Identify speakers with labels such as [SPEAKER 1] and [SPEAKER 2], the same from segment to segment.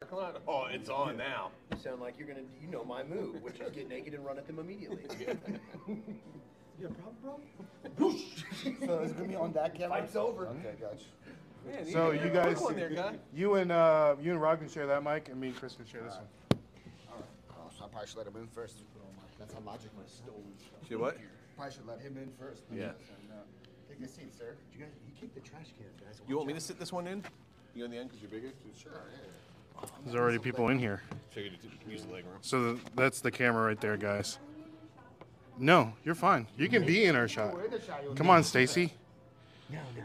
[SPEAKER 1] not on, Oh, it's on now.
[SPEAKER 2] You sound like you're gonna, you know my move, which is get naked and run at them immediately.
[SPEAKER 3] You got a problem, bro?
[SPEAKER 4] So it's gonna be on that camera?
[SPEAKER 2] Fight's over.
[SPEAKER 4] Okay, gotcha.
[SPEAKER 1] Man,
[SPEAKER 5] So
[SPEAKER 1] you're
[SPEAKER 5] you
[SPEAKER 1] a
[SPEAKER 5] guys-
[SPEAKER 1] quick one there, guy.
[SPEAKER 5] You and uh, you and Rob can share that mic, and me and Chris can share this one.
[SPEAKER 4] Oh, so I probably should let him in first. That's how logic was stolen.
[SPEAKER 1] Say what?
[SPEAKER 4] Probably should let him in first. uh,
[SPEAKER 1] Yeah.
[SPEAKER 4] Take a seat, sir.
[SPEAKER 2] You guys, he kicked the trash can, guys.
[SPEAKER 1] You want me to sit this one in? You on the end because you're bigger?
[SPEAKER 4] Sure, yeah.
[SPEAKER 5] There's already people in here.
[SPEAKER 1] Figured you could use the leg room.
[SPEAKER 5] So th- that's the camera right there, guys. No, you're fine. You can be in our shot. Come on, Stacy.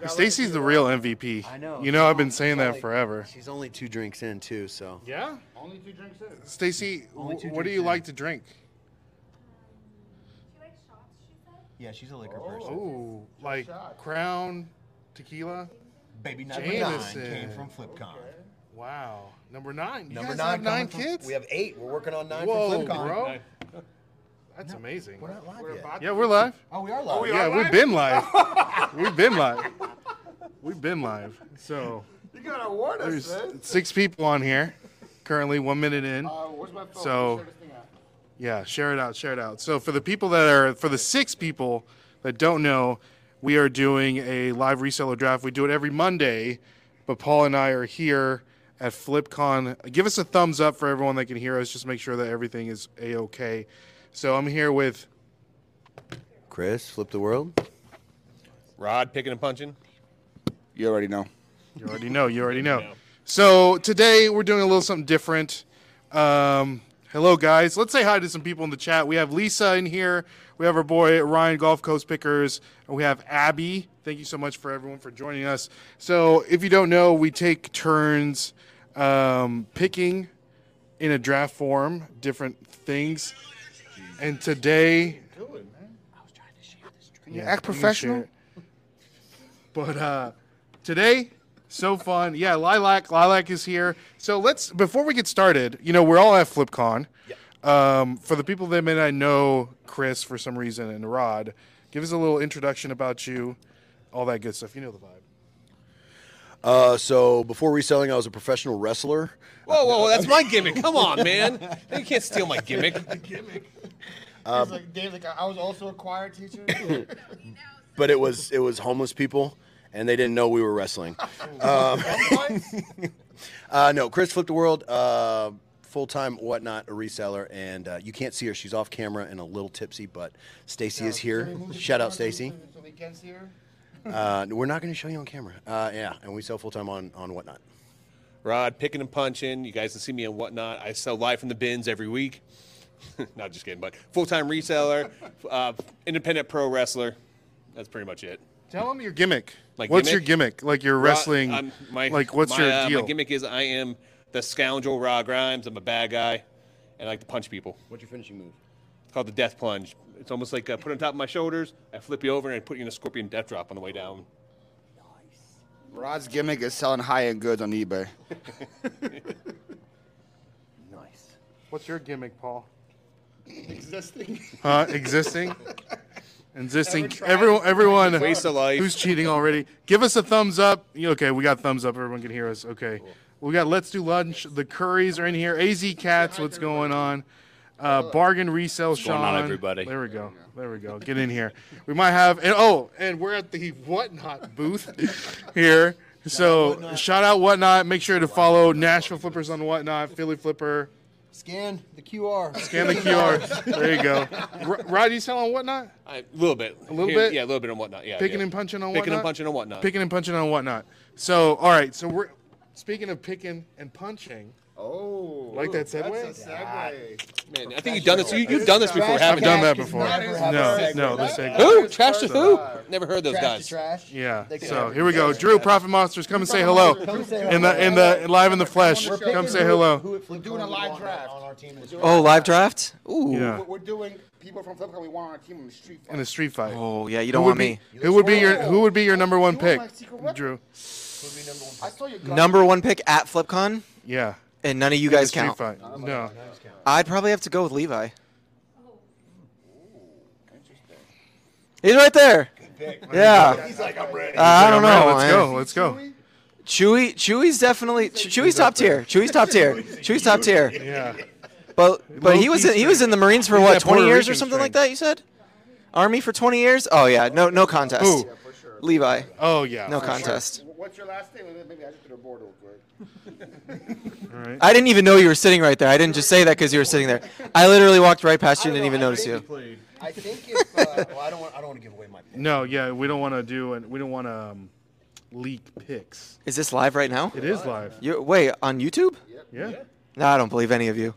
[SPEAKER 5] Stacy's the real MVP.
[SPEAKER 2] I know.
[SPEAKER 5] You know, I've been
[SPEAKER 2] She's
[SPEAKER 5] saying that
[SPEAKER 2] only-
[SPEAKER 5] forever.
[SPEAKER 2] She's only two drinks in too, so.
[SPEAKER 5] Yeah.
[SPEAKER 4] Only two drinks in.
[SPEAKER 5] Stacy,
[SPEAKER 2] Only two
[SPEAKER 5] wh- what do
[SPEAKER 2] drinks
[SPEAKER 5] you
[SPEAKER 2] in.
[SPEAKER 5] like to drink?
[SPEAKER 6] She likes shots, she said.
[SPEAKER 2] Yeah, she's a liquor
[SPEAKER 4] Oh.
[SPEAKER 2] person.
[SPEAKER 5] Oh, like
[SPEAKER 4] shot.
[SPEAKER 5] Crown tequila.
[SPEAKER 2] Baby number
[SPEAKER 5] Jameson.
[SPEAKER 2] nine came from FlipCon.
[SPEAKER 5] Wow, number nine. You
[SPEAKER 2] Number
[SPEAKER 5] guys
[SPEAKER 2] nine,
[SPEAKER 5] have nine
[SPEAKER 2] coming from-
[SPEAKER 5] kids.
[SPEAKER 2] we have eight. We're working on nine
[SPEAKER 5] Whoa,
[SPEAKER 2] from FlipCon.
[SPEAKER 5] bro. That's amazing.
[SPEAKER 2] We're not live
[SPEAKER 3] We're
[SPEAKER 2] yet.
[SPEAKER 3] about
[SPEAKER 5] Yeah, we're live.
[SPEAKER 2] Oh, we are live.
[SPEAKER 3] we
[SPEAKER 5] yeah,
[SPEAKER 3] are
[SPEAKER 5] we've
[SPEAKER 3] live?
[SPEAKER 5] been live. we've been live. We've been live. So
[SPEAKER 3] You gotta warn us,
[SPEAKER 5] there's
[SPEAKER 3] man.
[SPEAKER 5] six people on here currently, one minute in.
[SPEAKER 4] Uh, where's my phone?
[SPEAKER 5] So-
[SPEAKER 4] Share this thing out.
[SPEAKER 5] Yeah, share it out, share it out. So for the people that are, for the six people that don't know, we are doing a live reseller draft. We do it every Monday, but Paul and I are here at FlipCon. Give us a thumbs up for everyone that can hear us. Just make sure that everything is a okay. So I'm here with
[SPEAKER 2] Chris, flip the world.
[SPEAKER 1] Rod picking and punching.
[SPEAKER 4] You already know.
[SPEAKER 5] You already know. You already know. So today we're doing a little something different. Um, hello, guys. Let's say hi to some people in the chat. We have Lisa in here. We have our boy Ryan Golf Coast Pickers. And we have Abby. Thank you so much for everyone for joining us. So if you don't know, we take turns um, picking in a draft form different things. And today,
[SPEAKER 4] Can you act professional?
[SPEAKER 5] but uh, today, so fun. Yeah, Lilac, Lilac is here. So let's before we get started. You know, we're all at FlipCon. Um, for the people that may not know Chris for some reason and Rod, give us a little introduction about you, all that good stuff. You know the vibe.
[SPEAKER 7] Uh, so before reselling, I was a professional wrestler.
[SPEAKER 1] Whoa, whoa, whoa, that's my gimmick. Come on, man. You can't steal my gimmick.
[SPEAKER 5] um,
[SPEAKER 4] He's like, Dave's like, I was also a choir teacher.
[SPEAKER 7] but it was it was homeless people, and they didn't know we were wrestling. Um, Uh, no, Chris flipped the world. Uh, Full time whatnot, a reseller, and uh, you can't see her. She's off camera and a little tipsy, but Stacy is here. Shout out, Stacy.
[SPEAKER 4] So we can see her.
[SPEAKER 7] Uh, we're not going to show you on camera. Uh, yeah, and we sell full time on on whatnot.
[SPEAKER 1] Rod picking and punching. You guys can see me and whatnot. I sell live from the bins every week. Not just kidding, but full time reseller, uh, independent pro wrestler. That's pretty much it.
[SPEAKER 5] Tell them your gimmick.
[SPEAKER 1] My
[SPEAKER 5] what's your
[SPEAKER 1] gimmick?
[SPEAKER 5] gimmick? Like your
[SPEAKER 1] Rod-
[SPEAKER 5] wrestling.
[SPEAKER 1] I'm- my-
[SPEAKER 5] like
[SPEAKER 1] my,
[SPEAKER 5] what's your
[SPEAKER 1] uh,
[SPEAKER 5] deal?
[SPEAKER 1] My gimmick is I am the scoundrel Rod Grimes. I'm a bad guy, and I like to punch people.
[SPEAKER 7] What's your finishing move?
[SPEAKER 1] It's called the death plunge. It's almost like uh, put on top of my shoulders. I flip you over and I put you in a scorpion death drop on the way down.
[SPEAKER 4] Rod's gimmick is selling high end goods on eBay.
[SPEAKER 2] Nice.
[SPEAKER 5] What's your gimmick, Paul?
[SPEAKER 4] Existing.
[SPEAKER 5] Huh? Uh, Existing? Existing. Everyone, everyone
[SPEAKER 1] Waste of life.
[SPEAKER 5] who's cheating already, give us a thumbs up. Yeah, Okay, we got thumbs up. Everyone can hear us. Okay. We got Let's Do Lunch. The Curries are in here. AZ Cats, what's going on? Uh, bargain resale Sean.
[SPEAKER 8] going on, everybody?
[SPEAKER 5] There we go. There we go. Get in here. We might have and oh, and we're at the whatnot booth here. So shout out whatnot. Make sure to follow Nashville Flippers on whatnot, Philly Flipper.
[SPEAKER 2] Scan the QR.
[SPEAKER 5] Scan the QR. There you go. R- Rod, you selling whatnot?
[SPEAKER 1] I, a little bit. A
[SPEAKER 5] little bit?
[SPEAKER 1] Yeah, a little bit and whatnot. Yeah.
[SPEAKER 5] Picking
[SPEAKER 1] yeah.
[SPEAKER 5] and punching on
[SPEAKER 1] Picking and
[SPEAKER 5] whatnot?
[SPEAKER 1] punching on whatnot.
[SPEAKER 5] picking and punching on whatnot. So, all right. So we're speaking of picking and punching.
[SPEAKER 4] Oh.
[SPEAKER 5] Like that
[SPEAKER 4] That's
[SPEAKER 5] segue?
[SPEAKER 4] a segue.
[SPEAKER 1] Man, I think you've done this. You, you've done this before,
[SPEAKER 2] Trash
[SPEAKER 5] I've
[SPEAKER 1] haven't you?
[SPEAKER 5] done that
[SPEAKER 2] Trash
[SPEAKER 5] before.
[SPEAKER 2] does not have
[SPEAKER 5] No,
[SPEAKER 2] a segue.
[SPEAKER 5] no, the
[SPEAKER 4] Like that.
[SPEAKER 5] segue.
[SPEAKER 1] Who? Trash to who? Never heard those
[SPEAKER 2] Trash
[SPEAKER 1] guys.
[SPEAKER 2] to trash.
[SPEAKER 5] Yeah.
[SPEAKER 2] They
[SPEAKER 5] So
[SPEAKER 2] could-
[SPEAKER 5] here we go. Drew, Profit Monsters, come and say hello.
[SPEAKER 2] Come say
[SPEAKER 5] In the in the live in the flesh.
[SPEAKER 4] We're
[SPEAKER 5] Come
[SPEAKER 4] picking
[SPEAKER 5] say
[SPEAKER 4] who-
[SPEAKER 5] hello.
[SPEAKER 2] Who at FlipCon
[SPEAKER 4] doing a
[SPEAKER 2] we
[SPEAKER 4] live
[SPEAKER 2] want
[SPEAKER 4] draft.
[SPEAKER 2] on our team. is-
[SPEAKER 4] Oh, live
[SPEAKER 8] draft? Ooh.
[SPEAKER 5] Yeah.
[SPEAKER 4] We're, we're doing people from Flipkart we want on our team on the street.
[SPEAKER 5] In a street fight.
[SPEAKER 8] Oh yeah, you
[SPEAKER 5] Who
[SPEAKER 8] don't
[SPEAKER 5] would
[SPEAKER 8] want
[SPEAKER 5] be
[SPEAKER 8] me.
[SPEAKER 5] who would be your who would be your number one
[SPEAKER 4] You want
[SPEAKER 5] pick?
[SPEAKER 4] my secret weapon?
[SPEAKER 5] Drew.
[SPEAKER 4] I saw your gun.
[SPEAKER 8] Number one pick at FlipCon,
[SPEAKER 5] Yeah.
[SPEAKER 8] and none of you
[SPEAKER 5] In a
[SPEAKER 8] guys
[SPEAKER 5] street
[SPEAKER 8] count.
[SPEAKER 5] fight. No.
[SPEAKER 8] I'd probably have to go with Levi. He's right there. Yeah.
[SPEAKER 4] He's like, I'm ready.
[SPEAKER 8] Uh, I don't know.
[SPEAKER 5] All right,
[SPEAKER 8] man.
[SPEAKER 5] Let's go. Let's go.
[SPEAKER 9] Chewy, Chewy's definitely Chewy's top tier. Chewy's top tier. Chewy's top tier.
[SPEAKER 5] Yeah.
[SPEAKER 9] But but he
[SPEAKER 5] Low-key
[SPEAKER 9] was in, he was in the Marines for
[SPEAKER 5] He's
[SPEAKER 9] what
[SPEAKER 5] that
[SPEAKER 9] 20
[SPEAKER 5] Puerto
[SPEAKER 9] years or
[SPEAKER 5] Rican
[SPEAKER 9] something like
[SPEAKER 5] strain.
[SPEAKER 9] that. You said Army for 20 years. Oh yeah, no no contest.
[SPEAKER 5] Who?
[SPEAKER 9] Levi,
[SPEAKER 5] Oh yeah.
[SPEAKER 9] no
[SPEAKER 5] for sure.
[SPEAKER 9] contest.
[SPEAKER 4] What's your last name? Maybe I just put a board over it.
[SPEAKER 9] I didn't even know you were sitting right there. I didn't just say that because you were sitting there. I literally walked right past you and didn't even notice you.
[SPEAKER 7] I think if uh, well, I don't want I don't want to give away my pick.
[SPEAKER 5] No, yeah, we don't want to do and we don't want to um, leak picks.
[SPEAKER 9] Is this live right now?
[SPEAKER 5] It is live.
[SPEAKER 9] You wait on YouTube?
[SPEAKER 5] Yeah.
[SPEAKER 9] No, I don't believe any of you.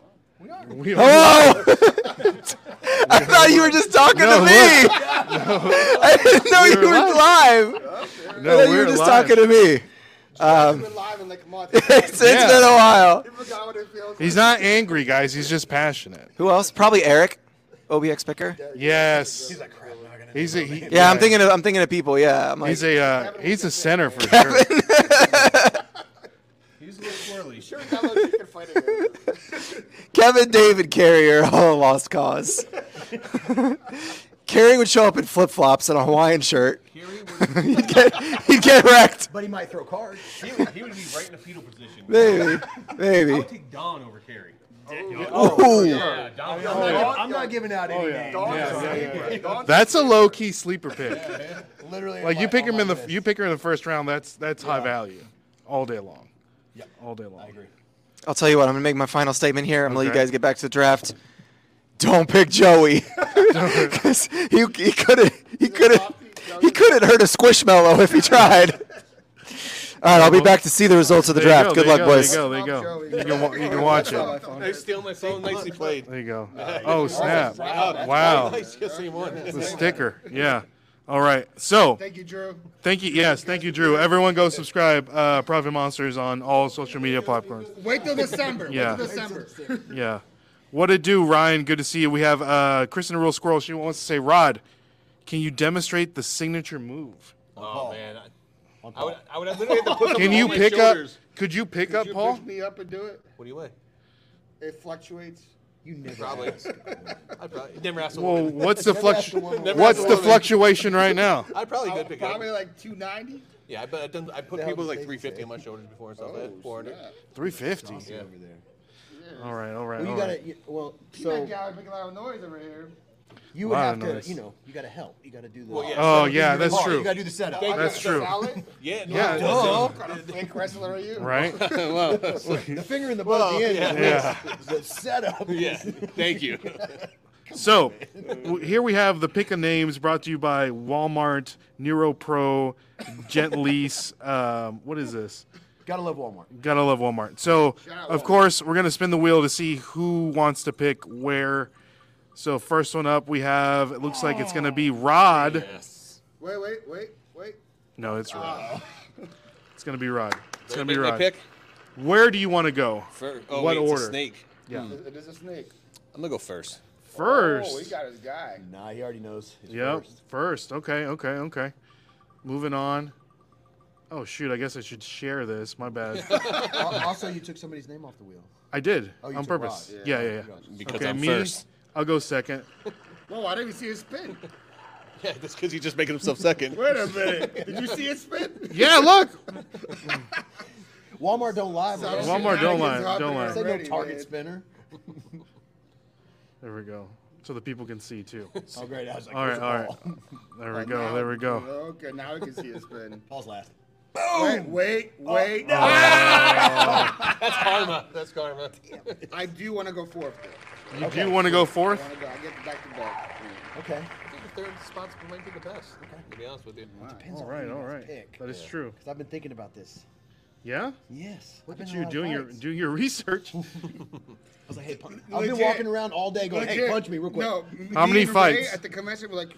[SPEAKER 5] We are.
[SPEAKER 9] Oh! I thought you were just talking
[SPEAKER 5] No,
[SPEAKER 9] to
[SPEAKER 5] look.
[SPEAKER 9] me. I didn't know you were live. I
[SPEAKER 5] No,
[SPEAKER 9] thought you
[SPEAKER 5] we're
[SPEAKER 9] were just
[SPEAKER 5] live.
[SPEAKER 9] talking to me. Um,
[SPEAKER 4] We're live in like a month.
[SPEAKER 9] It's, it's
[SPEAKER 5] Yeah.
[SPEAKER 9] been a while.
[SPEAKER 4] People got what it feels
[SPEAKER 5] He's not angry, guys. He's just passionate.
[SPEAKER 9] Who else? Probably Eric, OBX picker.
[SPEAKER 5] Yes. He's like crap. He's a. He,
[SPEAKER 9] Yeah, I'm thinking of I'm thinking of people. Yeah, I'm like,
[SPEAKER 5] He's a. Uh, he's a center for sure.
[SPEAKER 7] He's a little squirrely.
[SPEAKER 4] Sure, that was you can fight again.
[SPEAKER 9] Kevin David Carrier, all a lost cause. Carrier would show up in flip flops and a Hawaiian shirt. he'd, get, he'd get wrecked.
[SPEAKER 7] But he might throw cards.
[SPEAKER 1] He would, he would be right in a fetal position.
[SPEAKER 9] Maybe, maybe.
[SPEAKER 1] take Don over Carrie.
[SPEAKER 9] Oh,
[SPEAKER 1] Yeah, Don.
[SPEAKER 7] I'm not, I'm not giving out any
[SPEAKER 5] Oh,
[SPEAKER 7] names.
[SPEAKER 5] That's a low key sleeper pick.
[SPEAKER 7] Literally,
[SPEAKER 5] Like
[SPEAKER 7] my-
[SPEAKER 5] you pick
[SPEAKER 7] on
[SPEAKER 5] him
[SPEAKER 7] my
[SPEAKER 5] in the
[SPEAKER 7] list.
[SPEAKER 5] you pick her in the first round. That's that's high value, all day long. Yeah, all day long. I agree.
[SPEAKER 9] I'll tell you what. I'm gonna make my final statement here. I'm gonna let
[SPEAKER 5] Okay.
[SPEAKER 9] you guys get back to the draft. Don't pick Joey, 'Cause he he couldn't he couldn't he couldn't hurt a squishmallow if he tried. All right, I'll be back to see the results of the draft. Good luck, boys.
[SPEAKER 5] There you go. There you go. You can, wa- you can watch it.
[SPEAKER 1] I steal my phone. Nicely played.
[SPEAKER 5] There you go. Oh snap! Wow, the sticker. Yeah. All right. So
[SPEAKER 4] Thank you, Drew.
[SPEAKER 5] thank you. Yes, thank you, Drew. Everyone, go subscribe. Uh, Profit Monsters on all social media platforms.
[SPEAKER 4] Wait till December.
[SPEAKER 5] Yeah.
[SPEAKER 4] Wait till December.
[SPEAKER 5] Yeah. What it do, Ryan? Good to see you. We have uh, Kristen Real Squirrel. She wants to say, Rod, can you demonstrate the signature move?
[SPEAKER 1] Oh man, I, I would, I would literally have to put them
[SPEAKER 5] Can
[SPEAKER 1] on
[SPEAKER 5] you
[SPEAKER 1] my
[SPEAKER 5] pick up?
[SPEAKER 1] shoulders.
[SPEAKER 5] Could you pick up
[SPEAKER 4] Could you
[SPEAKER 5] Paul?
[SPEAKER 4] push me up and do it?
[SPEAKER 1] What do you weigh?
[SPEAKER 4] It fluctuates.
[SPEAKER 7] You never
[SPEAKER 1] Probably. I'd probably never asked. a
[SPEAKER 5] Well,
[SPEAKER 1] woman.
[SPEAKER 5] what's the
[SPEAKER 4] That's
[SPEAKER 5] fluctu-
[SPEAKER 4] one
[SPEAKER 1] Never
[SPEAKER 5] What's
[SPEAKER 1] asked a
[SPEAKER 5] the
[SPEAKER 1] woman.
[SPEAKER 5] fluctuation right now?
[SPEAKER 1] I'd probably go pick up.
[SPEAKER 4] Probably like 290.
[SPEAKER 1] Yeah, I bet I've done. I put people like 350 on my shoulders before and stuff. like that, 400.
[SPEAKER 5] 350.
[SPEAKER 1] Yeah.
[SPEAKER 7] over there.
[SPEAKER 5] All right, all right.
[SPEAKER 7] Well,
[SPEAKER 5] all
[SPEAKER 7] you
[SPEAKER 5] right.
[SPEAKER 7] gotta. You, well,
[SPEAKER 4] So,
[SPEAKER 7] so
[SPEAKER 4] guy making a lot of noise over here.
[SPEAKER 7] you would
[SPEAKER 5] Wow,
[SPEAKER 7] have to.
[SPEAKER 5] nice.
[SPEAKER 7] You know, you gotta help. You gotta do the.
[SPEAKER 1] Well, yeah.
[SPEAKER 5] Oh
[SPEAKER 1] so-
[SPEAKER 5] yeah, that's
[SPEAKER 7] Oh,
[SPEAKER 5] true.
[SPEAKER 7] You gotta do the setup.
[SPEAKER 1] Thank
[SPEAKER 5] That's true.
[SPEAKER 4] Valid?
[SPEAKER 1] Yeah. No,
[SPEAKER 5] Yeah.
[SPEAKER 1] it does.
[SPEAKER 4] What kind of fake wrestler are you?
[SPEAKER 5] Right?
[SPEAKER 7] The finger in the butt at the end. is
[SPEAKER 5] Yeah.
[SPEAKER 7] The setup.
[SPEAKER 1] Yeah. Thank you.
[SPEAKER 5] So w- here we have the pick of names brought to you by Walmart, NeuroPro, Gent Lease. Um, what is this?
[SPEAKER 7] Gotta love Walmart.
[SPEAKER 5] Gotta love Walmart. So,
[SPEAKER 4] out
[SPEAKER 5] of
[SPEAKER 4] Walmart.
[SPEAKER 5] course, we're gonna spin the wheel to see who wants to pick where. So, first one up, we have. It looks like it's gonna
[SPEAKER 4] Oh.
[SPEAKER 5] be Rod.
[SPEAKER 1] Yes.
[SPEAKER 4] Wait, wait, wait, wait.
[SPEAKER 5] No, it's Rod. It's gonna be Rod. It's gonna be
[SPEAKER 1] Make my
[SPEAKER 5] Rod.
[SPEAKER 1] Pick.
[SPEAKER 5] Where do you want to go?
[SPEAKER 1] Fir- oh,
[SPEAKER 5] what
[SPEAKER 1] wait,
[SPEAKER 5] order?
[SPEAKER 1] It's a snake. Hmm.
[SPEAKER 5] Yeah.
[SPEAKER 4] It it is a snake.
[SPEAKER 1] I'm gonna go first.
[SPEAKER 5] First.
[SPEAKER 4] Oh, he got his guy.
[SPEAKER 7] Nah, he already knows. his
[SPEAKER 5] yep.
[SPEAKER 7] first.
[SPEAKER 5] First. Okay. Okay. Okay. Moving on. Oh shoot! I guess I should share this. My bad.
[SPEAKER 7] Al- also, you took somebody's name off the wheel.
[SPEAKER 5] I did
[SPEAKER 7] Oh, you
[SPEAKER 5] on
[SPEAKER 7] took Rod.
[SPEAKER 5] purpose.
[SPEAKER 7] Yeah.
[SPEAKER 5] Yeah. Yeah. Yeah.
[SPEAKER 1] Because
[SPEAKER 5] okay.
[SPEAKER 1] I'm
[SPEAKER 5] me.
[SPEAKER 1] first.
[SPEAKER 5] I'll go second.
[SPEAKER 4] Whoa, I didn't even see his spin.
[SPEAKER 1] Yeah, that's because he's just making himself second.
[SPEAKER 4] Wait a minute. Did you see his spin?
[SPEAKER 5] Yeah. Look.
[SPEAKER 7] Walmart don't lie. bro.
[SPEAKER 5] Walmart don't lie, don't lie.
[SPEAKER 7] Say no
[SPEAKER 4] Already,
[SPEAKER 7] target
[SPEAKER 4] man.
[SPEAKER 7] spinner.
[SPEAKER 5] There we go. So the people can see too.
[SPEAKER 7] Oh great! I was like,
[SPEAKER 5] All right,
[SPEAKER 7] where's the
[SPEAKER 5] all right.
[SPEAKER 7] ball?
[SPEAKER 5] There we
[SPEAKER 4] Like
[SPEAKER 5] go.
[SPEAKER 4] now-
[SPEAKER 5] There we go.
[SPEAKER 4] Okay, now we can see his spin.
[SPEAKER 7] Paul's last. Oh,
[SPEAKER 4] Wait, wait, wait.
[SPEAKER 5] Oh.
[SPEAKER 1] That's karma. That's karma.
[SPEAKER 4] I do want to go fourth. though.
[SPEAKER 5] You do want to go fourth?
[SPEAKER 4] I want to go. I get the back to back.
[SPEAKER 7] Okay.
[SPEAKER 1] I think the third spot's might be the best. To be honest with you.
[SPEAKER 7] Depends
[SPEAKER 5] All
[SPEAKER 7] on
[SPEAKER 5] right,
[SPEAKER 7] who you
[SPEAKER 5] all
[SPEAKER 7] guys
[SPEAKER 5] right.
[SPEAKER 7] pick.
[SPEAKER 5] That is true.
[SPEAKER 7] Because I've been thinking about this.
[SPEAKER 5] Yeah.
[SPEAKER 7] Yes.
[SPEAKER 5] Look
[SPEAKER 7] I've been
[SPEAKER 5] at
[SPEAKER 7] in a
[SPEAKER 5] you
[SPEAKER 7] lot of
[SPEAKER 5] doing your
[SPEAKER 7] fights.
[SPEAKER 5] doing your research.
[SPEAKER 7] I was like, hey, punch. I've
[SPEAKER 4] Legit.
[SPEAKER 7] been walking around all day going, hey,
[SPEAKER 4] Legit.
[SPEAKER 7] punch me real quick.
[SPEAKER 4] No.
[SPEAKER 5] How
[SPEAKER 4] me
[SPEAKER 5] many
[SPEAKER 4] and Ray
[SPEAKER 5] fights?
[SPEAKER 4] At the convention, we're like,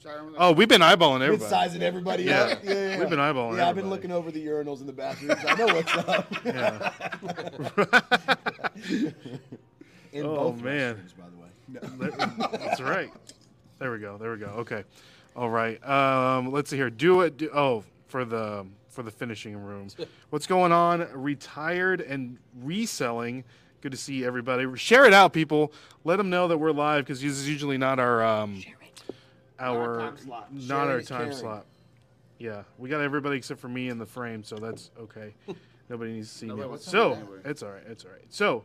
[SPEAKER 4] sorry, I'm
[SPEAKER 5] Oh,
[SPEAKER 4] like,
[SPEAKER 5] we've been eyeballing
[SPEAKER 7] Been
[SPEAKER 5] everybody.
[SPEAKER 7] sizing everybody
[SPEAKER 5] Yeah.
[SPEAKER 7] up. Yeah, yeah,
[SPEAKER 5] We've been eyeballing
[SPEAKER 7] Yeah, I've been
[SPEAKER 5] everybody.
[SPEAKER 7] looking over the urinals in the bathrooms. I know what's up. in
[SPEAKER 5] Oh,
[SPEAKER 7] both
[SPEAKER 5] man.
[SPEAKER 7] restrooms, by the way.
[SPEAKER 5] That's right. There we go. There we go. Okay. All right. Um, let's see here. Do it. Do, oh, for the for the finishing room. What's going on? Retired and reselling. Good to see everybody. Share it out, people. Let them know that we're live because this is usually not our um, our
[SPEAKER 4] time slot.
[SPEAKER 5] not our
[SPEAKER 7] Sharing is
[SPEAKER 5] time
[SPEAKER 7] caring.
[SPEAKER 5] slot. Yeah, we got everybody except for me in the frame, so that's okay. Nobody needs to see
[SPEAKER 4] No,
[SPEAKER 5] me.
[SPEAKER 4] wait, what's
[SPEAKER 5] so
[SPEAKER 4] happening anyway?
[SPEAKER 5] it's all right. It's all right. So,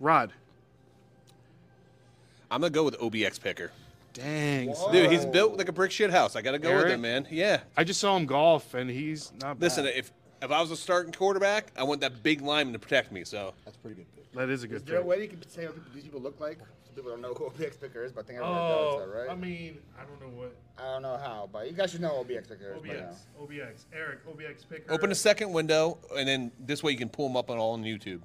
[SPEAKER 5] Rod,
[SPEAKER 1] I'm gonna go with OBX Picker.
[SPEAKER 5] dang, son.
[SPEAKER 1] Dude, he's built like a brick shit house. I gotta go with
[SPEAKER 5] Eric?
[SPEAKER 1] him, man. Yeah.
[SPEAKER 5] I just saw him golf, and he's not.
[SPEAKER 1] Listen,
[SPEAKER 5] bad.
[SPEAKER 1] if if I was a starting quarterback, I want that big lineman to protect me. So
[SPEAKER 4] That's pretty good. Pick.
[SPEAKER 5] that is a
[SPEAKER 3] Is
[SPEAKER 5] good.
[SPEAKER 3] there a
[SPEAKER 5] Pick.
[SPEAKER 3] way you can say what people- these people look like?
[SPEAKER 4] Some people don't know who OBX Picker is, but I think everyone
[SPEAKER 5] Oh,
[SPEAKER 4] does that, right? I,
[SPEAKER 5] I mean, I don't know what
[SPEAKER 4] don't know how, but you guys should know OBX Picker is. by now.
[SPEAKER 5] OBX, OBX, Eric, OBX picker.
[SPEAKER 1] open a second window, and then this way you can pull them up on all on YouTube.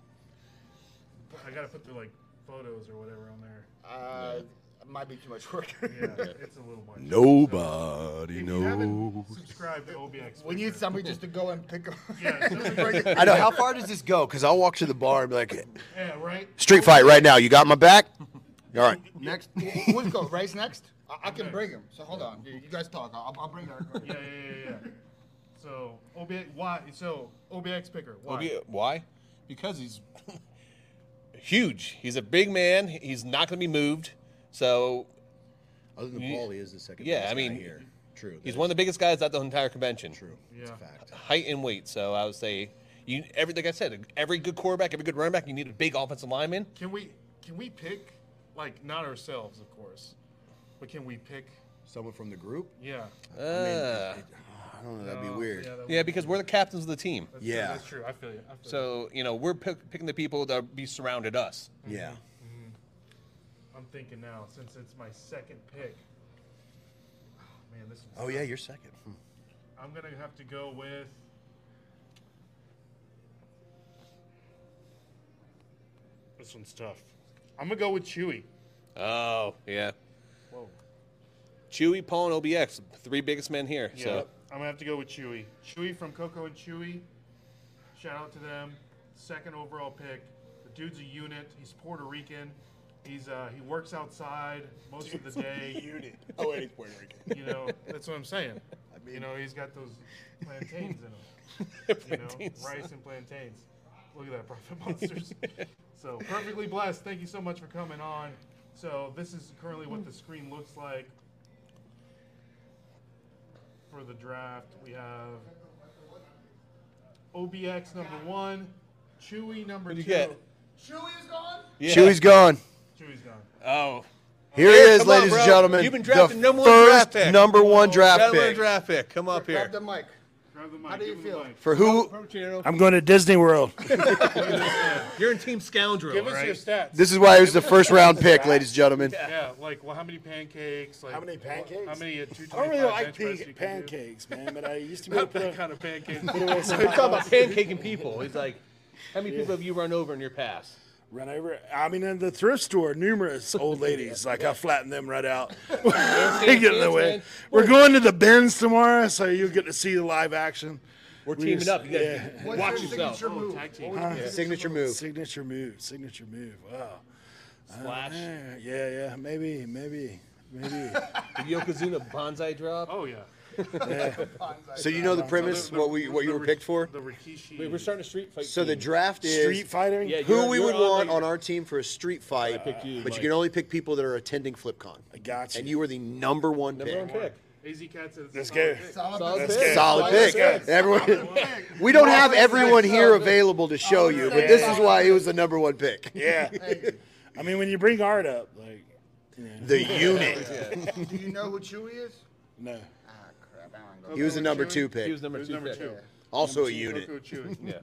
[SPEAKER 5] I gotta put the like photos or whatever on there.
[SPEAKER 4] Uh, it might be too much work.
[SPEAKER 5] Yeah, it's a little much.
[SPEAKER 7] Nobody
[SPEAKER 5] If you haven't subscribed to OBX,
[SPEAKER 4] we need
[SPEAKER 5] Picker-
[SPEAKER 4] somebody just to go and pick up.
[SPEAKER 5] Yeah, somebody-
[SPEAKER 7] I know. How far does this go? Because I'll walk to the bar and be like,
[SPEAKER 5] yeah, right.
[SPEAKER 7] street fight right now. You got my back? All right.
[SPEAKER 4] Next, who's go? Race next. I, I can bring him. So hold on. You, you guys talk. I'll, I'll bring Eric. over.
[SPEAKER 5] Yeah, yeah, yeah, yeah. So OBX, why? So OBX picker, why?
[SPEAKER 1] OB- Why? Because he's huge. He's a big man. He's not gonna be moved. So
[SPEAKER 7] Other than
[SPEAKER 1] You-
[SPEAKER 7] Paul, he is the second.
[SPEAKER 1] yeah,
[SPEAKER 7] best
[SPEAKER 1] I mean,
[SPEAKER 7] guy here. True.
[SPEAKER 1] he's
[SPEAKER 7] that
[SPEAKER 1] one of the
[SPEAKER 7] is
[SPEAKER 1] biggest guys at the entire convention.
[SPEAKER 7] True. It's
[SPEAKER 5] Yeah.
[SPEAKER 7] a fact.
[SPEAKER 1] Height and weight. So I would say. You, every, like I said, every good quarterback, every good running back, you need a big offensive lineman.
[SPEAKER 5] Can we can we pick like not ourselves, of course, but can we pick?
[SPEAKER 7] Someone from the group.
[SPEAKER 5] Yeah.
[SPEAKER 1] Uh,
[SPEAKER 7] I don't know. That'd be weird.
[SPEAKER 5] Yeah, that would-
[SPEAKER 1] yeah, because we're the captains of the team.
[SPEAKER 5] that's,
[SPEAKER 7] Yeah.
[SPEAKER 5] that's true. I feel you. I feel
[SPEAKER 1] So, you know, we're pick, picking the people that be surrounded us.
[SPEAKER 7] Yeah.
[SPEAKER 5] Mm-hmm. you. I'm thinking now since it's my second pick. Oh, man, this. Is,
[SPEAKER 7] Oh yeah, you're second. Hmm.
[SPEAKER 5] I'm gonna have to go with. This one's tough. I'm gonna go with Chewy.
[SPEAKER 1] Oh, yeah.
[SPEAKER 5] Whoa.
[SPEAKER 1] Chewy, Paul, and OBX, three biggest men here.
[SPEAKER 5] Yeah,
[SPEAKER 1] So,
[SPEAKER 5] I'm gonna have to go with Chewy. Chewy from Coco and Chewy. Shout out to them. Second overall pick. The dude's a unit. He's Puerto Rican. He's uh, he works outside most of the day.
[SPEAKER 4] Unit. Oh wait, he's Puerto Rican.
[SPEAKER 5] You know, that's what I'm saying. you know, he's got those plantains in him. You know,
[SPEAKER 1] Plantains.
[SPEAKER 5] rice and plantains. Look at that, Prophet Monsters. so perfectly blessed. Thank you so much for coming on. So this is currently what the screen looks like for the draft. We have OBX number one, Chewy number
[SPEAKER 1] you
[SPEAKER 5] two.
[SPEAKER 1] get?
[SPEAKER 4] Chewy is gone.
[SPEAKER 1] yeah.
[SPEAKER 7] Chewy's gone.
[SPEAKER 5] Chewy's gone.
[SPEAKER 1] Oh.
[SPEAKER 7] Here he
[SPEAKER 1] Eric,
[SPEAKER 7] is,
[SPEAKER 1] come on,
[SPEAKER 7] ladies
[SPEAKER 1] bro.
[SPEAKER 7] and gentlemen.
[SPEAKER 1] Oh, You've been
[SPEAKER 7] the
[SPEAKER 1] drafted number one
[SPEAKER 7] first
[SPEAKER 1] draft pick.
[SPEAKER 7] number one draft
[SPEAKER 1] Gentlemen,
[SPEAKER 7] pick.
[SPEAKER 1] draft pick. Come up here.
[SPEAKER 4] Grab the mic.
[SPEAKER 5] Grab the mic.
[SPEAKER 4] How do
[SPEAKER 5] give
[SPEAKER 4] you
[SPEAKER 5] him the
[SPEAKER 4] feel?
[SPEAKER 5] mic.
[SPEAKER 7] For who?
[SPEAKER 6] I'm going to Disney World.
[SPEAKER 1] You're in Team Scoundrel.
[SPEAKER 5] Give us
[SPEAKER 1] right?
[SPEAKER 5] your stats.
[SPEAKER 7] This is why it was the first round pick, ladies and gentlemen.
[SPEAKER 5] Yeah, like well, how many pancakes? Like
[SPEAKER 6] How many pancakes?
[SPEAKER 5] How many? At 225
[SPEAKER 6] I don't really like
[SPEAKER 5] bench press
[SPEAKER 6] pan-
[SPEAKER 5] you can do?
[SPEAKER 6] pancakes, man, but I used to be
[SPEAKER 5] Not
[SPEAKER 6] able
[SPEAKER 5] that
[SPEAKER 6] to
[SPEAKER 5] kind of pancakes.
[SPEAKER 6] put away some
[SPEAKER 1] He's talking about pancaking people. He's like, how many people have you run over in your past?
[SPEAKER 6] run over. I mean, in the thrift store, numerous old ladies like I flattened them right out. they get in the way.
[SPEAKER 1] man.
[SPEAKER 6] We're going to the bins tomorrow, so you'll get to see the live action.
[SPEAKER 1] We're
[SPEAKER 6] We
[SPEAKER 1] teaming
[SPEAKER 6] just-
[SPEAKER 1] up. You guys
[SPEAKER 4] What's
[SPEAKER 1] watch
[SPEAKER 4] your
[SPEAKER 1] yourself.
[SPEAKER 4] signature move?
[SPEAKER 5] tag team.
[SPEAKER 4] What
[SPEAKER 6] Oh,
[SPEAKER 4] would you do?
[SPEAKER 7] Signature move.
[SPEAKER 6] Signature move, signature move. Wow.
[SPEAKER 1] Splash.
[SPEAKER 6] Uh, Yeah, yeah, maybe, maybe, maybe.
[SPEAKER 1] The Yokozuna bonsai drop.
[SPEAKER 5] Oh yeah.
[SPEAKER 7] So you know the premise, what we what you were picked for.
[SPEAKER 5] The Rikishi.
[SPEAKER 1] Wait, we're starting a street fight.
[SPEAKER 7] So the
[SPEAKER 1] team.
[SPEAKER 7] draft is
[SPEAKER 6] Street fighting.
[SPEAKER 1] Yeah,
[SPEAKER 7] who
[SPEAKER 1] you're-
[SPEAKER 7] we
[SPEAKER 1] you're
[SPEAKER 7] would
[SPEAKER 1] on
[SPEAKER 7] want
[SPEAKER 1] the-
[SPEAKER 7] on our team for a street fight.
[SPEAKER 1] picked you,
[SPEAKER 7] but
[SPEAKER 1] Mike.
[SPEAKER 7] you can only pick people that are attending FlipCon.
[SPEAKER 6] I got you.
[SPEAKER 7] And you were the number one
[SPEAKER 1] Number one
[SPEAKER 7] pick.
[SPEAKER 1] pick.
[SPEAKER 5] AZ Cat says.
[SPEAKER 6] Let's
[SPEAKER 5] it's
[SPEAKER 6] go.
[SPEAKER 5] not a pick.
[SPEAKER 1] Solid
[SPEAKER 4] Solid
[SPEAKER 1] pick.
[SPEAKER 4] pick.
[SPEAKER 7] Solid pick. Everyone. We don't have everyone
[SPEAKER 1] Oh,
[SPEAKER 7] here available to show you, but this is why he was the number one pick.
[SPEAKER 6] Yeah. I mean, when you bring art up, like,
[SPEAKER 7] The unit.
[SPEAKER 4] Do you know who Chewy is?
[SPEAKER 6] no.
[SPEAKER 4] Ah, crap. I don't know.
[SPEAKER 7] He was the number two
[SPEAKER 1] He
[SPEAKER 7] pick.
[SPEAKER 1] was number
[SPEAKER 5] Who's
[SPEAKER 1] two.
[SPEAKER 5] number
[SPEAKER 1] pick.
[SPEAKER 5] two?
[SPEAKER 7] Also a
[SPEAKER 5] Coco
[SPEAKER 7] unit.
[SPEAKER 5] Chewy.
[SPEAKER 1] Yeah.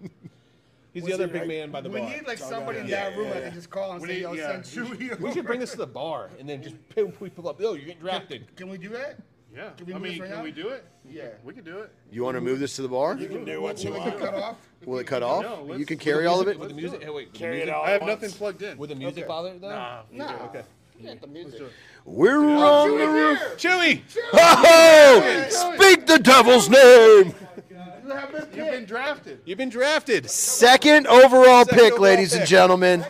[SPEAKER 1] He's the other big man by the
[SPEAKER 4] We
[SPEAKER 1] bar.
[SPEAKER 4] need
[SPEAKER 5] Oh,
[SPEAKER 4] like somebody in that room I can just call and
[SPEAKER 5] We
[SPEAKER 4] say,
[SPEAKER 5] need-
[SPEAKER 4] "Yo,
[SPEAKER 5] yeah.
[SPEAKER 4] send Chewy."
[SPEAKER 1] we
[SPEAKER 4] over."
[SPEAKER 1] should bring this to the bar and then just pin people up. Oh, you're getting drafted.
[SPEAKER 4] Can we do that?
[SPEAKER 5] Yeah.
[SPEAKER 4] Can we
[SPEAKER 5] I
[SPEAKER 4] move
[SPEAKER 5] mean,
[SPEAKER 4] this right
[SPEAKER 5] can
[SPEAKER 4] now?
[SPEAKER 5] we do it?
[SPEAKER 4] Yeah.
[SPEAKER 5] We can do it.
[SPEAKER 7] You want to move this to the bar?
[SPEAKER 6] You can do what you
[SPEAKER 4] Will it
[SPEAKER 6] want.
[SPEAKER 4] get cut off?
[SPEAKER 7] Will it cut
[SPEAKER 5] No,
[SPEAKER 7] off?
[SPEAKER 5] let's-
[SPEAKER 7] You can carry all of it?
[SPEAKER 1] With the music. Hey, wait. With the
[SPEAKER 6] Carry it
[SPEAKER 1] music,
[SPEAKER 6] all.
[SPEAKER 5] I have
[SPEAKER 6] at once.
[SPEAKER 5] nothing plugged in.
[SPEAKER 1] with the music father though.
[SPEAKER 5] Nah.
[SPEAKER 4] Nah.
[SPEAKER 1] Okay.
[SPEAKER 4] You got the music.
[SPEAKER 7] We're on the
[SPEAKER 4] Chewy
[SPEAKER 7] roof.
[SPEAKER 4] here!
[SPEAKER 1] Chewy.
[SPEAKER 7] Oh! Speak the devil's name!
[SPEAKER 4] You have been
[SPEAKER 5] You've been
[SPEAKER 4] picked.
[SPEAKER 5] drafted.
[SPEAKER 1] You've been drafted.
[SPEAKER 7] Second overall
[SPEAKER 1] Second
[SPEAKER 7] pick,
[SPEAKER 1] overall
[SPEAKER 7] ladies and
[SPEAKER 1] pick.
[SPEAKER 7] gentlemen.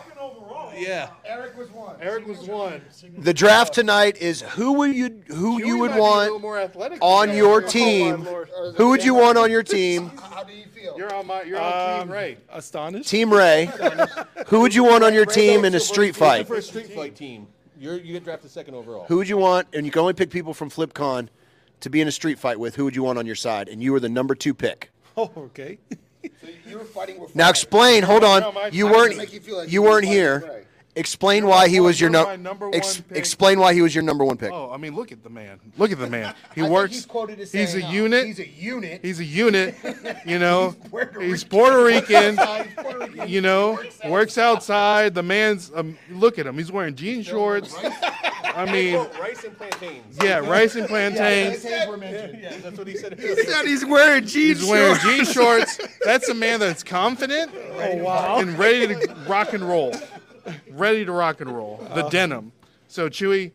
[SPEAKER 1] Yeah.
[SPEAKER 4] Eric was one.
[SPEAKER 5] Eric was one.
[SPEAKER 7] The draft tonight is who would you who you
[SPEAKER 5] Chewy
[SPEAKER 7] would
[SPEAKER 5] might be a little
[SPEAKER 7] want
[SPEAKER 5] more athletic
[SPEAKER 7] on
[SPEAKER 5] than you.
[SPEAKER 7] your
[SPEAKER 5] Oh, my
[SPEAKER 7] team.
[SPEAKER 5] Lord.
[SPEAKER 7] Who would you want on your team?
[SPEAKER 4] How do you feel?
[SPEAKER 5] You're on my. You're on team Ray.
[SPEAKER 6] Astonished?
[SPEAKER 7] Team Ray. Who would you want on your team in a street
[SPEAKER 1] Fight.
[SPEAKER 7] fight?
[SPEAKER 1] For a street fight team, you're you get drafted second overall.
[SPEAKER 7] Who would you want? And you can only pick people from FlipCon to be in a street fight with, who would you want on your side? And you were the number two pick.
[SPEAKER 1] Oh, okay.
[SPEAKER 4] So you- you were fighting with.
[SPEAKER 7] Now
[SPEAKER 4] fire.
[SPEAKER 7] explain. Hold
[SPEAKER 5] No, my-
[SPEAKER 7] on. You
[SPEAKER 5] I just
[SPEAKER 7] weren't.
[SPEAKER 4] make you feel like
[SPEAKER 7] You
[SPEAKER 4] you
[SPEAKER 7] weren't
[SPEAKER 4] were
[SPEAKER 7] here.
[SPEAKER 4] fighting
[SPEAKER 7] Explain why he was your
[SPEAKER 5] You're my
[SPEAKER 7] num-
[SPEAKER 5] number
[SPEAKER 7] ex-
[SPEAKER 5] one pick.
[SPEAKER 7] Explain why he was your number one pick.
[SPEAKER 5] Oh, I mean, look at the man. Look at the man. He
[SPEAKER 4] I think
[SPEAKER 5] works.
[SPEAKER 4] He's quoted as
[SPEAKER 5] he's
[SPEAKER 4] saying,
[SPEAKER 5] a
[SPEAKER 4] uh,
[SPEAKER 5] unit.
[SPEAKER 4] He's a unit.
[SPEAKER 5] He's a unit, you know.
[SPEAKER 4] Puerto
[SPEAKER 5] he's Puerto Rican, you know. Works outside. The man's. Um, look at him. He's wearing jean shorts. I mean,
[SPEAKER 1] rice and plantains.
[SPEAKER 5] yeah, rice and plantains.
[SPEAKER 4] Plantains were mentioned.
[SPEAKER 1] Yeah, that's what he said.
[SPEAKER 8] he's wearing jeans.
[SPEAKER 5] He's wearing jean shorts. That's a man that's confident
[SPEAKER 4] Oh,
[SPEAKER 5] and ready to rock and roll. Ready to rock and roll. The denim. So Chewy,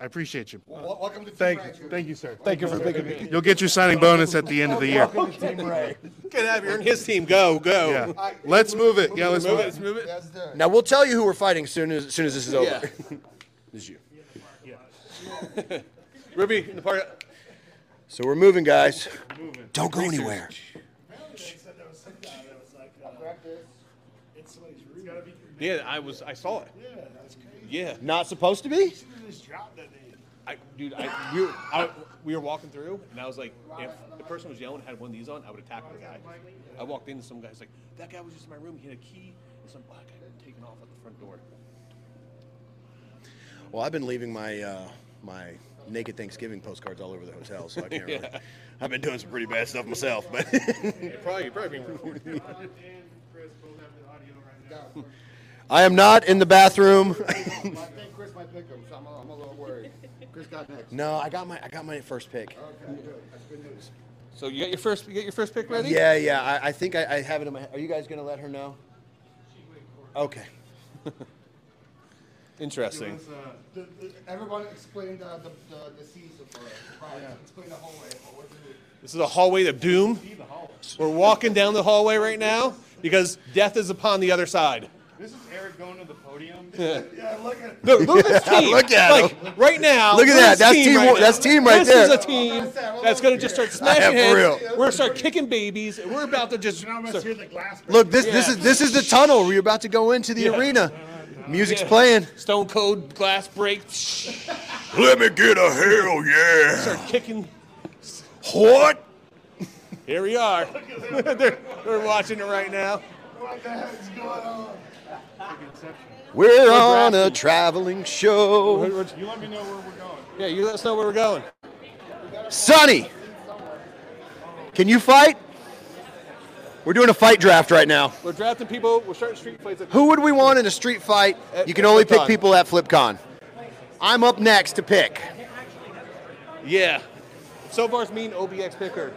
[SPEAKER 5] I appreciate you.
[SPEAKER 4] Wel- Welcome to
[SPEAKER 5] Thank
[SPEAKER 4] Team
[SPEAKER 5] you.
[SPEAKER 4] Brad.
[SPEAKER 5] Thank you, sir.
[SPEAKER 8] Thank you for picking me.
[SPEAKER 5] You'll get your signing bonus at the end of the year.
[SPEAKER 1] Good have you and his team. Go, go.
[SPEAKER 5] Yeah. Let's move it. Yeah, let's
[SPEAKER 1] Move
[SPEAKER 5] move
[SPEAKER 1] it,
[SPEAKER 5] it.
[SPEAKER 1] let's move it.
[SPEAKER 4] That's done.
[SPEAKER 7] Now we'll tell you who we're fighting soon as, soon as this is over.
[SPEAKER 1] Yeah.
[SPEAKER 7] This is you.
[SPEAKER 1] Ruby, in the part.
[SPEAKER 7] So we're moving, guys. Don't go anywhere.
[SPEAKER 4] uh,
[SPEAKER 1] Yeah, I was. I saw it. Yeah.
[SPEAKER 7] Not supposed to be.
[SPEAKER 1] I, dude, I, we, were, I, we were walking through, and I was like, if the person was yelling, had one of these on, I would have tackled the guy. I walked into some guy's like, that guy was just in my room. He had a key, and some black guy taken off at the front door.
[SPEAKER 7] Well, I've been leaving my uh, my naked Thanksgiving postcards all over the hotel, so I can't really. I've been doing some pretty bad stuff myself, but
[SPEAKER 1] It probably, it probably being recorded.
[SPEAKER 7] I am not in the bathroom.
[SPEAKER 4] I think Chris might pick him, so I'm a, I'm a little worried. Chris got next.
[SPEAKER 7] no, I got my I got my first pick.
[SPEAKER 1] So you got your first, you got your first pick ready?
[SPEAKER 7] Yeah, yeah. I, I think I, I have it in my. Are you guys gonna let her know? Okay.
[SPEAKER 1] Interesting.
[SPEAKER 4] uh, The, the, everyone explained uh, the, the, uh, the season for us. Right. Explain the whole way. What to do.
[SPEAKER 1] This is the hallway of doom. We're walking down the hallway right now because death is upon the other side.
[SPEAKER 5] This is Eric going to the podium.
[SPEAKER 1] No, look at this team.
[SPEAKER 7] Look at
[SPEAKER 1] like, Right now.
[SPEAKER 7] Look at
[SPEAKER 1] we're
[SPEAKER 7] that.
[SPEAKER 1] this
[SPEAKER 7] That's team
[SPEAKER 1] right
[SPEAKER 7] one-
[SPEAKER 1] now.
[SPEAKER 7] that's team right
[SPEAKER 1] this
[SPEAKER 7] there.
[SPEAKER 1] This is a team that's going to just start
[SPEAKER 7] am
[SPEAKER 1] smashing
[SPEAKER 7] for
[SPEAKER 1] heads.
[SPEAKER 7] real.
[SPEAKER 1] We're going to start kicking babies. And we're about to just. start-
[SPEAKER 7] Look, this this
[SPEAKER 1] Yeah.
[SPEAKER 7] is this is the tunnel where you're about to go into the arena. Music's playing.
[SPEAKER 1] Stone Cold glass break. Start
[SPEAKER 7] Let me get a hell yeah.
[SPEAKER 1] kicking.
[SPEAKER 7] What?
[SPEAKER 1] Here we are. they're, they're watching it right now.
[SPEAKER 7] We're on a traveling show.
[SPEAKER 5] You let me know where we're going.
[SPEAKER 1] Yeah, you let us know where we're going.
[SPEAKER 7] Sonny, can you fight? We're doing a fight draft right now.
[SPEAKER 1] We're drafting people. We're starting street fights.
[SPEAKER 7] Who would we want in a street fight? You can
[SPEAKER 1] At
[SPEAKER 7] only
[SPEAKER 1] FlipCon.
[SPEAKER 7] pick people at FlipCon. I'm up next to pick.
[SPEAKER 1] Yeah. So far, it's me and OBX picker.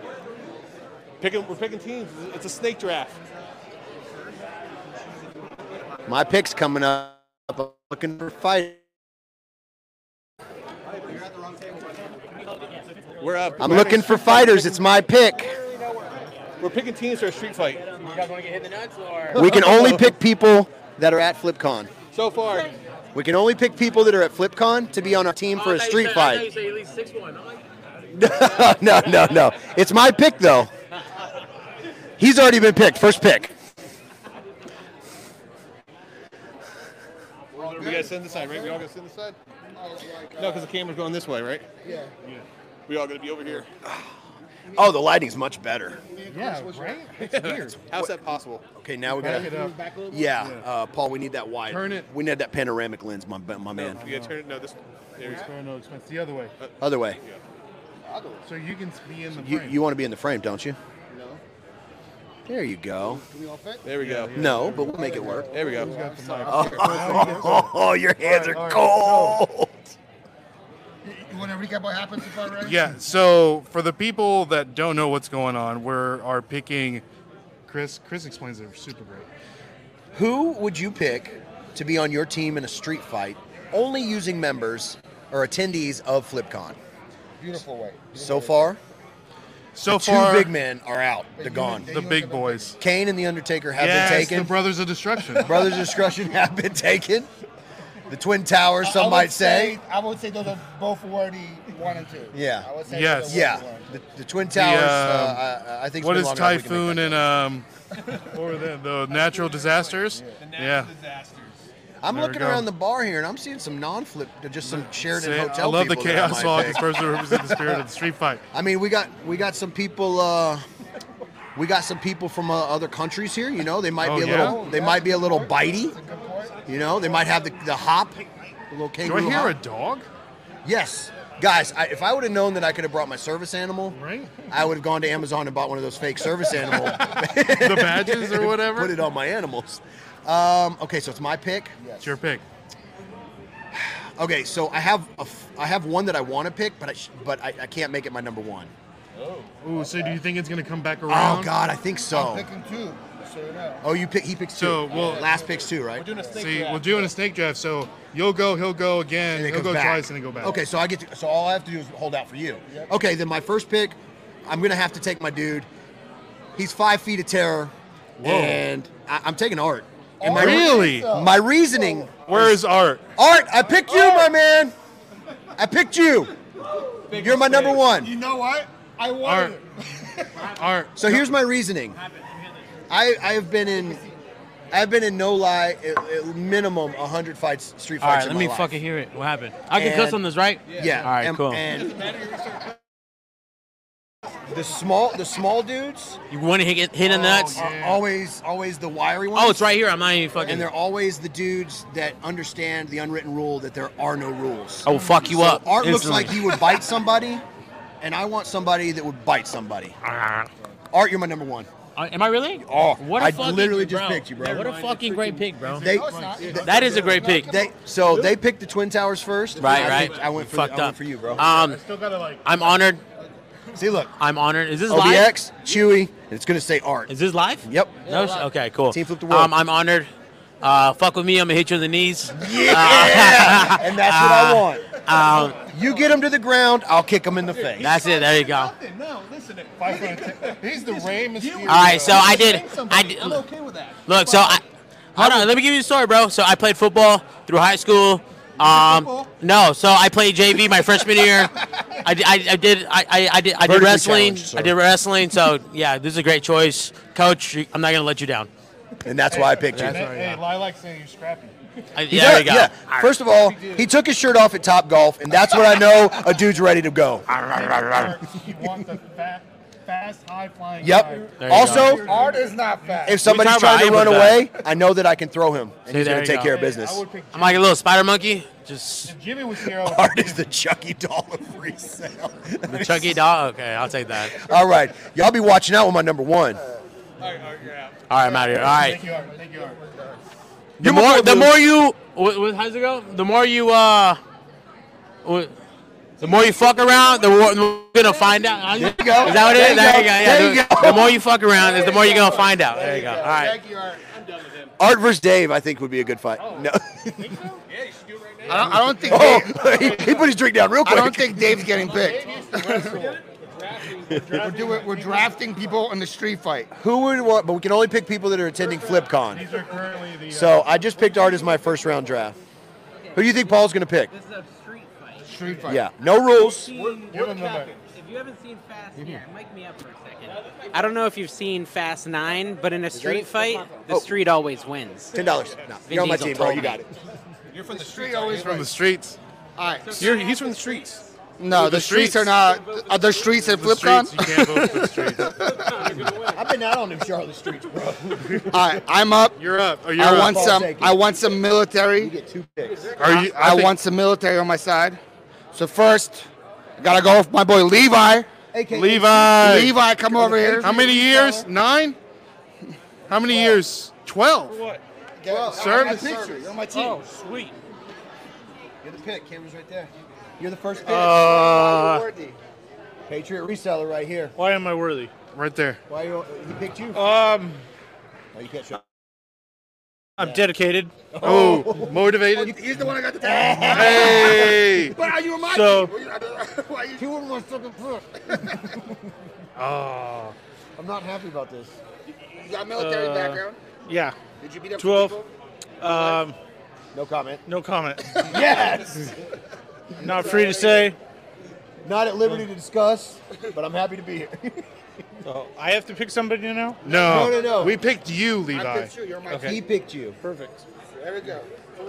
[SPEAKER 1] Picking, we're picking teams. It's a snake draft.
[SPEAKER 7] My pick's coming up. I'm looking for fight.
[SPEAKER 1] We're up.
[SPEAKER 7] I'm looking for fighters. It's my pick.
[SPEAKER 1] We're picking teams for a street fight.
[SPEAKER 7] We can only pick people that are at FlipCon.
[SPEAKER 1] So far,
[SPEAKER 7] We can only pick people that are at FlipCon to be on a team for a street fight. no, no, no. It's my pick though. He's already been picked. First pick.
[SPEAKER 1] we gotta send this side, right? We all gotta send this side.
[SPEAKER 4] Oh, uh,
[SPEAKER 1] No, because the camera's going this way, right? Yeah. We all gotta be over here.
[SPEAKER 7] Oh, the lighting's much better.
[SPEAKER 5] Yeah, right?
[SPEAKER 1] How's that possible?
[SPEAKER 7] Okay, now we gotta.
[SPEAKER 4] Back a little bit.
[SPEAKER 7] Yeah, uh, Paul, we need that wide.
[SPEAKER 5] Turn it.
[SPEAKER 7] We need that panoramic lens, my my Oh, man.
[SPEAKER 1] You gotta turn it. No, this. There you go.
[SPEAKER 5] No, no, expense. The other way.
[SPEAKER 7] Uh, Other way.
[SPEAKER 5] So you can be in the
[SPEAKER 7] You,
[SPEAKER 5] frame.
[SPEAKER 7] you want to be in the frame, don't you? There you go.
[SPEAKER 4] Can we all fit?
[SPEAKER 1] There we go.
[SPEAKER 7] No, but we'll make it work.
[SPEAKER 1] There we go.
[SPEAKER 7] Oh, your hands are cold.
[SPEAKER 4] You, you want to recap what happened so far, right?
[SPEAKER 5] Yeah, so for the people that don't know what's going on, we are picking Chris. Chris explains it super great.
[SPEAKER 7] Who would you pick to be on your team in a street fight, only using members or attendees of FlipCon?
[SPEAKER 4] Beautiful way.
[SPEAKER 7] So far,
[SPEAKER 5] So
[SPEAKER 7] two
[SPEAKER 5] far,
[SPEAKER 7] big men are out. They're gone.
[SPEAKER 5] the big boys.
[SPEAKER 7] Kane and the Undertaker have
[SPEAKER 5] Yes,
[SPEAKER 7] been taken.
[SPEAKER 5] the Brothers of Destruction.
[SPEAKER 7] Brothers of Destruction have been taken. The Twin Towers, some
[SPEAKER 4] I would
[SPEAKER 7] might say.
[SPEAKER 4] I would say those are both worthy one and two.
[SPEAKER 7] Yeah.
[SPEAKER 4] I would say
[SPEAKER 5] Yes. um,
[SPEAKER 4] those are
[SPEAKER 7] Yeah,
[SPEAKER 4] worthy one and two.
[SPEAKER 7] the, the Twin Towers. uh, I, I think. it's
[SPEAKER 5] what
[SPEAKER 7] been
[SPEAKER 5] is
[SPEAKER 7] long enough we can make
[SPEAKER 5] Typhoon
[SPEAKER 7] that
[SPEAKER 5] and um, what were they, the natural disasters? yeah.
[SPEAKER 1] Disasters.
[SPEAKER 7] go. I'm
[SPEAKER 5] There we
[SPEAKER 7] looking
[SPEAKER 5] go.
[SPEAKER 7] around the bar here and I'm seeing some non-flip, just some Sheridan
[SPEAKER 5] See, I
[SPEAKER 7] hotel.
[SPEAKER 5] love the
[SPEAKER 7] people that I
[SPEAKER 5] chaos
[SPEAKER 7] might
[SPEAKER 5] walk.
[SPEAKER 7] pick.
[SPEAKER 5] It's supposed to represent the spirit of the street fight.
[SPEAKER 7] I mean, we got we got some people. Uh, we got some people from uh, other countries here. You know, they might
[SPEAKER 5] Oh,
[SPEAKER 7] be a
[SPEAKER 5] yeah?
[SPEAKER 7] little. They might be a little bitey. You know, they might have the, the hop, the little
[SPEAKER 5] Do I
[SPEAKER 7] kangaroo.
[SPEAKER 5] hear a
[SPEAKER 7] hop.
[SPEAKER 5] dog?
[SPEAKER 7] Yes, guys. I, if I would have known that I could have brought my service animal,
[SPEAKER 5] Right?
[SPEAKER 7] I would have gone to Amazon and bought one of those fake service animal.
[SPEAKER 5] The badges or whatever?
[SPEAKER 7] Put it on my animals. Um, okay, so it's my pick.
[SPEAKER 5] It's your pick.
[SPEAKER 7] Okay, so I have a f- I have one that I want to pick, but I sh- but I, I can't make it my number one.
[SPEAKER 5] Ooh, so do you think it's gonna come back around?
[SPEAKER 7] Oh God, I think so.
[SPEAKER 4] Picking two, so you know.
[SPEAKER 7] Oh, you pick. He picks two.
[SPEAKER 5] So, well-
[SPEAKER 7] last picks two, right?
[SPEAKER 10] doing a snake
[SPEAKER 5] See,
[SPEAKER 10] draft.
[SPEAKER 5] we're doing a snake draft, so you'll go, he'll go again,
[SPEAKER 7] And it
[SPEAKER 5] he'll
[SPEAKER 7] goes
[SPEAKER 5] go
[SPEAKER 7] back.
[SPEAKER 5] twice, and then go back.
[SPEAKER 7] Okay, so I get to, so all I have to do is hold out for you. Okay, then my first pick, I'm gonna have to take my dude. He's five feet of terror, and I, I'm taking Art. And my,
[SPEAKER 5] Oh, Really?
[SPEAKER 7] my reasoning,
[SPEAKER 5] Where is Art?
[SPEAKER 7] Art, I picked you, my man. I picked you. You're my number one.
[SPEAKER 4] You know what? I wanted
[SPEAKER 5] Art.
[SPEAKER 4] it.
[SPEAKER 5] Art.
[SPEAKER 7] So here's my reasoning. I I have been in, I've been in no lie, at, at minimum hundred fights, street
[SPEAKER 9] All right,
[SPEAKER 7] fights. in
[SPEAKER 9] let
[SPEAKER 7] my
[SPEAKER 9] me
[SPEAKER 7] life.
[SPEAKER 9] fucking hear it. What happened? I can cuss
[SPEAKER 7] And-
[SPEAKER 9] on this, right?
[SPEAKER 7] Yeah.
[SPEAKER 9] All right,
[SPEAKER 7] and-
[SPEAKER 9] cool.
[SPEAKER 7] And the small, the small dudes Oh,
[SPEAKER 9] you want to hit, hit in the nuts?
[SPEAKER 7] are always, always the wiry ones.
[SPEAKER 9] Oh, it's right here. I'm not even fucking.
[SPEAKER 7] And they're always the dudes that understand the unwritten rule that there are no rules.
[SPEAKER 9] I will fuck you up.
[SPEAKER 7] Art looks
[SPEAKER 9] instantly.
[SPEAKER 7] like he would bite somebody, and I want somebody that would bite somebody. Art, you're my number one.
[SPEAKER 9] Ah. Uh, am I really?
[SPEAKER 7] Oh,
[SPEAKER 9] what a
[SPEAKER 7] I
[SPEAKER 9] fucking,
[SPEAKER 7] literally just
[SPEAKER 9] bro,
[SPEAKER 7] picked you, bro.
[SPEAKER 9] What a fucking great pick, bro.
[SPEAKER 7] They,
[SPEAKER 9] that is a great pick.
[SPEAKER 7] they, so they picked the Twin Towers first.
[SPEAKER 9] right,
[SPEAKER 7] I
[SPEAKER 9] right.
[SPEAKER 7] picked- I went
[SPEAKER 9] You
[SPEAKER 7] for,
[SPEAKER 9] fucked
[SPEAKER 7] the, I
[SPEAKER 9] up
[SPEAKER 7] went for you, bro.
[SPEAKER 9] Um,
[SPEAKER 5] Still gotta like.
[SPEAKER 9] I'm honored.
[SPEAKER 7] See, look,
[SPEAKER 9] I'm honored. Is this live?
[SPEAKER 7] OBX, Chewy, and it's gonna say Art.
[SPEAKER 9] Is this live?
[SPEAKER 7] Yep.
[SPEAKER 9] No. sh- Okay. Cool.
[SPEAKER 7] Team Flip the World.
[SPEAKER 9] Um, I'm honored. Uh, fuck with me. I'm gonna hit you in the knees.
[SPEAKER 7] Yeah, and that's what I
[SPEAKER 9] Uh,
[SPEAKER 7] want.
[SPEAKER 9] Um,
[SPEAKER 7] You get him to the ground, I'll kick him in the face.
[SPEAKER 9] that's it. There you go. All
[SPEAKER 4] No, listen. If
[SPEAKER 5] He's the Rey Mysterio.
[SPEAKER 9] right. So I did. I did.
[SPEAKER 4] I'm okay with that.
[SPEAKER 9] Look, so I hold on. Let me give you a story, bro. So I played football through high school. Um,
[SPEAKER 4] football?
[SPEAKER 9] no, so I played JV my freshman year. I, di- I, I did I, I, I did I did
[SPEAKER 7] Vertically
[SPEAKER 9] wrestling.
[SPEAKER 7] challenged,
[SPEAKER 9] I
[SPEAKER 7] sir.
[SPEAKER 9] did wrestling. So yeah, this is a great choice, Coach. you- I'm not gonna let you down.
[SPEAKER 7] And that's why I picked you.
[SPEAKER 9] That's-
[SPEAKER 5] Hey, Lilac saying you're scrappy.
[SPEAKER 9] I,
[SPEAKER 7] He
[SPEAKER 9] yeah, there you go.
[SPEAKER 7] does- yeah. First of all, he took his shirt off at Top Golf, and that's when I know a dude's ready to go.
[SPEAKER 5] You want the fat, fast, high flying.
[SPEAKER 7] Yep.
[SPEAKER 9] There you
[SPEAKER 7] Also,
[SPEAKER 4] Art is not fast.
[SPEAKER 7] if somebody's
[SPEAKER 9] talking about
[SPEAKER 7] trying to
[SPEAKER 9] Abel
[SPEAKER 7] run
[SPEAKER 9] Dunn.
[SPEAKER 7] away, I know that I can throw him, and
[SPEAKER 9] See,
[SPEAKER 7] he's
[SPEAKER 9] there
[SPEAKER 7] going
[SPEAKER 9] you
[SPEAKER 7] to take
[SPEAKER 9] go.
[SPEAKER 7] care of business.
[SPEAKER 5] would pick
[SPEAKER 9] I'm like a little spider monkey, just
[SPEAKER 5] Jimmy was here. All
[SPEAKER 7] Art is the Chucky doll of resale.
[SPEAKER 9] the chunky dog. Okay, I'll take that.
[SPEAKER 7] All right, y'all be watching out with my number one.
[SPEAKER 9] All right, I'm out of here. All right.
[SPEAKER 5] you are. Thank you are.
[SPEAKER 9] The
[SPEAKER 7] Number
[SPEAKER 9] more,
[SPEAKER 7] four
[SPEAKER 9] the
[SPEAKER 7] move.
[SPEAKER 9] more you, what, what, how's it go? The more you, uh, what, the more you fuck around, the more you're gonna find out. There you
[SPEAKER 7] go.
[SPEAKER 9] Is that what it is?
[SPEAKER 7] There you go.
[SPEAKER 9] There you go. Yeah,
[SPEAKER 7] There
[SPEAKER 9] the,
[SPEAKER 7] you go.
[SPEAKER 9] the more you fuck around, is the more you're gonna find out. There you go. All right.
[SPEAKER 7] Art versus Dave, I think, would be a good fight.
[SPEAKER 5] Oh.
[SPEAKER 7] No,
[SPEAKER 4] I don't, I don't think.
[SPEAKER 7] oh,
[SPEAKER 4] Dave,
[SPEAKER 7] he, he put his drink down real
[SPEAKER 4] I don't
[SPEAKER 7] quick.
[SPEAKER 4] think Dave's getting picked. we're doing. We're drafting people in the street fight.
[SPEAKER 7] Who would want? But we can only pick people that are attending FlipCon.
[SPEAKER 5] These are currently the.
[SPEAKER 7] So I just picked Art as my first round draft. Who do you think Paul's going to pick?
[SPEAKER 4] Street fight.
[SPEAKER 7] Yeah, no rules.
[SPEAKER 5] give him the mic.
[SPEAKER 11] If you haven't seen Fast, yeah, mic me up for a second. I don't know if you've seen Fast Nine, but in a street fight, the street always wins.
[SPEAKER 7] Oh. Ten dollars. No, you're on my team, bro. You got it.
[SPEAKER 10] You're from the
[SPEAKER 4] Street
[SPEAKER 10] streets.
[SPEAKER 4] always
[SPEAKER 5] From the
[SPEAKER 4] right.
[SPEAKER 5] streets.
[SPEAKER 4] All right.
[SPEAKER 10] You're, he's from the streets.
[SPEAKER 4] No, the, streets, are not. Are the streets at
[SPEAKER 5] The streets. You
[SPEAKER 4] FlipCon?
[SPEAKER 5] can't vote for the streets.
[SPEAKER 1] I've been out on them Charlotte streets, bro.
[SPEAKER 4] All right, I'm up.
[SPEAKER 5] You're up. Oh, you're
[SPEAKER 4] I
[SPEAKER 5] up.
[SPEAKER 4] want some.
[SPEAKER 1] take it.
[SPEAKER 4] I want some military.
[SPEAKER 1] Get two picks.
[SPEAKER 5] Are you?
[SPEAKER 4] I,
[SPEAKER 5] think-
[SPEAKER 4] want some military on my side. So first, I gotta go with my boy Levi.
[SPEAKER 5] Levi.
[SPEAKER 4] Levi, come over here.
[SPEAKER 5] How many years? Nine? How many years? Twelve.
[SPEAKER 10] What?
[SPEAKER 5] Service.
[SPEAKER 10] Oh, sweet.
[SPEAKER 1] You're the pick. Camera's right there. You're the first pick.
[SPEAKER 5] Uh,
[SPEAKER 1] Patriot reseller right here.
[SPEAKER 12] Why am I worthy?
[SPEAKER 5] right there.
[SPEAKER 1] Why you, he picked you?
[SPEAKER 12] Um,
[SPEAKER 1] oh, you can't show.
[SPEAKER 12] I'm dedicated.
[SPEAKER 5] Oh, motivated.
[SPEAKER 4] He's the one I got the tag.
[SPEAKER 5] Hey.
[SPEAKER 4] But are you on my
[SPEAKER 12] So-
[SPEAKER 4] team? Why you- Two of them are second first.
[SPEAKER 5] Oh.
[SPEAKER 1] I'm not happy about this.
[SPEAKER 4] You got military
[SPEAKER 12] Uh,
[SPEAKER 4] background?
[SPEAKER 12] Yeah.
[SPEAKER 4] Did you beat up some
[SPEAKER 12] 12.
[SPEAKER 4] people?
[SPEAKER 12] Um,
[SPEAKER 1] No comment.
[SPEAKER 12] no comment.
[SPEAKER 1] Yes.
[SPEAKER 12] Not free to say.
[SPEAKER 1] not at liberty to discuss, but I'm happy to be here.
[SPEAKER 12] Oh, I have to pick somebody now.
[SPEAKER 5] No.
[SPEAKER 1] No, no, no.
[SPEAKER 5] We picked you, Levi.
[SPEAKER 4] Sure, you're my
[SPEAKER 1] He picked you.
[SPEAKER 12] Perfect.
[SPEAKER 4] There we go.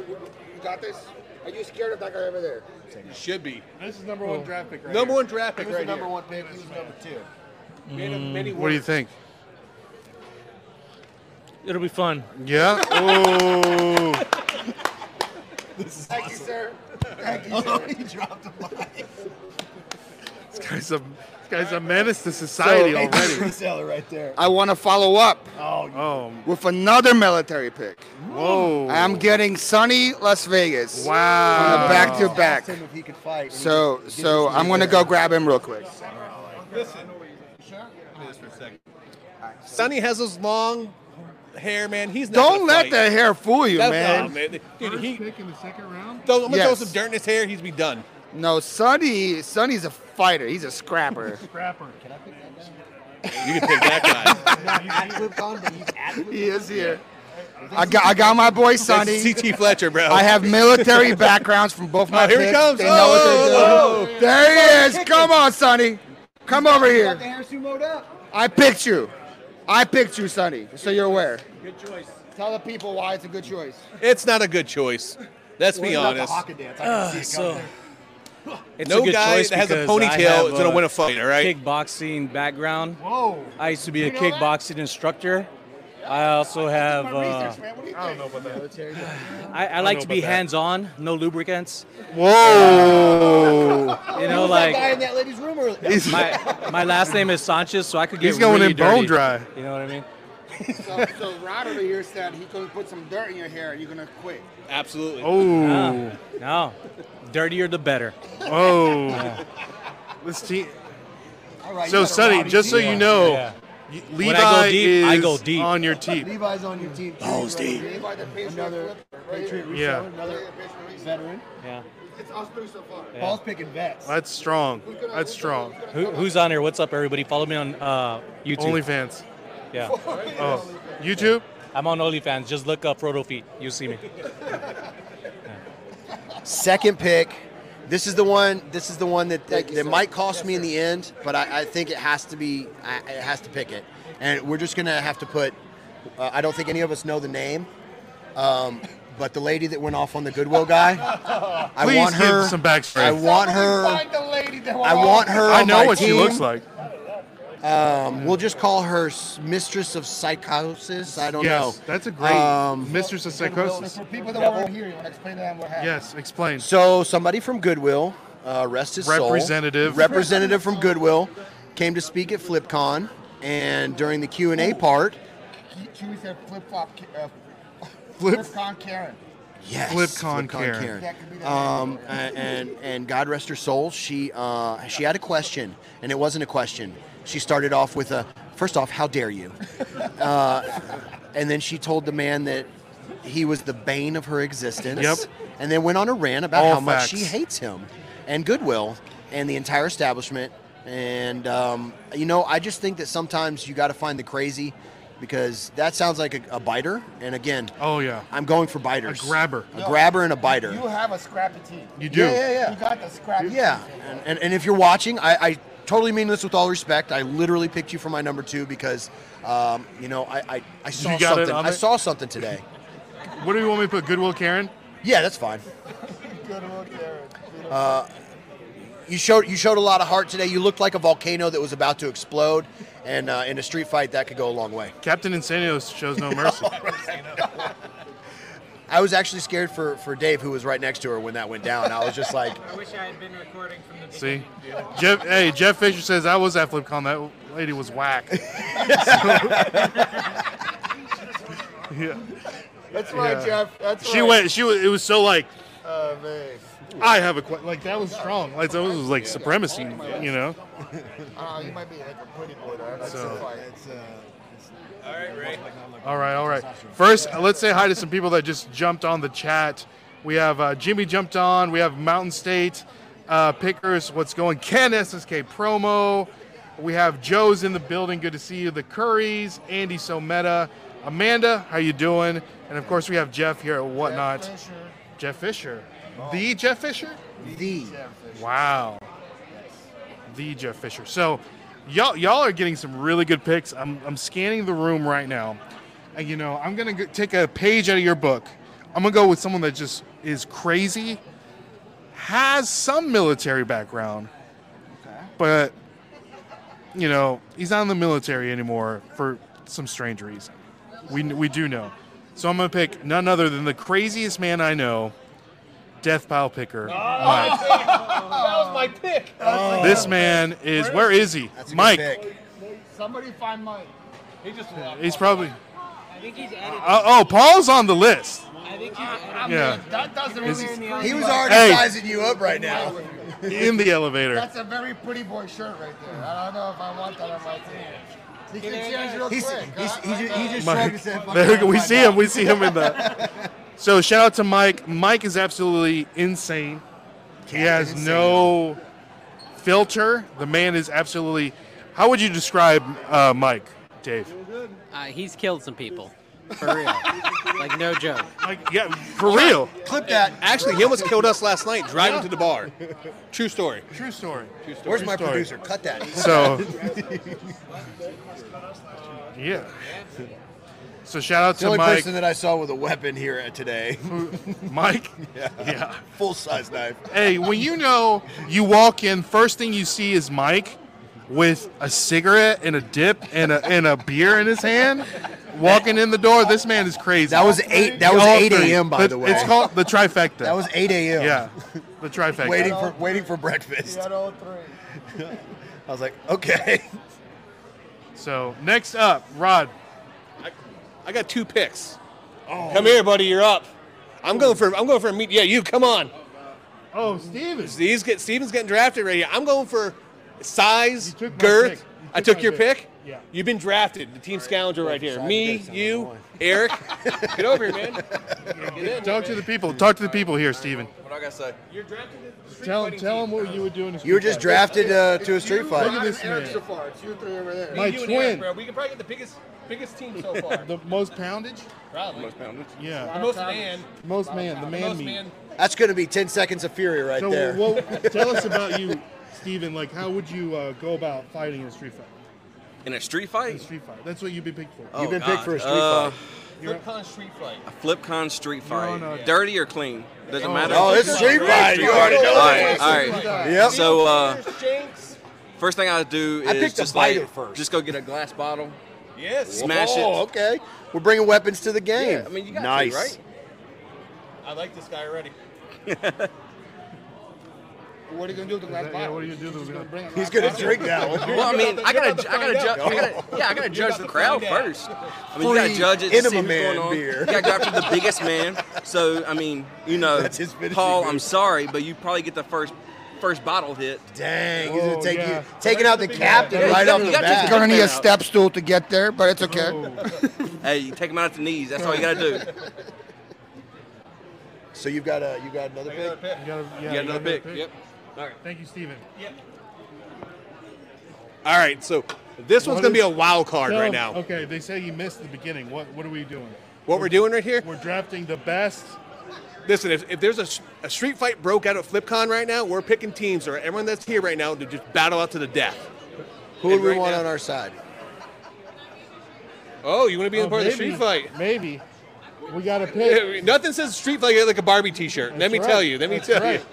[SPEAKER 4] You got this? Are you scared of that guy over there?
[SPEAKER 1] You should be.
[SPEAKER 4] This is number one draft pick right
[SPEAKER 1] number
[SPEAKER 4] here.
[SPEAKER 1] one draft pick
[SPEAKER 4] He was the
[SPEAKER 1] right
[SPEAKER 4] number
[SPEAKER 1] here.
[SPEAKER 4] one pick, he was number two.
[SPEAKER 1] Man of
[SPEAKER 4] Mm.
[SPEAKER 1] many
[SPEAKER 5] What do you
[SPEAKER 1] words.
[SPEAKER 5] think?
[SPEAKER 13] It'll be fun.
[SPEAKER 5] Yeah. Ooh.
[SPEAKER 4] Thank you, sir. Thank you,
[SPEAKER 7] Oh,
[SPEAKER 4] sir.
[SPEAKER 7] he dropped a line.
[SPEAKER 5] This guy's a this guy's a menace to society already.
[SPEAKER 7] Reseller right there.
[SPEAKER 3] I want to follow up
[SPEAKER 5] Oh,
[SPEAKER 3] with another military pick.
[SPEAKER 5] Whoa.
[SPEAKER 3] I'm getting sunny Las Vegas. Wow. On a back to back.
[SPEAKER 7] Asked him if he could fight. and
[SPEAKER 3] So
[SPEAKER 7] he just- he
[SPEAKER 3] so
[SPEAKER 7] just
[SPEAKER 3] I'm gonna
[SPEAKER 7] didn't do
[SPEAKER 3] go
[SPEAKER 7] that.
[SPEAKER 3] grab him real quick.
[SPEAKER 1] Listen. This for a second. Sonny has his long hair, man. He's not
[SPEAKER 3] Don't
[SPEAKER 1] gonna
[SPEAKER 3] let
[SPEAKER 1] fight.
[SPEAKER 3] that hair fool you,
[SPEAKER 1] That's-
[SPEAKER 3] man.
[SPEAKER 1] oh, Dude, he,
[SPEAKER 5] pick in the second round.
[SPEAKER 1] throw, I'm gonna throw
[SPEAKER 3] Yes.
[SPEAKER 1] some dirt in his hair. He's be done.
[SPEAKER 3] No, Sonny Sonny's a fighter. He's a scrapper.
[SPEAKER 5] Scrapper.
[SPEAKER 7] Can I pick that down?
[SPEAKER 1] You can pick that guy.
[SPEAKER 3] he is here. I got I got my boy Sonny.
[SPEAKER 1] That's CT Fletcher, bro.
[SPEAKER 3] I have military backgrounds from both my
[SPEAKER 1] Oh, here he
[SPEAKER 3] picks.
[SPEAKER 1] comes.
[SPEAKER 3] They know what they're
[SPEAKER 1] Oh,
[SPEAKER 3] doing. There he is. Come on, Sonny. Come over
[SPEAKER 4] Got the
[SPEAKER 3] here.
[SPEAKER 4] hair sumoed up.
[SPEAKER 3] I picked you. I picked you, Sonny. So you're aware.
[SPEAKER 4] Good choice. Tell the people why it's a good choice.
[SPEAKER 1] It's not a good choice. Let's be
[SPEAKER 7] What about the
[SPEAKER 1] honest.
[SPEAKER 7] Haka dance? I can see it
[SPEAKER 13] so
[SPEAKER 7] coming.
[SPEAKER 13] it's
[SPEAKER 1] No
[SPEAKER 13] a good
[SPEAKER 1] guy
[SPEAKER 13] choice
[SPEAKER 1] that has a
[SPEAKER 13] because
[SPEAKER 1] ponytail
[SPEAKER 13] I have
[SPEAKER 1] is gonna
[SPEAKER 13] a
[SPEAKER 1] win a fight, all right?
[SPEAKER 13] Kickboxing background.
[SPEAKER 4] Whoa.
[SPEAKER 13] I used to be a
[SPEAKER 4] You know that?
[SPEAKER 13] kickboxing instructor. I also have. Uh,
[SPEAKER 4] man. What do you
[SPEAKER 3] I don't know about military.
[SPEAKER 13] I, I like
[SPEAKER 5] know
[SPEAKER 13] to be
[SPEAKER 5] about that.
[SPEAKER 13] hands-on, no lubricants.
[SPEAKER 5] Whoa.
[SPEAKER 7] Oh.
[SPEAKER 13] You know,
[SPEAKER 4] that guy
[SPEAKER 13] like
[SPEAKER 4] in that lady's room earlier.
[SPEAKER 5] He's,
[SPEAKER 13] uh, my my last name is Sanchez, so I could get
[SPEAKER 5] he's going
[SPEAKER 13] really
[SPEAKER 5] in bone
[SPEAKER 13] dirty.
[SPEAKER 5] dry.
[SPEAKER 13] You know what I mean?
[SPEAKER 4] So, so Rod over here said he could put some dirt in your hair. You're gonna quit.
[SPEAKER 1] Absolutely.
[SPEAKER 5] Oh.
[SPEAKER 13] No, dirtier the better.
[SPEAKER 5] Oh. This team.
[SPEAKER 7] All right, you
[SPEAKER 5] So
[SPEAKER 7] got a
[SPEAKER 5] Sonny,
[SPEAKER 7] rowdy
[SPEAKER 5] just so
[SPEAKER 7] team.
[SPEAKER 5] you know,
[SPEAKER 13] Yeah.
[SPEAKER 5] y- Levi
[SPEAKER 13] When I go deep,
[SPEAKER 5] is
[SPEAKER 13] I go deep.
[SPEAKER 5] on your team.
[SPEAKER 7] Levi's on your team. Oh, Steve.
[SPEAKER 4] Levi the Patriot
[SPEAKER 7] Another
[SPEAKER 4] flipper, right
[SPEAKER 7] Patriot
[SPEAKER 4] here.
[SPEAKER 5] Yeah.
[SPEAKER 7] reseller, another veteran.
[SPEAKER 13] Yeah.
[SPEAKER 4] It's us three so far.
[SPEAKER 7] Paul's picking vets.
[SPEAKER 5] That's strong. That's strong.
[SPEAKER 13] Who, who's on here? What's up, everybody? Follow me on uh, YouTube.
[SPEAKER 5] OnlyFans.
[SPEAKER 13] yeah.
[SPEAKER 5] Oh, YouTube.
[SPEAKER 13] I'm on OnlyFans. Just look up Roto Feet. You'll see me.
[SPEAKER 7] Second pick. This is the one. This is the one that that, that might cost me in the end, but I, I think it has to be. I, it has to pick it, and we're just gonna have to put. Uh, I don't think any of us know the name, um, but the lady that went off on the Goodwill guy. I
[SPEAKER 5] Please
[SPEAKER 7] want
[SPEAKER 5] give
[SPEAKER 7] her
[SPEAKER 5] some backstory.
[SPEAKER 7] I want her.
[SPEAKER 4] Find the lady that
[SPEAKER 7] I want her.
[SPEAKER 5] I
[SPEAKER 7] on
[SPEAKER 5] know
[SPEAKER 7] my
[SPEAKER 5] what she
[SPEAKER 7] team.
[SPEAKER 5] looks like.
[SPEAKER 7] Um, we'll just call her s- Mistress of Psychosis. I don't
[SPEAKER 5] yes,
[SPEAKER 7] know.
[SPEAKER 5] that's a great
[SPEAKER 7] Um,
[SPEAKER 5] Mistress of Psychosis.
[SPEAKER 4] For people that weren't here, you want to explain to them what happened.
[SPEAKER 5] Yes, explain.
[SPEAKER 7] So somebody from Goodwill, uh, rest his soul,
[SPEAKER 5] Representative.
[SPEAKER 7] representative from Goodwill, came to speak at FlipCon, and during the Q and A part,
[SPEAKER 4] He- Chewy said flip flop. Ki- Uh,
[SPEAKER 5] Flip-
[SPEAKER 4] flip con Karen.
[SPEAKER 7] yes,
[SPEAKER 5] FlipCon Karen.
[SPEAKER 4] That could be the
[SPEAKER 7] Um, and, and and God rest her soul. She uh, she had a question, and it wasn't a question. She started off with a first off, how dare you? Uh, and then she told the man that he was the bane of her existence.
[SPEAKER 5] Yep.
[SPEAKER 7] And then went on a rant about
[SPEAKER 5] All
[SPEAKER 7] how much she
[SPEAKER 5] facts.
[SPEAKER 7] hates him, and Goodwill, and the entire establishment. And um, you know, I just think that sometimes you got to find the crazy, because that sounds like a, a biter. And again,
[SPEAKER 5] Oh yeah,
[SPEAKER 7] I'm going for biters.
[SPEAKER 5] A grabber.
[SPEAKER 7] A grabber and a biter.
[SPEAKER 4] You have a scrappy team.
[SPEAKER 5] you do.
[SPEAKER 7] Yeah, yeah, yeah.
[SPEAKER 4] You got the scrappy.
[SPEAKER 7] Yeah, and, and, and if you're watching, I, I totally mean this with all respect. I literally picked you for my number two because, um, you know, I, I, I saw
[SPEAKER 5] You got it
[SPEAKER 7] something.
[SPEAKER 5] on
[SPEAKER 7] I
[SPEAKER 5] it?
[SPEAKER 7] saw something today.
[SPEAKER 5] What do you want me to put? Goodwill Karen.
[SPEAKER 7] yeah, that's fine. Uh,
[SPEAKER 4] Good old Karen.
[SPEAKER 7] You showed you showed a lot of heart today. You looked like a volcano that was about to explode, and uh, in a street fight, that could go a long way.
[SPEAKER 5] Captain Insanio shows no mercy.
[SPEAKER 7] I was actually scared for, for Dave, who was right next to her when that went down. I was just like,
[SPEAKER 14] I wish I had been recording from the beginning.
[SPEAKER 5] See, Jeff. Hey, Jeff Fisher says I was at FlipCon. That lady was whack. So- yeah,
[SPEAKER 4] That's right,
[SPEAKER 5] Yeah.
[SPEAKER 4] Jeff. That's
[SPEAKER 5] she
[SPEAKER 4] right.
[SPEAKER 5] went. She was. It was so like
[SPEAKER 4] Oh man.
[SPEAKER 5] I have a question. Like that was strong. Like that was like supremacy. You know.
[SPEAKER 4] Oh, you might be like a pretty boy. Though. That's
[SPEAKER 5] So-
[SPEAKER 4] so, like,
[SPEAKER 5] All right, all right. First, uh, let's say hi to some people that just jumped on the chat. We have uh, Jimmy jumped on. We have Mountain State uh, Pickers. What's going? Ken SSK promo. We have Joe's in the building. Good to see you. The Curries, Andy Someta, Amanda. How you doing? And of course, we have Jeff here at whatnot. Jeff Fisher. Oh. The Jeff Fisher.
[SPEAKER 7] the
[SPEAKER 5] Wow. The Jeff Fisher. So y'all y'all are getting some really good picks. I'm I'm scanning the room right now. And you know, I'm going to take a page out of your book. I'm gonna go with someone that just is crazy, has some military background, but you know he's not in the military anymore for some strange reason. We we do know, so I'm gonna pick none other than the craziest man I know, Death Pile Picker.
[SPEAKER 4] Oh.
[SPEAKER 5] Mike.
[SPEAKER 1] that was my pick.
[SPEAKER 5] This man is where is he? Mike.
[SPEAKER 4] Somebody find Mike.
[SPEAKER 1] He just
[SPEAKER 5] He's probably.
[SPEAKER 14] I think he's edited.
[SPEAKER 5] Uh, oh, Paul's on the list.
[SPEAKER 14] I think he's edited.
[SPEAKER 5] Yeah.
[SPEAKER 4] That doesn't
[SPEAKER 5] Is-
[SPEAKER 4] really
[SPEAKER 5] He was already Hey. sizing
[SPEAKER 7] you up right now.
[SPEAKER 5] In the elevator.
[SPEAKER 4] That's a very pretty boy shirt right there. I don't know if I want that on my team. He can change real
[SPEAKER 7] He's-
[SPEAKER 4] quick.
[SPEAKER 7] he's-
[SPEAKER 4] huh?
[SPEAKER 7] he's-
[SPEAKER 4] Like,
[SPEAKER 7] he
[SPEAKER 4] uh,
[SPEAKER 7] just
[SPEAKER 5] Mike. There we go. We see him. We see him in the. So shout out to Mike. Mike is absolutely insane. He has no filter. The man is absolutely. How would you describe uh, Mike, Dave?
[SPEAKER 14] Uh, he's killed some people. For real. like, no joke.
[SPEAKER 5] Like, yeah, for real.
[SPEAKER 7] Clip that.
[SPEAKER 1] Actually, he almost killed us last night driving to the bar. True story.
[SPEAKER 5] True story.
[SPEAKER 1] True story.
[SPEAKER 7] Where's
[SPEAKER 1] True
[SPEAKER 7] my
[SPEAKER 1] story.
[SPEAKER 7] producer? Cut that.
[SPEAKER 5] So- Yeah. So shout out
[SPEAKER 7] It's the
[SPEAKER 5] to
[SPEAKER 7] only
[SPEAKER 5] Mike.
[SPEAKER 7] person that I saw with a weapon here at today.
[SPEAKER 5] Mike?
[SPEAKER 7] Yeah.
[SPEAKER 5] Yeah.
[SPEAKER 7] Full size knife.
[SPEAKER 5] hey, when you know you walk in, first thing you see is Mike with a cigarette and a dip and a and a beer in his hand. Walking in the door, this man is crazy.
[SPEAKER 7] That was eight- that was
[SPEAKER 5] All
[SPEAKER 7] 8
[SPEAKER 5] three.
[SPEAKER 7] a.m., by
[SPEAKER 5] But
[SPEAKER 7] the way.
[SPEAKER 5] It's called the trifecta.
[SPEAKER 7] That was 8 a.m.
[SPEAKER 5] Yeah, the trifecta.
[SPEAKER 7] Waiting for waiting for breakfast. I was like, okay.
[SPEAKER 5] So next up, Rod.
[SPEAKER 1] I got two picks. Come here, buddy. You're up. I'm going for. I'm going for a meet. Yeah, you. Come on.
[SPEAKER 5] Oh, Steven.
[SPEAKER 1] Steve's get Steven's getting drafted right here. I'm going for size, girth. I took your pick.
[SPEAKER 5] Yeah.
[SPEAKER 1] You've been drafted. The team scavenger right here. Me, you, Eric. Get over here, man. Get in.
[SPEAKER 5] Talk to the people. Talk to the people here, Steven.
[SPEAKER 15] What I gotta say?
[SPEAKER 1] You're drafted.
[SPEAKER 5] Tell tell them what you would do in a
[SPEAKER 7] You were just drafted uh, to a street fight.
[SPEAKER 5] Look at this man.
[SPEAKER 4] far. It's you three over there.
[SPEAKER 5] My
[SPEAKER 1] you and Eric,
[SPEAKER 5] twin.
[SPEAKER 1] bro. We could probably get the biggest, biggest team so far.
[SPEAKER 5] The most poundage.
[SPEAKER 1] probably.
[SPEAKER 15] Most poundage.
[SPEAKER 5] Yeah.
[SPEAKER 1] The most man.
[SPEAKER 5] Most man. The man
[SPEAKER 1] Most
[SPEAKER 5] meat.
[SPEAKER 1] man.
[SPEAKER 7] That's going to be 10 seconds of fury right
[SPEAKER 5] so,
[SPEAKER 7] there.
[SPEAKER 5] what- tell us about you, Steven. Like, how would you uh, go about fighting in a street fight?
[SPEAKER 15] In a street
[SPEAKER 5] In a
[SPEAKER 15] fight?
[SPEAKER 5] street fight. That's what you've been picked for.
[SPEAKER 15] Oh, God. Uh,
[SPEAKER 1] Flip con street fight.
[SPEAKER 15] A flip con street fight.
[SPEAKER 5] on a-
[SPEAKER 15] Dirty or clean? Doesn't
[SPEAKER 5] Oh,
[SPEAKER 15] matter.
[SPEAKER 5] oh, it's a street fight. You already know
[SPEAKER 15] All right.
[SPEAKER 5] it.
[SPEAKER 15] All right.
[SPEAKER 5] Yep.
[SPEAKER 15] So uh,
[SPEAKER 1] Jinx.
[SPEAKER 15] first thing I do is
[SPEAKER 7] I picked a
[SPEAKER 15] just like
[SPEAKER 7] biter first.
[SPEAKER 15] just go get a glass bottle.
[SPEAKER 1] Yes.
[SPEAKER 15] Smash it.
[SPEAKER 7] oh, okay. We're bringing weapons to the game.
[SPEAKER 5] Oh,
[SPEAKER 15] Yeah, I mean you got to,
[SPEAKER 7] nice.
[SPEAKER 15] right?
[SPEAKER 1] I like this guy already.
[SPEAKER 4] What are you gonna do with the glass
[SPEAKER 5] Yeah,
[SPEAKER 4] bottle?
[SPEAKER 5] what do you do? to them?
[SPEAKER 7] He's going to drink that one.
[SPEAKER 15] Well, I mean, I gotta, I gotta,
[SPEAKER 1] find
[SPEAKER 15] ju- I
[SPEAKER 1] out.
[SPEAKER 15] gotta, yeah, I gotta
[SPEAKER 1] You're
[SPEAKER 15] judge
[SPEAKER 1] about
[SPEAKER 15] the
[SPEAKER 1] to
[SPEAKER 15] crowd
[SPEAKER 1] find out.
[SPEAKER 15] first. I mean, you gotta
[SPEAKER 7] Free
[SPEAKER 15] judge it to
[SPEAKER 7] enema
[SPEAKER 15] see what's going
[SPEAKER 7] man
[SPEAKER 15] on.
[SPEAKER 7] beer.
[SPEAKER 15] You gotta go after the biggest man. So, I mean, you know,
[SPEAKER 7] That's his finishing
[SPEAKER 15] Paul,
[SPEAKER 7] move.
[SPEAKER 15] I'm sorry, but you probably get the first, first bottle hit.
[SPEAKER 7] Dang, he's going
[SPEAKER 5] Oh,
[SPEAKER 7] to take
[SPEAKER 5] yeah.
[SPEAKER 7] you, taking out the captain
[SPEAKER 15] Yeah,
[SPEAKER 7] right
[SPEAKER 15] you
[SPEAKER 7] off
[SPEAKER 15] got-
[SPEAKER 7] the
[SPEAKER 15] you got
[SPEAKER 7] bat.
[SPEAKER 15] your-
[SPEAKER 4] Gonna need a
[SPEAKER 15] out.
[SPEAKER 4] step stool to get there, but it's okay.
[SPEAKER 15] Hey, you take him out at the knees. That's all you gotta do.
[SPEAKER 7] So you've got a, you got another
[SPEAKER 1] I got
[SPEAKER 7] pick.
[SPEAKER 1] a pick.
[SPEAKER 5] You gotta- yeah,
[SPEAKER 15] You
[SPEAKER 5] you
[SPEAKER 15] got another
[SPEAKER 5] gotta
[SPEAKER 15] pick.
[SPEAKER 5] pick.
[SPEAKER 15] Yep. All right.
[SPEAKER 5] Thank you, Steven.
[SPEAKER 1] All right, so this one's
[SPEAKER 5] What
[SPEAKER 1] gonna be
[SPEAKER 5] is-
[SPEAKER 1] a wild card
[SPEAKER 5] Tell
[SPEAKER 1] right
[SPEAKER 5] them-
[SPEAKER 1] now.
[SPEAKER 5] Okay, they say you missed the beginning. What What are we doing?
[SPEAKER 1] What we're doing right here?
[SPEAKER 5] We're drafting the best.
[SPEAKER 1] Listen, if, if there's a, s- a street fight broke out at FlipCon right now, we're picking teams or everyone that's here right now to just battle out to the death.
[SPEAKER 7] Who would
[SPEAKER 1] And
[SPEAKER 7] we
[SPEAKER 1] right
[SPEAKER 7] want
[SPEAKER 1] now-
[SPEAKER 7] on our side?
[SPEAKER 1] Oh, you want to be a
[SPEAKER 5] Oh,
[SPEAKER 1] part of the street fight?
[SPEAKER 5] Maybe. We got to pick.
[SPEAKER 1] Yeah, Nothing says street fight like a Barbie T-shirt. Let
[SPEAKER 5] That's
[SPEAKER 1] me
[SPEAKER 5] right.
[SPEAKER 1] tell you. Let me
[SPEAKER 5] That's
[SPEAKER 1] tell
[SPEAKER 5] right.
[SPEAKER 1] you.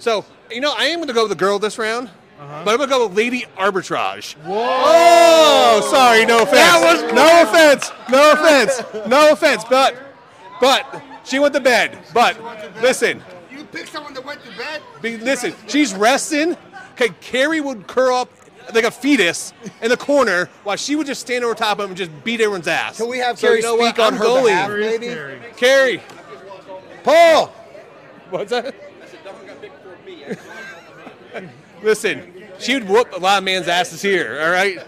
[SPEAKER 1] So you know, I am going to go with the girl this round,
[SPEAKER 5] Uh-huh.
[SPEAKER 1] but I'm going to go with Lady Arbitrage. Oh, sorry, no offense. That was no offense, no offense, no offense. But, but she went to bed. But listen,
[SPEAKER 4] You pick someone that went to bed.
[SPEAKER 1] be, listen, she's resting. Okay, Carrie would curl up like a fetus in the corner while she would just stand over top of him and just beat everyone's ass.
[SPEAKER 7] Can we have
[SPEAKER 1] So
[SPEAKER 7] Carrie
[SPEAKER 1] you know what?
[SPEAKER 7] speak on
[SPEAKER 1] I'm
[SPEAKER 7] her
[SPEAKER 1] going-
[SPEAKER 7] behalf,
[SPEAKER 5] Where is
[SPEAKER 7] maybe?
[SPEAKER 5] Gary?
[SPEAKER 1] Carrie,
[SPEAKER 7] Paul!
[SPEAKER 1] What's that? Listen, she would whoop a lot of man's asses here, all right?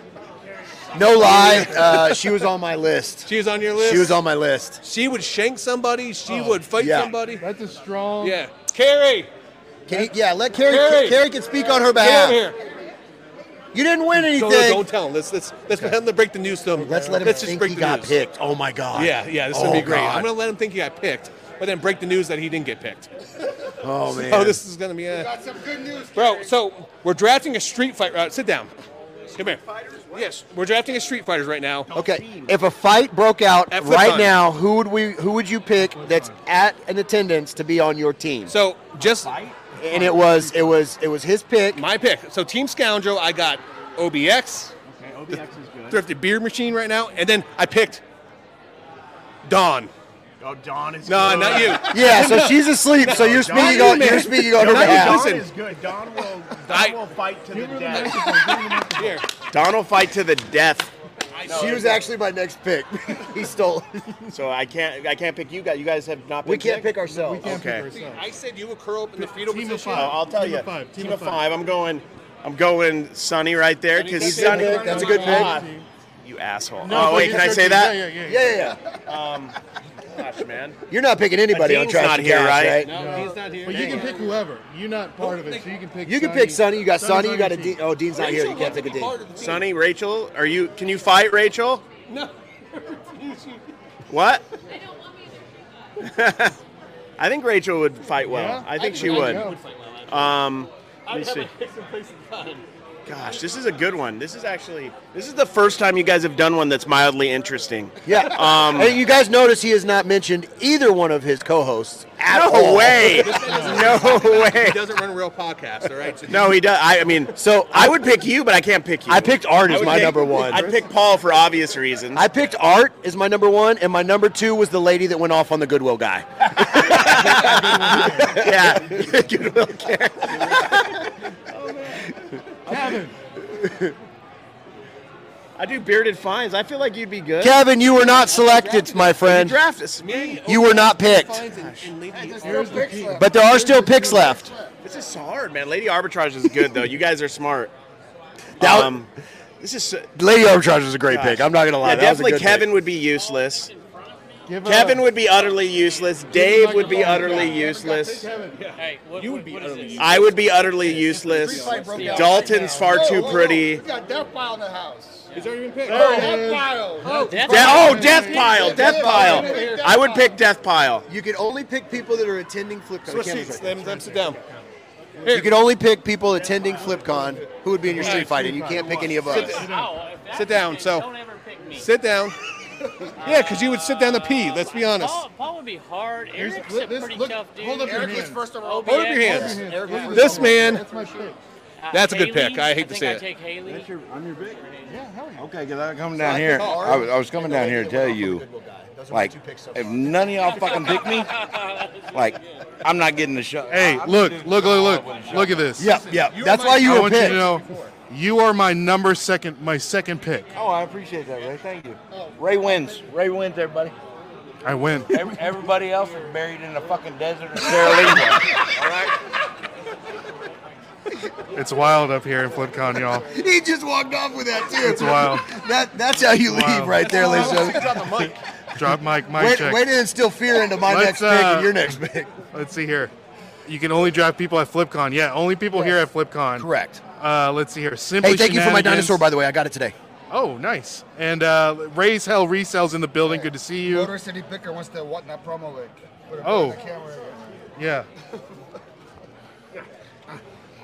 [SPEAKER 7] No lie, uh, she was on my list.
[SPEAKER 1] She was on your list.
[SPEAKER 7] She was on my list.
[SPEAKER 1] She would shank somebody. She would fight
[SPEAKER 7] yeah.
[SPEAKER 1] somebody.
[SPEAKER 5] That's a strong.
[SPEAKER 1] Yeah. Carrie,
[SPEAKER 7] Can you, yeah, let Carrie,
[SPEAKER 1] Carrie.
[SPEAKER 7] Carrie. can speak on her
[SPEAKER 1] get
[SPEAKER 7] behalf.
[SPEAKER 1] over here.
[SPEAKER 7] You didn't win anything.
[SPEAKER 1] Don't, don't tell him. Let's let's let's let him break the news to him.
[SPEAKER 7] Let's let him
[SPEAKER 1] Let's just
[SPEAKER 7] think
[SPEAKER 1] break
[SPEAKER 7] he
[SPEAKER 1] the
[SPEAKER 7] got
[SPEAKER 1] news.
[SPEAKER 7] picked. Oh my god.
[SPEAKER 1] Yeah, yeah. This is
[SPEAKER 7] oh,
[SPEAKER 1] gonna be great.
[SPEAKER 7] God.
[SPEAKER 1] I'm gonna let him think he got picked, but then break the news that he didn't get picked.
[SPEAKER 7] oh man.
[SPEAKER 1] Oh, this is gonna be. Uh,
[SPEAKER 4] Got some good news.
[SPEAKER 1] Bro, so we're drafting a street fight. Uh, sit down. Come here. Yes, we're drafting as Street Fighters right now.
[SPEAKER 7] Okay. If a fight broke out
[SPEAKER 1] At flip
[SPEAKER 7] right
[SPEAKER 1] time.
[SPEAKER 7] now, who would we? Who would you pick that's at an attendance to be on your team?
[SPEAKER 1] So just
[SPEAKER 7] and it was it was it was his pick.
[SPEAKER 1] My pick. So Team Scoundrel, I got OBX. Okay,
[SPEAKER 16] OBX is good.
[SPEAKER 1] Thrifty Beer Machine right now, and then I picked Dawn.
[SPEAKER 16] Oh, Dawn is
[SPEAKER 1] No,
[SPEAKER 16] good.
[SPEAKER 1] not you.
[SPEAKER 7] Yeah, so she's asleep, so you're
[SPEAKER 16] Dawn-
[SPEAKER 7] speaking
[SPEAKER 16] Wait a
[SPEAKER 7] on- you're
[SPEAKER 16] minute.
[SPEAKER 7] speaking on her
[SPEAKER 16] Dawn-
[SPEAKER 7] behalf.
[SPEAKER 16] Dawn is good. Dawn will,
[SPEAKER 1] I-
[SPEAKER 16] Dawn will fight to the death.
[SPEAKER 1] Here.
[SPEAKER 12] Donald fight to the death.
[SPEAKER 7] She was actually my next pick. he stole.
[SPEAKER 12] so I can't. I can't pick you guys. You guys have not. Been
[SPEAKER 7] We can't
[SPEAKER 12] picked?
[SPEAKER 7] pick ourselves.
[SPEAKER 12] okay.
[SPEAKER 1] I said you would curl up in the fetal
[SPEAKER 12] Team of
[SPEAKER 1] position.
[SPEAKER 12] five. I'll tell you.
[SPEAKER 1] Team,
[SPEAKER 12] of five. I'm going. I'm going Sonny right there
[SPEAKER 1] Sonny's
[SPEAKER 12] because
[SPEAKER 1] got a
[SPEAKER 12] Sonny.
[SPEAKER 1] good pick. That's a good pick.
[SPEAKER 12] Ah, You asshole.
[SPEAKER 1] No,
[SPEAKER 12] oh
[SPEAKER 1] but
[SPEAKER 12] wait,
[SPEAKER 1] it's
[SPEAKER 12] can I
[SPEAKER 1] your
[SPEAKER 12] say
[SPEAKER 1] team.
[SPEAKER 12] that?
[SPEAKER 1] Yeah, yeah,
[SPEAKER 7] yeah.
[SPEAKER 12] Um, gosh, man.
[SPEAKER 7] You're not picking anybody on
[SPEAKER 12] Adine's
[SPEAKER 7] trash
[SPEAKER 12] not
[SPEAKER 7] and
[SPEAKER 12] here,
[SPEAKER 7] Cash,
[SPEAKER 12] right?
[SPEAKER 7] right?
[SPEAKER 16] No, he's not here.
[SPEAKER 17] But you can pick whoever. You're not part of it, so you can pick.
[SPEAKER 7] You can
[SPEAKER 17] Sonny.
[SPEAKER 7] pick Sonny. You got
[SPEAKER 17] Sonny's
[SPEAKER 7] Sonny.
[SPEAKER 17] on
[SPEAKER 7] You
[SPEAKER 17] your
[SPEAKER 7] got a
[SPEAKER 17] team.
[SPEAKER 7] D. Oh, Dean's not here. You can't pick a D.
[SPEAKER 12] Sonny, Rachel, are you? Can you fight, Rachel?
[SPEAKER 1] No.
[SPEAKER 12] What? I think Rachel would fight well.
[SPEAKER 1] Yeah?
[SPEAKER 12] I think
[SPEAKER 1] I
[SPEAKER 12] she
[SPEAKER 1] think
[SPEAKER 12] would.
[SPEAKER 1] I would fight well, actually.
[SPEAKER 12] um, let
[SPEAKER 1] I
[SPEAKER 12] me
[SPEAKER 1] would have
[SPEAKER 12] see.
[SPEAKER 1] my picks in place of time.
[SPEAKER 12] Gosh, this is a good one. This is actually this is the first time you guys have done one that's mildly interesting.
[SPEAKER 7] Yeah.
[SPEAKER 12] Um,
[SPEAKER 7] Hey, you guys notice he has not mentioned either one of his co-hosts at
[SPEAKER 12] No
[SPEAKER 7] all.
[SPEAKER 12] way. No way.
[SPEAKER 1] He doesn't run a real podcast, all right? So
[SPEAKER 12] No, he does. I, I mean, so I would pick you, but I can't pick you. I
[SPEAKER 7] picked Art as
[SPEAKER 12] would
[SPEAKER 7] my number one.
[SPEAKER 12] I'd pick Paul for obvious reasons.
[SPEAKER 7] I picked Art as my number one, and my number two was the lady that went off on the Goodwill guy.
[SPEAKER 12] yeah, Goodwill guy.
[SPEAKER 7] Oh,
[SPEAKER 17] Kevin.
[SPEAKER 12] I do bearded fines. I feel like you'd be good.
[SPEAKER 7] Kevin, you were not selected, my friend.
[SPEAKER 12] You draft us.
[SPEAKER 7] You were not picked, but there are still picks left.
[SPEAKER 12] This is so hard, man. Lady arbitrage is good though. You guys are smart.
[SPEAKER 7] That-
[SPEAKER 12] um, this is so-
[SPEAKER 7] Lady arbitrage is a great pick. I'm not gonna lie.
[SPEAKER 12] Yeah,
[SPEAKER 7] That was a
[SPEAKER 12] definitely
[SPEAKER 7] good pick.
[SPEAKER 12] Kevin would be useless. Kevin would be utterly useless. Dave would be utterly useless.
[SPEAKER 1] Hey, you would be utterly useless.
[SPEAKER 12] I would be utterly
[SPEAKER 1] Free
[SPEAKER 12] useless.
[SPEAKER 1] fight broke out
[SPEAKER 12] Dalton's far too pretty.
[SPEAKER 4] We got Death Pile in the house.
[SPEAKER 1] He's already been picked.
[SPEAKER 4] Oh, Death Pile.
[SPEAKER 1] Oh,
[SPEAKER 12] De- oh, Death Pile, Death Pile. I would pick Death Pile.
[SPEAKER 7] You can only pick people that are attending FlipCon.
[SPEAKER 1] Swiss seats. Them, them sit down.
[SPEAKER 7] You can only pick people attending FlipCon who would be in your Street Fighter. You can't pick any of us.
[SPEAKER 1] Sit down. So sit down. yeah, because you would sit down to pee. Let's be honest.
[SPEAKER 16] Paul, Paul would be hard. Eric's a pretty tough dude.
[SPEAKER 17] hold up your
[SPEAKER 16] Eric was
[SPEAKER 17] hand.
[SPEAKER 16] first overall.
[SPEAKER 1] Hold up
[SPEAKER 16] pick.
[SPEAKER 1] your hands.
[SPEAKER 16] Eric was first
[SPEAKER 1] This
[SPEAKER 16] overall pick.
[SPEAKER 1] man.
[SPEAKER 16] Uh,
[SPEAKER 1] That's a good
[SPEAKER 16] Haley,
[SPEAKER 1] pick. I hate to
[SPEAKER 16] think
[SPEAKER 1] say
[SPEAKER 16] I
[SPEAKER 1] it.
[SPEAKER 16] Take Haley.
[SPEAKER 17] I'm your big. Yeah, hell yeah.
[SPEAKER 18] Okay, because I'm coming down here. I was, I was coming down here to tell you, like, if none of y'all fucking pick me, like, I'm not getting the show.
[SPEAKER 5] Hey, look, look, look, look, look at this.
[SPEAKER 18] Yep, yep. That's why you
[SPEAKER 5] I
[SPEAKER 18] were
[SPEAKER 5] want
[SPEAKER 18] picked.
[SPEAKER 5] you to know, you are my number second, my second pick.
[SPEAKER 18] Oh, I appreciate that, Ray. Thank you. Ray wins. Oh. Ray wins, everybody.
[SPEAKER 5] I win.
[SPEAKER 18] Every, everybody else is buried in the fucking desert of Sierra Leone. All right.
[SPEAKER 5] It's wild up here in FlipCon, y'all.
[SPEAKER 7] He just walked off with that too.
[SPEAKER 5] It's wild.
[SPEAKER 7] That that's how you
[SPEAKER 5] Wild.
[SPEAKER 7] leave right there, ladies and gentlemen.
[SPEAKER 5] Drop mic, mic
[SPEAKER 7] Way,
[SPEAKER 5] check.
[SPEAKER 7] way to instill fear into my next
[SPEAKER 5] Let's,
[SPEAKER 7] pick
[SPEAKER 5] uh,
[SPEAKER 7] and your next pick.
[SPEAKER 5] Let's see here. You can only draft people at FlipCon. Yeah, only people here at FlipCon.
[SPEAKER 7] Correct.
[SPEAKER 5] Uh, let's see here. Simply
[SPEAKER 7] hey, thank you for my
[SPEAKER 5] Shenanigans.
[SPEAKER 7] dinosaur, by the way. I got it today.
[SPEAKER 5] Oh, nice. And uh, Ray's Hell Resales in the building. Good to see you.
[SPEAKER 4] Motor City Picker wants to what that promo link. Put it
[SPEAKER 5] Oh.
[SPEAKER 4] on the camera.
[SPEAKER 5] Yeah.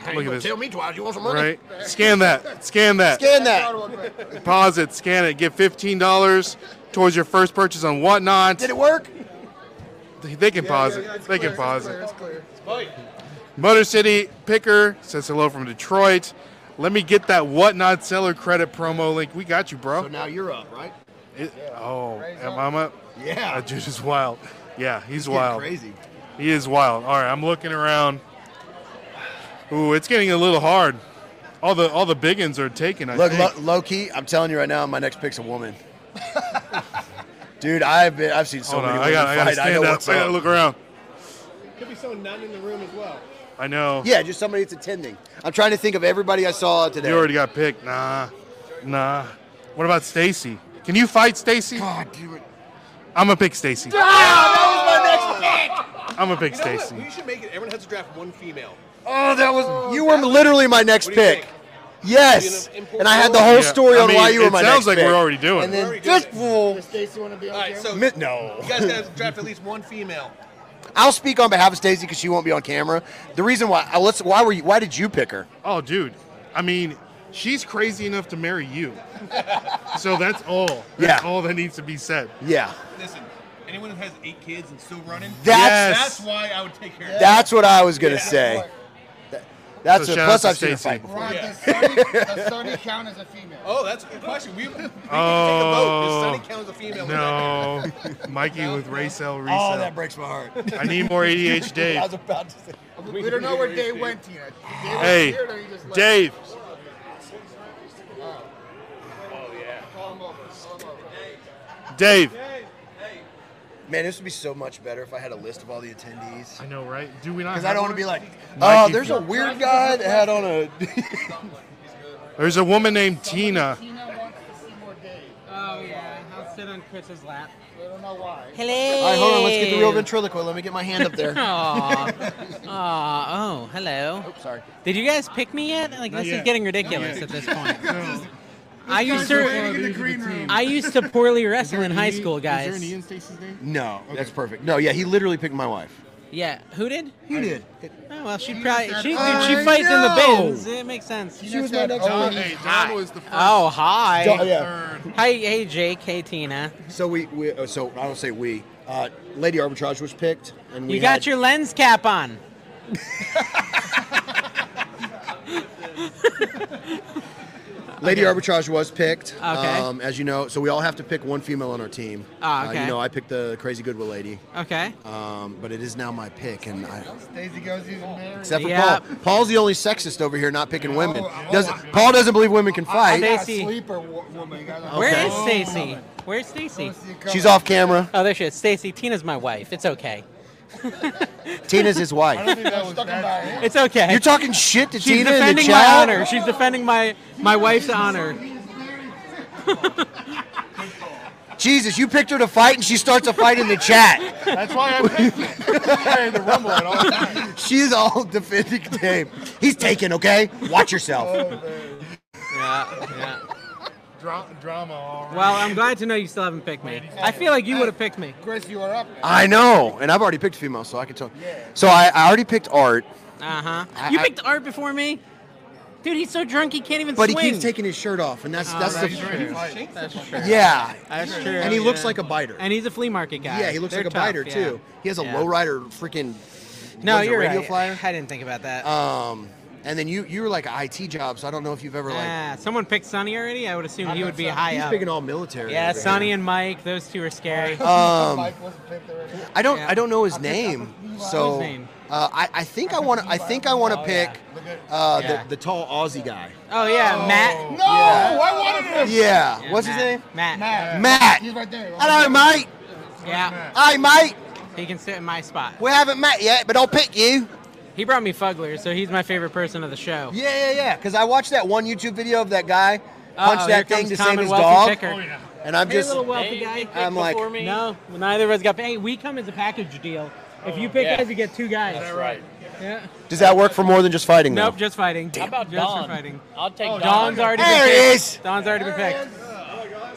[SPEAKER 4] Hey,
[SPEAKER 5] Look
[SPEAKER 4] you
[SPEAKER 5] at this.
[SPEAKER 4] tell me twice, you want some money?
[SPEAKER 5] Right. Scan that. Scan that.
[SPEAKER 4] Scan that.
[SPEAKER 5] Pause it. Scan it. Get fifteen dollars towards your first purchase on whatnot. Did
[SPEAKER 7] it work?
[SPEAKER 5] They, they can pause it. They can pause it. Motor City Picker says hello from Detroit. Let me get that whatnot seller credit promo link. We got you, bro.
[SPEAKER 2] So now you're up, right?
[SPEAKER 5] It- Oh, am I up?
[SPEAKER 2] Yeah.
[SPEAKER 5] That dude is wild. Yeah, he's,
[SPEAKER 2] getting
[SPEAKER 5] wild.
[SPEAKER 2] crazy.
[SPEAKER 5] He is wild. All right, I'm looking around. Ooh, it's getting a little hard. All the all the big ones are taken. I
[SPEAKER 7] Look,
[SPEAKER 5] think.
[SPEAKER 7] lo- low key, I'm telling you right now, my next pick's a woman. Dude, I've been, I've seen so
[SPEAKER 5] Hold
[SPEAKER 7] many
[SPEAKER 5] on, I
[SPEAKER 7] women
[SPEAKER 5] gotta, I gotta
[SPEAKER 7] fight. I know
[SPEAKER 5] stand up.
[SPEAKER 7] what's
[SPEAKER 5] I gotta
[SPEAKER 7] up.
[SPEAKER 5] look around.
[SPEAKER 1] Could be someone not in the room as well.
[SPEAKER 5] I know.
[SPEAKER 7] Yeah, just somebody that's attending. I'm trying to think of everybody I saw today.
[SPEAKER 5] You already got picked. Nah, nah. What about Stacy? Can you fight Stacy? God,
[SPEAKER 7] dude.
[SPEAKER 5] I'm gonna pick Stacy.
[SPEAKER 12] Ah,
[SPEAKER 1] that was my next pick.
[SPEAKER 5] I'm gonna pick
[SPEAKER 1] You know what?
[SPEAKER 5] Stacy.
[SPEAKER 1] We should make it. Everyone has to draft one female.
[SPEAKER 7] Oh, that was you were literally my next
[SPEAKER 1] What do you
[SPEAKER 7] pick.
[SPEAKER 1] think?
[SPEAKER 7] Yes,
[SPEAKER 1] Being an important
[SPEAKER 7] and I had the whole
[SPEAKER 5] Yeah,
[SPEAKER 7] story
[SPEAKER 5] I
[SPEAKER 7] on
[SPEAKER 5] mean,
[SPEAKER 7] why you were
[SPEAKER 5] it
[SPEAKER 7] my next
[SPEAKER 5] sounds like
[SPEAKER 7] pick.
[SPEAKER 5] we're already doing
[SPEAKER 7] And then
[SPEAKER 5] it.
[SPEAKER 7] this fool,
[SPEAKER 4] Stacy want to be on
[SPEAKER 1] All right, so
[SPEAKER 7] Mi- no.
[SPEAKER 1] you guys gotta draft at least one female.
[SPEAKER 7] I'll speak on behalf of Stacey uh, because she won't be on camera. The reason why, I, let's, why were you, why did you pick her?
[SPEAKER 5] Oh, dude. I mean, she's crazy enough to marry you. so that's all. That's
[SPEAKER 1] Yeah.
[SPEAKER 5] all that needs to be said.
[SPEAKER 19] Yeah.
[SPEAKER 1] Listen, anyone who has eight kids and still running,
[SPEAKER 19] That's-
[SPEAKER 1] that's why I would take care of
[SPEAKER 19] That's what I was gonna
[SPEAKER 1] Yeah.
[SPEAKER 19] say. That- That's
[SPEAKER 5] So
[SPEAKER 19] what,
[SPEAKER 5] shout
[SPEAKER 19] plus
[SPEAKER 5] out
[SPEAKER 19] I've
[SPEAKER 5] to
[SPEAKER 19] seen a
[SPEAKER 5] Stacey.
[SPEAKER 19] fight before.
[SPEAKER 4] Right, does Sonny, does Sonny count as a female?
[SPEAKER 1] Oh, that's a good question. We, we can take a
[SPEAKER 5] Oh,
[SPEAKER 1] vote. Does Sonny count as a female?
[SPEAKER 5] no, Mikey with Racel. Resell.
[SPEAKER 1] Oh, that breaks my heart.
[SPEAKER 5] I need more ADH, Dave.
[SPEAKER 4] about to say. We don't know where Dave went, Tina. Dave was
[SPEAKER 5] Hey,
[SPEAKER 4] here, or he just left?
[SPEAKER 5] Dave.
[SPEAKER 4] Oh, yeah. Call him over. Call him over.
[SPEAKER 5] Dave.
[SPEAKER 7] Man, this would be so much better if I had a list of all the attendees.
[SPEAKER 5] I know, right? Do we not?
[SPEAKER 7] Because I
[SPEAKER 5] have
[SPEAKER 7] don't want
[SPEAKER 5] one?
[SPEAKER 7] to be like, oh,
[SPEAKER 5] Mikey
[SPEAKER 7] there's a
[SPEAKER 5] Field.
[SPEAKER 7] weird guy that had on a.
[SPEAKER 5] There's a woman named Tina.
[SPEAKER 9] Oh yeah, I'll sit on Chris's lap.
[SPEAKER 4] I don't know why.
[SPEAKER 9] Hello.
[SPEAKER 7] All right, hold on. Let's get the real ventriloquist. Let me get my hand up there.
[SPEAKER 9] Aw. Aw, oh, hello. sorry. Did you guys pick me yet? Like
[SPEAKER 7] Not
[SPEAKER 9] this
[SPEAKER 7] yet.
[SPEAKER 9] is getting
[SPEAKER 7] Not
[SPEAKER 9] ridiculous
[SPEAKER 7] yet.
[SPEAKER 9] at this point. I
[SPEAKER 4] I
[SPEAKER 9] used to I used to poorly wrestle in high school, guys.
[SPEAKER 4] Is there an E in Stacy's name?
[SPEAKER 7] No, that's perfect. No, yeah, he literally picked my wife.
[SPEAKER 9] Yeah, who did?
[SPEAKER 7] You did.
[SPEAKER 9] Oh well, she probably
[SPEAKER 4] said,
[SPEAKER 9] she
[SPEAKER 4] "I
[SPEAKER 9] she fights in the
[SPEAKER 4] know."
[SPEAKER 9] bins. It makes sense.
[SPEAKER 4] She was my next
[SPEAKER 5] Don- hey, Don was the first.
[SPEAKER 9] Oh hi.
[SPEAKER 7] Don- yeah.
[SPEAKER 9] Hi, hey Jake. Hey Tina.
[SPEAKER 7] So we, we uh, so I don't say we. Uh, Lady Arbitrage was picked, and we
[SPEAKER 9] You got
[SPEAKER 7] had-
[SPEAKER 9] your lens cap on.
[SPEAKER 7] Lady
[SPEAKER 9] Okay.
[SPEAKER 7] Arbitrage was picked.
[SPEAKER 9] Okay.
[SPEAKER 7] Um, as you know, so we all have to pick one female on our team.
[SPEAKER 9] Ah,
[SPEAKER 7] Uh,
[SPEAKER 9] okay.
[SPEAKER 7] you know, I picked the Crazy Goodwill lady.
[SPEAKER 9] Okay.
[SPEAKER 7] Um, but it is now my pick, and I,
[SPEAKER 4] Daisy goes, he's married.
[SPEAKER 7] except for
[SPEAKER 9] Yep.
[SPEAKER 7] Paul. Paul's the only sexist over here not picking women. Doesn't Paul doesn't believe women can
[SPEAKER 4] I, I
[SPEAKER 7] fight?
[SPEAKER 4] got a sleeper wo- woman.
[SPEAKER 9] Where is Stacy? Where's Stacy?
[SPEAKER 7] She's off camera.
[SPEAKER 9] Oh, there she is. Stacy, Tina's my wife. It's okay.
[SPEAKER 7] Tina's his wife.
[SPEAKER 9] It's okay.
[SPEAKER 7] You're talking shit to Tina
[SPEAKER 9] She's
[SPEAKER 7] in the
[SPEAKER 9] defending my
[SPEAKER 7] chat.
[SPEAKER 9] honor. She's defending my my wife's honor.
[SPEAKER 7] Jesus, you picked her to fight, and she starts a fight in the chat.
[SPEAKER 20] That's why I picked it. the rumble at all times.
[SPEAKER 7] She's all defending Dave. He's taken, okay? Watch yourself.
[SPEAKER 9] Yeah, yeah.
[SPEAKER 5] Dra- drama all right.
[SPEAKER 9] Well, I'm glad to know you still haven't picked me. I feel like you would have picked me.
[SPEAKER 4] Grace, you are up.
[SPEAKER 7] I know, and I've already picked female, so I can tell. So I, I already picked Art,
[SPEAKER 9] Uh huh.
[SPEAKER 7] I-
[SPEAKER 9] You
[SPEAKER 7] I-
[SPEAKER 9] picked Art before me. Dude, he's so drunk he can't even
[SPEAKER 7] but
[SPEAKER 9] swing.
[SPEAKER 7] he keeps taking his shirt off, and that's
[SPEAKER 9] Oh,
[SPEAKER 7] that's
[SPEAKER 9] right,
[SPEAKER 7] the.
[SPEAKER 9] right. That's true.
[SPEAKER 7] Yeah.
[SPEAKER 9] That's true.
[SPEAKER 7] And he looks
[SPEAKER 9] yeah.
[SPEAKER 7] like a biter.
[SPEAKER 9] And he's a flea market guy.
[SPEAKER 7] Yeah, he looks
[SPEAKER 9] They're
[SPEAKER 7] like a
[SPEAKER 9] tough,
[SPEAKER 7] biter
[SPEAKER 9] yeah.
[SPEAKER 7] too. He has a
[SPEAKER 9] Yeah.
[SPEAKER 7] lowrider freaking.
[SPEAKER 9] No,
[SPEAKER 7] what is it,
[SPEAKER 9] you're
[SPEAKER 7] radio
[SPEAKER 9] right.
[SPEAKER 7] flyer.
[SPEAKER 9] I didn't think about that.
[SPEAKER 7] Um, and then you you were like an IT job, so I don't know if you've ever like.
[SPEAKER 9] Ah, someone picked Sonny already. I would assume he would be high
[SPEAKER 7] He's
[SPEAKER 9] up.
[SPEAKER 7] picking all military.
[SPEAKER 9] yeah,
[SPEAKER 7] over here.
[SPEAKER 9] Sonny and Mike. Those two are scary.
[SPEAKER 7] Um, I don't
[SPEAKER 9] Yeah.
[SPEAKER 7] I don't know his name, so
[SPEAKER 9] Who's name?
[SPEAKER 7] uh, I I think I want to I think I want to
[SPEAKER 9] Oh,
[SPEAKER 7] pick
[SPEAKER 9] yeah.
[SPEAKER 7] uh,
[SPEAKER 9] Yeah.
[SPEAKER 7] the the tall Aussie guy.
[SPEAKER 9] Oh yeah, Matt.
[SPEAKER 4] No, I wanted him.
[SPEAKER 7] Yeah, what's
[SPEAKER 9] Matt.
[SPEAKER 7] his name?
[SPEAKER 9] Matt.
[SPEAKER 4] Matt.
[SPEAKER 7] Matt.
[SPEAKER 4] He's right there.
[SPEAKER 7] Hello, mate.
[SPEAKER 9] Yeah.
[SPEAKER 7] Hey, mate.
[SPEAKER 9] He can sit in my spot.
[SPEAKER 7] We haven't met yet, but I'll pick you.
[SPEAKER 9] He brought me Fugler, so he's my favorite person of the show.
[SPEAKER 7] Yeah, yeah, yeah. Because I watched that one YouTube video of that guy punch
[SPEAKER 9] Uh-oh,
[SPEAKER 7] that
[SPEAKER 9] here
[SPEAKER 7] thing to
[SPEAKER 9] comes
[SPEAKER 7] save his dog,
[SPEAKER 9] Commonwealth Kicker.
[SPEAKER 7] and I'm
[SPEAKER 9] Hey,
[SPEAKER 7] just
[SPEAKER 9] little wealthy guy.
[SPEAKER 7] I'm like,
[SPEAKER 9] no, neither of us got. Hey, we come as a package deal. If you pick
[SPEAKER 13] yeah.
[SPEAKER 9] us, you get two guys. That's
[SPEAKER 13] right.
[SPEAKER 9] Yeah.
[SPEAKER 7] does that work for more than just fighting?
[SPEAKER 9] Nope,
[SPEAKER 7] though?
[SPEAKER 9] just fighting.
[SPEAKER 13] How about
[SPEAKER 9] just for
[SPEAKER 13] Don?
[SPEAKER 9] fighting.
[SPEAKER 13] I'll take Don.
[SPEAKER 9] Don's already
[SPEAKER 7] There
[SPEAKER 9] been
[SPEAKER 7] he
[SPEAKER 9] picked.
[SPEAKER 7] is.
[SPEAKER 9] Don's already been picked.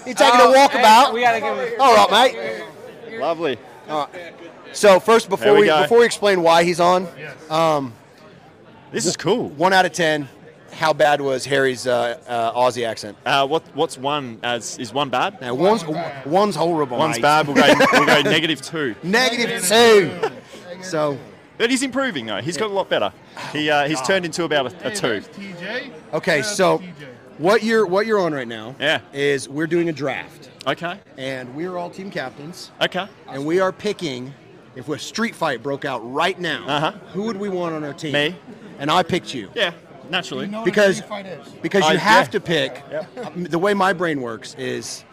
[SPEAKER 7] He's taking
[SPEAKER 9] Oh,
[SPEAKER 7] a walkabout.
[SPEAKER 9] hey, we gotta give-
[SPEAKER 7] All right, mate.
[SPEAKER 15] Lovely.
[SPEAKER 7] All right. So first, before
[SPEAKER 15] we
[SPEAKER 7] we,
[SPEAKER 15] go.
[SPEAKER 7] before we explain why he's on, um,
[SPEAKER 15] this is cool.
[SPEAKER 7] One out of ten. How bad was Harry's uh, uh, Aussie accent?
[SPEAKER 21] Uh, what what's one as is one bad?
[SPEAKER 7] Now one's one's horrible.
[SPEAKER 21] One's
[SPEAKER 7] mate.
[SPEAKER 21] bad. We'll go we'll go negative two.
[SPEAKER 7] Negative two. So
[SPEAKER 21] But he's improving though. He's got a lot better. He uh, he's turned into about a, a two.
[SPEAKER 7] okay, so what you're what you're on right now?
[SPEAKER 21] Yeah.
[SPEAKER 7] Is we're doing a draft.
[SPEAKER 21] Okay.
[SPEAKER 7] And we're all team captains.
[SPEAKER 21] Okay.
[SPEAKER 7] And we are picking. If a street fight broke out right now, uh-huh. who would we want on our team? Me. And I picked you.
[SPEAKER 21] Yeah, naturally.
[SPEAKER 7] because because you
[SPEAKER 21] I-
[SPEAKER 7] have
[SPEAKER 21] yeah.
[SPEAKER 7] to pick. um, The way my brain works is,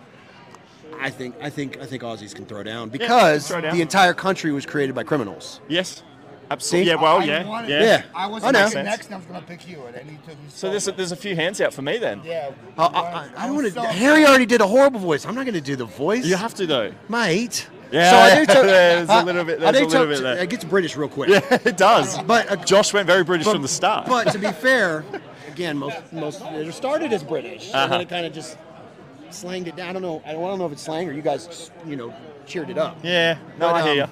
[SPEAKER 7] I think I think I think Aussies can throw down because
[SPEAKER 21] throw down.
[SPEAKER 7] the entire country was created by criminals.
[SPEAKER 21] Yes.
[SPEAKER 7] See?
[SPEAKER 21] Absolutely. Yeah. Well. Yeah. Yeah.
[SPEAKER 4] I was
[SPEAKER 7] I know.
[SPEAKER 4] next, and I was going to pick you, and then you took me.
[SPEAKER 21] So there's a, there's a few hands out for me then.
[SPEAKER 4] Yeah.
[SPEAKER 7] I, I, I,
[SPEAKER 4] was
[SPEAKER 7] want to.
[SPEAKER 4] so-
[SPEAKER 7] Harry already did a horrible voice. I'm not going to do the voice. You
[SPEAKER 21] have to though,
[SPEAKER 7] mate.
[SPEAKER 21] Yeah, there's a little bit-
[SPEAKER 7] I
[SPEAKER 21] there's a
[SPEAKER 7] do
[SPEAKER 21] little
[SPEAKER 7] talk
[SPEAKER 21] bit
[SPEAKER 7] to-
[SPEAKER 21] there.
[SPEAKER 7] It gets British real quick.
[SPEAKER 21] Yeah, it does.
[SPEAKER 2] uh,
[SPEAKER 7] But
[SPEAKER 21] Josh went very British
[SPEAKER 7] but-
[SPEAKER 21] from the start.
[SPEAKER 7] But to be fair, again, most most it started as British, and
[SPEAKER 21] Uh-huh.
[SPEAKER 7] then it kind of just slanged it down. I don't know. I don't know if it's slang or you guys, you know, cheered it up.
[SPEAKER 21] Yeah, no, I hear ya.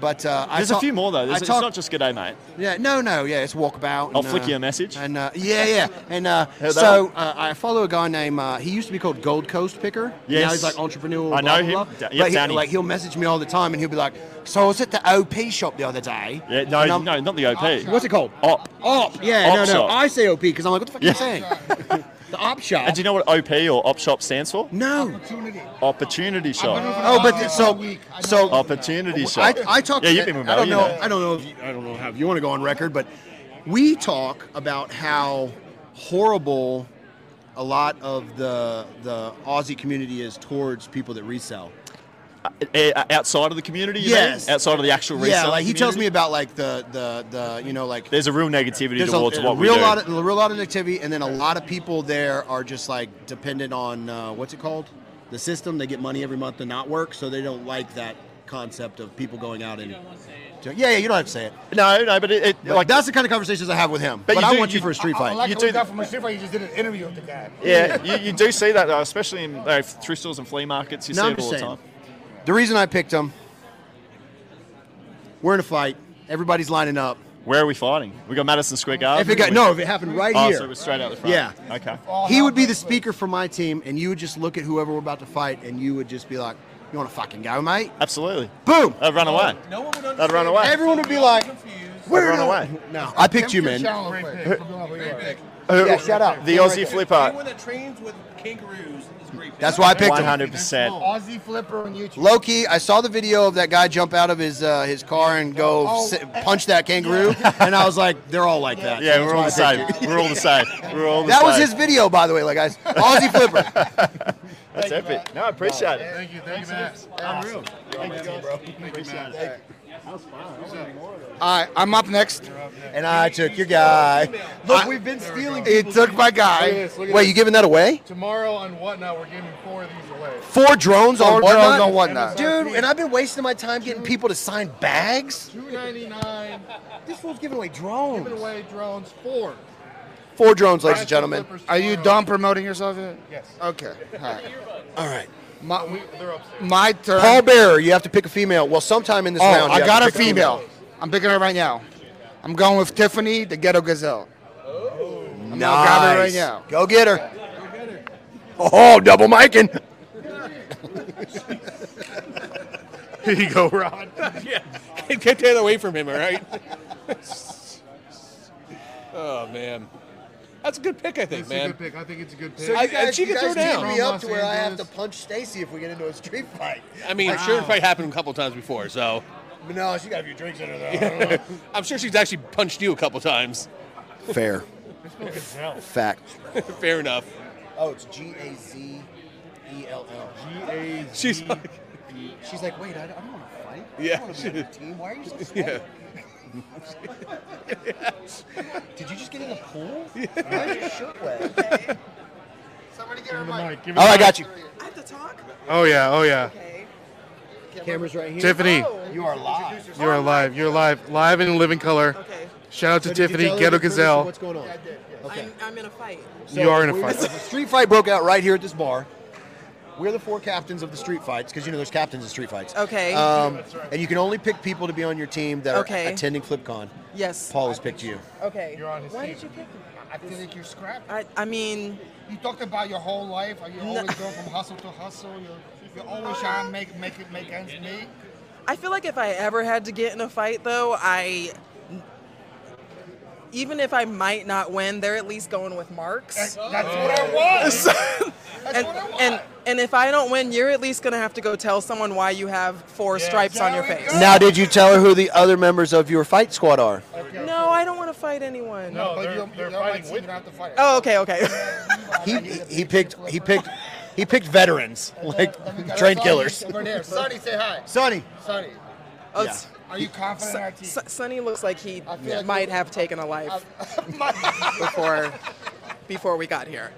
[SPEAKER 7] But uh, I
[SPEAKER 22] There's a
[SPEAKER 7] talk-
[SPEAKER 22] few more though.
[SPEAKER 7] I
[SPEAKER 22] There's,
[SPEAKER 7] talk-
[SPEAKER 22] it's not just good day, mate.
[SPEAKER 7] yeah, no, no, yeah, it's walkabout.
[SPEAKER 22] I'll
[SPEAKER 7] and,
[SPEAKER 22] flick
[SPEAKER 7] uh,
[SPEAKER 22] you a message.
[SPEAKER 7] And uh, yeah, yeah, and uh,
[SPEAKER 22] Heard that
[SPEAKER 7] so
[SPEAKER 22] one?
[SPEAKER 7] uh, I follow a guy named uh, he used to be called Gold Coast Picker. now
[SPEAKER 22] Yes.
[SPEAKER 7] he's like entrepreneurial. blah,
[SPEAKER 22] I know
[SPEAKER 7] blah,
[SPEAKER 22] him.
[SPEAKER 7] blah.
[SPEAKER 22] Da- yeah,
[SPEAKER 7] But he-
[SPEAKER 22] Downey.
[SPEAKER 7] like he'll message me all the time, and he'll be like, "So I was at the OP shop the other day."
[SPEAKER 22] Yeah, no,
[SPEAKER 7] And I'm-
[SPEAKER 22] no, not the OP.
[SPEAKER 7] What's it called?
[SPEAKER 22] Op.
[SPEAKER 7] Op. Yeah,
[SPEAKER 22] Op
[SPEAKER 7] no, no,
[SPEAKER 22] shop.
[SPEAKER 7] I say OP because I'm like, what the fuck are
[SPEAKER 22] Yeah.
[SPEAKER 7] you saying? the op shop.
[SPEAKER 22] And do you know what OP or op shop stands for?
[SPEAKER 7] No.
[SPEAKER 22] Opportunity. Opportunity shop.
[SPEAKER 7] Oh, but th- so so
[SPEAKER 22] Opportunity shop.
[SPEAKER 7] I, I talk.
[SPEAKER 22] Yeah, you've been with Oh, Mel.
[SPEAKER 7] I don't
[SPEAKER 22] you
[SPEAKER 7] know. I don't know. If you, I don't know how you want to go on record, but we talk about how horrible a lot of the the Aussie community is towards people that resell.
[SPEAKER 22] Eh, uh, Outside of the community, you
[SPEAKER 7] Yes.
[SPEAKER 22] mean? Outside of the actual reseller
[SPEAKER 7] yeah, like he tells
[SPEAKER 22] community?
[SPEAKER 7] me about like the the the you know like
[SPEAKER 22] There's a real negativity
[SPEAKER 7] there's a,
[SPEAKER 22] towards
[SPEAKER 7] a
[SPEAKER 22] what
[SPEAKER 7] real
[SPEAKER 22] we do.
[SPEAKER 7] lot of a real lot of activity, and then a lot of people there are just like dependent on uh, what's it called the system. They get money every month to not work, so they don't like that concept of people going out and. Yeah, yeah, you don't have to say it.
[SPEAKER 22] No, no, but it,
[SPEAKER 7] like that's the kind of conversations I have with him. But,
[SPEAKER 22] But you
[SPEAKER 7] I
[SPEAKER 22] do-
[SPEAKER 7] want you,
[SPEAKER 22] you-
[SPEAKER 7] for a street
[SPEAKER 4] I
[SPEAKER 7] fight.
[SPEAKER 4] like
[SPEAKER 22] You
[SPEAKER 4] how
[SPEAKER 22] do
[SPEAKER 4] we got from a street fight. You just did an interview with the guy.
[SPEAKER 22] yeah, you, you do see that, though, especially in uh, thrift stores and flea markets. You
[SPEAKER 7] No,
[SPEAKER 22] see
[SPEAKER 7] I'm
[SPEAKER 22] it all
[SPEAKER 7] just
[SPEAKER 22] the
[SPEAKER 7] saying.
[SPEAKER 22] time.
[SPEAKER 7] The reason I picked him, we're in a fight. Everybody's lining up.
[SPEAKER 22] Where are we fighting? We got Madison Square Garden.
[SPEAKER 7] If it got-
[SPEAKER 22] We-
[SPEAKER 7] no, if it happened right
[SPEAKER 22] oh,
[SPEAKER 7] here.
[SPEAKER 22] so it was straight out the front.
[SPEAKER 7] Yeah.
[SPEAKER 22] Okay.
[SPEAKER 7] He would be the speaker for my team, and you would just look at whoever we're about to fight, and you would just be like, "You want to fucking go, mate?"
[SPEAKER 22] Absolutely.
[SPEAKER 7] Boom.
[SPEAKER 22] I'd run away.
[SPEAKER 1] No one would understand.
[SPEAKER 22] I'd run away.
[SPEAKER 7] Everyone would be like,
[SPEAKER 22] I'd run away.
[SPEAKER 7] No, I picked you, man. Yeah, shout out.
[SPEAKER 22] The Aussie flipper.
[SPEAKER 1] Anyone that trains with kangaroos is great.
[SPEAKER 7] That's why I picked him.
[SPEAKER 22] 100%.
[SPEAKER 4] Oh, Aussie flipper on YouTube.
[SPEAKER 7] Loki, I saw the video of that guy jump out of his uh, his car and go
[SPEAKER 1] Oh,
[SPEAKER 7] sit-
[SPEAKER 1] eh.
[SPEAKER 7] punch that kangaroo, and I was like, "They're all like that."
[SPEAKER 22] Yeah,
[SPEAKER 7] That's
[SPEAKER 22] we're
[SPEAKER 7] why
[SPEAKER 22] all the
[SPEAKER 7] I
[SPEAKER 22] same.
[SPEAKER 7] picked him.
[SPEAKER 22] We're all the same. We're all the
[SPEAKER 7] That was
[SPEAKER 22] same.
[SPEAKER 7] his video, by the way, like guys. Aussie flipper.
[SPEAKER 22] That's epic. No, I appreciate it.
[SPEAKER 4] Thank you, thank you, man. Unreal. Thank you, bro. Appreciate it.
[SPEAKER 3] All right, I'm up next.
[SPEAKER 7] And I took your guy.
[SPEAKER 3] Look,
[SPEAKER 2] we've been stealing.
[SPEAKER 3] It took my guy.
[SPEAKER 7] Wait, you giving that away?
[SPEAKER 2] Tomorrow on Whatnot, we're giving four of these away.
[SPEAKER 7] Four drones
[SPEAKER 3] Four
[SPEAKER 7] on
[SPEAKER 3] drones
[SPEAKER 7] whatnot?
[SPEAKER 3] on Whatnot.
[SPEAKER 7] dude. And I've been wasting my time getting people to sign bags.
[SPEAKER 2] Two ninety nine.
[SPEAKER 7] This fool's giving away drones.
[SPEAKER 2] Giving away drones four.
[SPEAKER 7] Four drones, ladies and gentlemen.
[SPEAKER 3] Are you done promoting yourself yet?
[SPEAKER 2] Yes.
[SPEAKER 3] Okay. All right.
[SPEAKER 7] All right.
[SPEAKER 3] My,
[SPEAKER 2] They're upstairs.
[SPEAKER 3] my turn.
[SPEAKER 7] Paul Bearer, you have to pick a female. Well, sometime in this
[SPEAKER 3] oh,
[SPEAKER 7] round, you
[SPEAKER 3] I
[SPEAKER 7] have
[SPEAKER 3] got
[SPEAKER 7] to
[SPEAKER 3] a
[SPEAKER 7] pick
[SPEAKER 3] female. I'm picking her right now. I'm going with Tiffany, the ghetto gazelle.
[SPEAKER 7] Nice.
[SPEAKER 3] I'll grab her right now.
[SPEAKER 7] Go get her. Oh, double micing.
[SPEAKER 5] Here you go, Rod.
[SPEAKER 1] yeah, get that away from him, all right? oh man, that's a good pick, I
[SPEAKER 2] That's
[SPEAKER 1] think, man.
[SPEAKER 2] a good pick. I think it's a good pick.
[SPEAKER 1] So you I- I- guys- she you could guys throw need down. to
[SPEAKER 7] me up to where I have to
[SPEAKER 2] Los
[SPEAKER 7] punch Stacy if we get into a street fight.
[SPEAKER 1] I mean,
[SPEAKER 7] Like,
[SPEAKER 1] sure, it probably happened a couple times before, so
[SPEAKER 7] No, she got a few drinks in her though. I don't know.
[SPEAKER 1] I'm sure she's actually punched you a couple times.
[SPEAKER 7] Fair. Fact.
[SPEAKER 1] Fair enough.
[SPEAKER 7] Oh, it's G A Z E L L. G A.
[SPEAKER 1] She's like,
[SPEAKER 7] She's like, wait, I don't, I don't want to fight. I
[SPEAKER 1] Yeah.
[SPEAKER 7] don't want to be on your team. Why are you so
[SPEAKER 1] Yeah.
[SPEAKER 7] scared? Did you just get in the pool? Why is your shirt wet? Somebody get her mic.
[SPEAKER 5] Oh, I got you.
[SPEAKER 7] I have to talk.
[SPEAKER 5] Oh yeah. Oh yeah.
[SPEAKER 7] Cameras right here.
[SPEAKER 5] Tiffany.
[SPEAKER 7] Oh, you are live.
[SPEAKER 5] You're alive. You're alive. Live and live in color. Shout out to
[SPEAKER 7] So did you
[SPEAKER 5] Tiffany,
[SPEAKER 7] tell her
[SPEAKER 5] Ghetto
[SPEAKER 7] the premise of
[SPEAKER 5] Gazelle.
[SPEAKER 7] What's going on? Okay.
[SPEAKER 23] I'm in a fight.
[SPEAKER 5] You are in a
[SPEAKER 7] we-
[SPEAKER 5] fight.
[SPEAKER 7] a street fight broke out right here at this bar. We're the four captains of the street fights because you know there's captains in street fights.
[SPEAKER 23] Okay.
[SPEAKER 7] Um, and you can only pick people to be on your team that
[SPEAKER 23] Okay.
[SPEAKER 7] are attending FlipCon.
[SPEAKER 23] Yes.
[SPEAKER 7] Paul has picked you.
[SPEAKER 23] Okay.
[SPEAKER 4] You're on his
[SPEAKER 23] Why
[SPEAKER 4] team.
[SPEAKER 23] did you pick me?
[SPEAKER 4] I feel like you're scrappy.
[SPEAKER 23] I, I mean,
[SPEAKER 4] You talked about your whole life. Are you
[SPEAKER 23] No.
[SPEAKER 4] always going from hustle to hustle? You're, you're always trying to make make it make ends meet.
[SPEAKER 23] I feel like if I ever had to get in a fight, though, I. Even if I might not win, they're at least going with marks.
[SPEAKER 4] That's what I want.
[SPEAKER 23] and, and and if I don't win, you're at least gonna have to go tell someone why you have four stripes on your face.
[SPEAKER 7] Now, did you tell her who the other members of your fight squad are?
[SPEAKER 23] No, I don't want to fight anyone.
[SPEAKER 4] No, but you're, you're fighting with out the fight.
[SPEAKER 23] Oh, okay, okay.
[SPEAKER 7] He he picked he picked he picked veterans like train killers.
[SPEAKER 4] Over there, Sonny, say hi.
[SPEAKER 7] Sonny.
[SPEAKER 4] Sonny.
[SPEAKER 23] Oh, it's-
[SPEAKER 4] Are you confident in our team?
[SPEAKER 23] S- Sonny looks like he
[SPEAKER 4] feel like
[SPEAKER 23] might have taken a life before before we got here.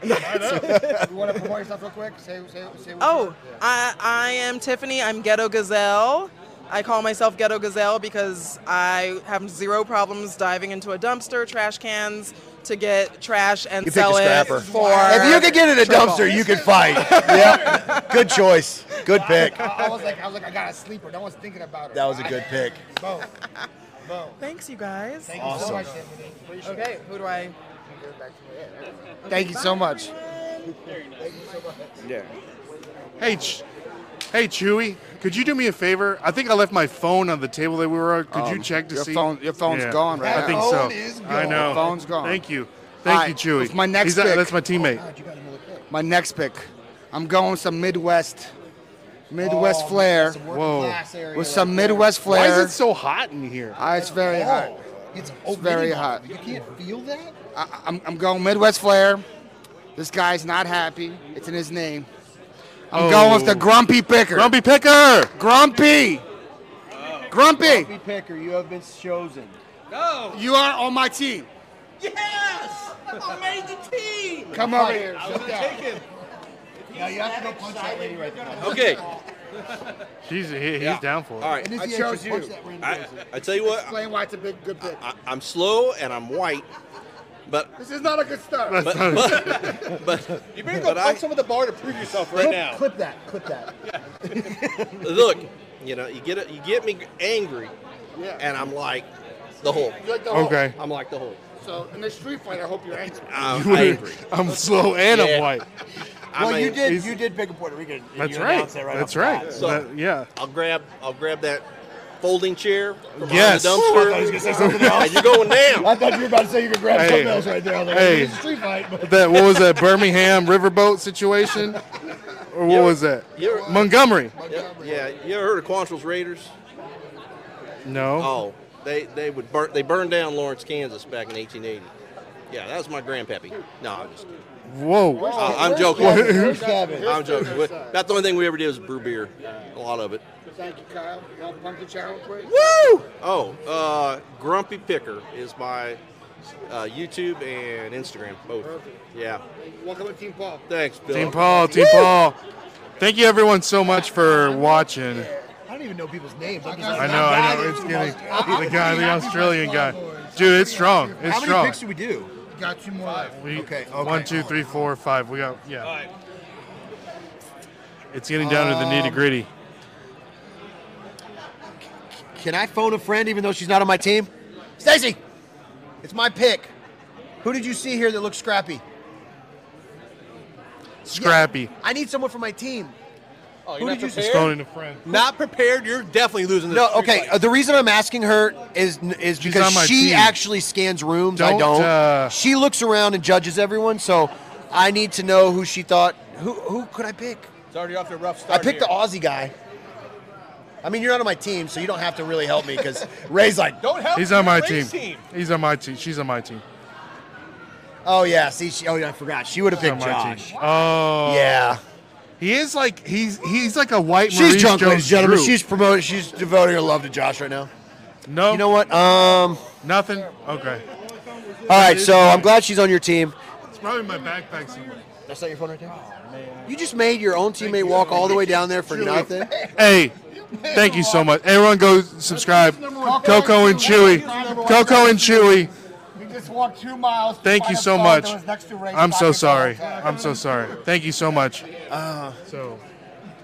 [SPEAKER 4] you want to promote yourself real quick? Say, say, say what
[SPEAKER 23] Oh,
[SPEAKER 4] you-
[SPEAKER 23] I, I am Tiffany. I'm Ghetto Gazelle. I call myself Ghetto Gazelle because I have zero problems diving into a dumpster, trash cans, to get trash and
[SPEAKER 7] You pick
[SPEAKER 23] sell
[SPEAKER 7] a
[SPEAKER 23] it
[SPEAKER 7] scrapper.
[SPEAKER 23] for.
[SPEAKER 7] if you could get in a
[SPEAKER 23] triple.
[SPEAKER 7] dumpster, you could fight. yeah, good choice. Good pick.
[SPEAKER 4] I, I was like, I was like, I got a sleeper. No one's thinking about it.
[SPEAKER 7] That was a good pick.
[SPEAKER 4] Bo, Bo.
[SPEAKER 23] Thanks, you guys.
[SPEAKER 4] Thank you so much.
[SPEAKER 23] Awesome.
[SPEAKER 4] Tiffany.
[SPEAKER 23] Okay, who do I?
[SPEAKER 4] Thank you so much.
[SPEAKER 5] Yeah. Hey, Ch- hey, Chewy, could you do me a favor? I think I left my phone on the table that we were on. Could you
[SPEAKER 3] Um,
[SPEAKER 5] check to
[SPEAKER 3] your
[SPEAKER 5] see?
[SPEAKER 3] phone- your phone's gone right
[SPEAKER 5] I
[SPEAKER 3] now.
[SPEAKER 5] think
[SPEAKER 3] Phone
[SPEAKER 5] so.
[SPEAKER 3] is
[SPEAKER 5] I
[SPEAKER 3] gone.
[SPEAKER 5] know.
[SPEAKER 3] Your phone's gone.
[SPEAKER 5] Thank you.
[SPEAKER 3] All
[SPEAKER 5] Thank
[SPEAKER 3] right,
[SPEAKER 5] you, Chewy.
[SPEAKER 3] it's my next
[SPEAKER 5] He's-
[SPEAKER 3] pick. Oh,
[SPEAKER 5] That's my teammate.
[SPEAKER 3] My next pick. I'm going some Midwest, Midwest
[SPEAKER 5] Oh,
[SPEAKER 3] flair.
[SPEAKER 5] some working Whoa. class area
[SPEAKER 3] With
[SPEAKER 5] right
[SPEAKER 3] some
[SPEAKER 5] there.
[SPEAKER 3] Midwest
[SPEAKER 5] Why is
[SPEAKER 3] flair.
[SPEAKER 5] it so hot in here?
[SPEAKER 3] Ah, it's very hot.
[SPEAKER 4] It's,
[SPEAKER 3] very hot.
[SPEAKER 4] You can't feel that?
[SPEAKER 3] I, I'm, I'm going Midwest flair. This guy's not happy. It's in his name. I'm
[SPEAKER 5] Oh.
[SPEAKER 3] going with the Grumpy Picker. Grumpy Picker. Grumpy. Grumpy.
[SPEAKER 2] Grumpy Picker, you have been chosen.
[SPEAKER 3] No. You are on my team.
[SPEAKER 17] Yes! I made the team!
[SPEAKER 3] Come over here.
[SPEAKER 17] I was gonna
[SPEAKER 3] Sit down.
[SPEAKER 17] take him.
[SPEAKER 4] No, you have to go punch that lady right there.
[SPEAKER 15] Okay.
[SPEAKER 5] He's, he, he's down for it.
[SPEAKER 15] All right.
[SPEAKER 4] And if he actually punched that random
[SPEAKER 15] I,
[SPEAKER 4] person.
[SPEAKER 15] I tell you what,
[SPEAKER 4] Explain why it's a big, good pick.
[SPEAKER 15] I, I'm slow and I'm white, but
[SPEAKER 4] This is not a good start.
[SPEAKER 15] but but, but
[SPEAKER 1] You better go
[SPEAKER 15] but I-
[SPEAKER 1] punch some of the bar to prove yourself right
[SPEAKER 4] clip,
[SPEAKER 15] now.
[SPEAKER 4] clip that. Clip that.
[SPEAKER 15] look, you know, you get you get me angry, and I'm like the Hulk.
[SPEAKER 3] You're like the Hulk. Okay.
[SPEAKER 15] I'm like the Hulk.
[SPEAKER 3] So in the street fight, I hope you're angry.
[SPEAKER 15] I'm
[SPEAKER 5] You were-
[SPEAKER 15] angry.
[SPEAKER 5] I'm slow and
[SPEAKER 15] Uh, Yeah.
[SPEAKER 5] I'm white.
[SPEAKER 15] I
[SPEAKER 2] well, you
[SPEAKER 15] mean,
[SPEAKER 2] did.
[SPEAKER 15] he's-
[SPEAKER 2] You did pick a Puerto Rican. and
[SPEAKER 5] That's
[SPEAKER 2] you
[SPEAKER 5] right.
[SPEAKER 2] announced that right
[SPEAKER 5] That's
[SPEAKER 2] off the
[SPEAKER 5] right.
[SPEAKER 2] bat.
[SPEAKER 15] So
[SPEAKER 5] That- yeah.
[SPEAKER 15] I'll grab I'll grab that folding chair from behind
[SPEAKER 5] Yes.
[SPEAKER 15] the
[SPEAKER 5] Ooh, I
[SPEAKER 15] dumpster.
[SPEAKER 5] thought he was gonna say something else.
[SPEAKER 15] And you're going down.
[SPEAKER 2] I thought you were about to say you could grab
[SPEAKER 5] Hey.
[SPEAKER 2] something else right there. I was like,
[SPEAKER 5] Hey.
[SPEAKER 2] it's a street fight. But
[SPEAKER 5] that what was that Birmingham riverboat situation, or what was that
[SPEAKER 15] you're-
[SPEAKER 5] Montgomery?
[SPEAKER 15] Yeah, yeah, you ever heard of Quantrill's Raiders?
[SPEAKER 5] No.
[SPEAKER 15] Oh, they they would burn they burned down Lawrence, Kansas back in 1880. Yeah, that was my grandpappy. No, I'm just kidding.
[SPEAKER 5] Whoa.
[SPEAKER 15] I- I'm joking.
[SPEAKER 5] What?
[SPEAKER 15] I'm joking. What- About the only thing we ever did was brew beer. A lot of it.
[SPEAKER 4] Thank you, Kyle. Y'all pump the channel quick.
[SPEAKER 15] Woo! Oh, uh, Grumpy Picker is my uh, YouTube and Instagram both. Yeah.
[SPEAKER 4] Welcome to Team Paul.
[SPEAKER 15] Thanks, Bill.
[SPEAKER 5] Team Paul, Team
[SPEAKER 15] Woo!
[SPEAKER 5] Paul. Thank you everyone so much for watching.
[SPEAKER 2] I don't even know people's names. I
[SPEAKER 5] I know, I know, it's getting the guy, the Australian guy. Dude, it's strong. It's
[SPEAKER 2] How many
[SPEAKER 5] strong.
[SPEAKER 2] picks do we do?
[SPEAKER 4] Got two more left.
[SPEAKER 5] We-
[SPEAKER 2] okay, okay.
[SPEAKER 5] One, two, three, four, five. We got yeah. It's getting down to the
[SPEAKER 7] Um,
[SPEAKER 5] nitty gritty.
[SPEAKER 7] Can I phone a friend even though she's not on my team? Stacy, it's my pick. Who did you see here that looks scrappy?
[SPEAKER 5] Scrappy.
[SPEAKER 7] I need someone from my team.
[SPEAKER 15] Oh,
[SPEAKER 7] Who did you
[SPEAKER 5] Just phoning a friend.
[SPEAKER 7] Not
[SPEAKER 15] prepared. You're definitely losing.
[SPEAKER 7] No, okay. uh, the reason I'm asking her is is
[SPEAKER 5] on
[SPEAKER 7] because
[SPEAKER 5] my
[SPEAKER 7] she
[SPEAKER 5] team.
[SPEAKER 7] actually scans rooms. I
[SPEAKER 5] Don't,
[SPEAKER 7] don't.
[SPEAKER 5] uh,
[SPEAKER 7] she looks around and judges everyone. So I need to know who she thought. Who who could I pick?
[SPEAKER 1] It's already off to a rough
[SPEAKER 7] I
[SPEAKER 1] start.
[SPEAKER 7] picked the
[SPEAKER 1] here.
[SPEAKER 7] Aussie guy. I mean, you're not on my team, so you don't have to really help me because Ray's like,
[SPEAKER 1] Don't
[SPEAKER 5] He's on my team. He's on my team. She's on my team.
[SPEAKER 7] Oh yeah, see, she, oh yeah, I forgot. She would have
[SPEAKER 5] She's on
[SPEAKER 7] picked
[SPEAKER 5] my
[SPEAKER 7] Josh.
[SPEAKER 5] team. Oh.
[SPEAKER 7] Yeah.
[SPEAKER 5] He is like he's he's like a white.
[SPEAKER 7] She's
[SPEAKER 5] Maurice
[SPEAKER 7] drunk, ladies
[SPEAKER 5] Jones-Drew.
[SPEAKER 7] and gentlemen. She's promoting. She's devoting her love to Josh right now.
[SPEAKER 5] No.
[SPEAKER 7] You know what? Um.
[SPEAKER 5] Nothing. Okay.
[SPEAKER 7] All right. So I'm glad she's on your team.
[SPEAKER 5] It's probably in my backpack somewhere.
[SPEAKER 7] That's not your phone right there. You just made your own teammate walk all the way down there for nothing.
[SPEAKER 5] Hey, thank you so much. Everyone go subscribe. Coco and Chewy. Coco and Chewy.
[SPEAKER 4] We just walked two miles. to
[SPEAKER 5] Thank
[SPEAKER 4] find
[SPEAKER 5] you
[SPEAKER 4] a
[SPEAKER 5] so
[SPEAKER 4] bar
[SPEAKER 5] much.
[SPEAKER 4] that was next to Ray's
[SPEAKER 5] I'm so
[SPEAKER 4] Taco Bell.
[SPEAKER 5] sorry. I'm so sorry. Thank you so much. so,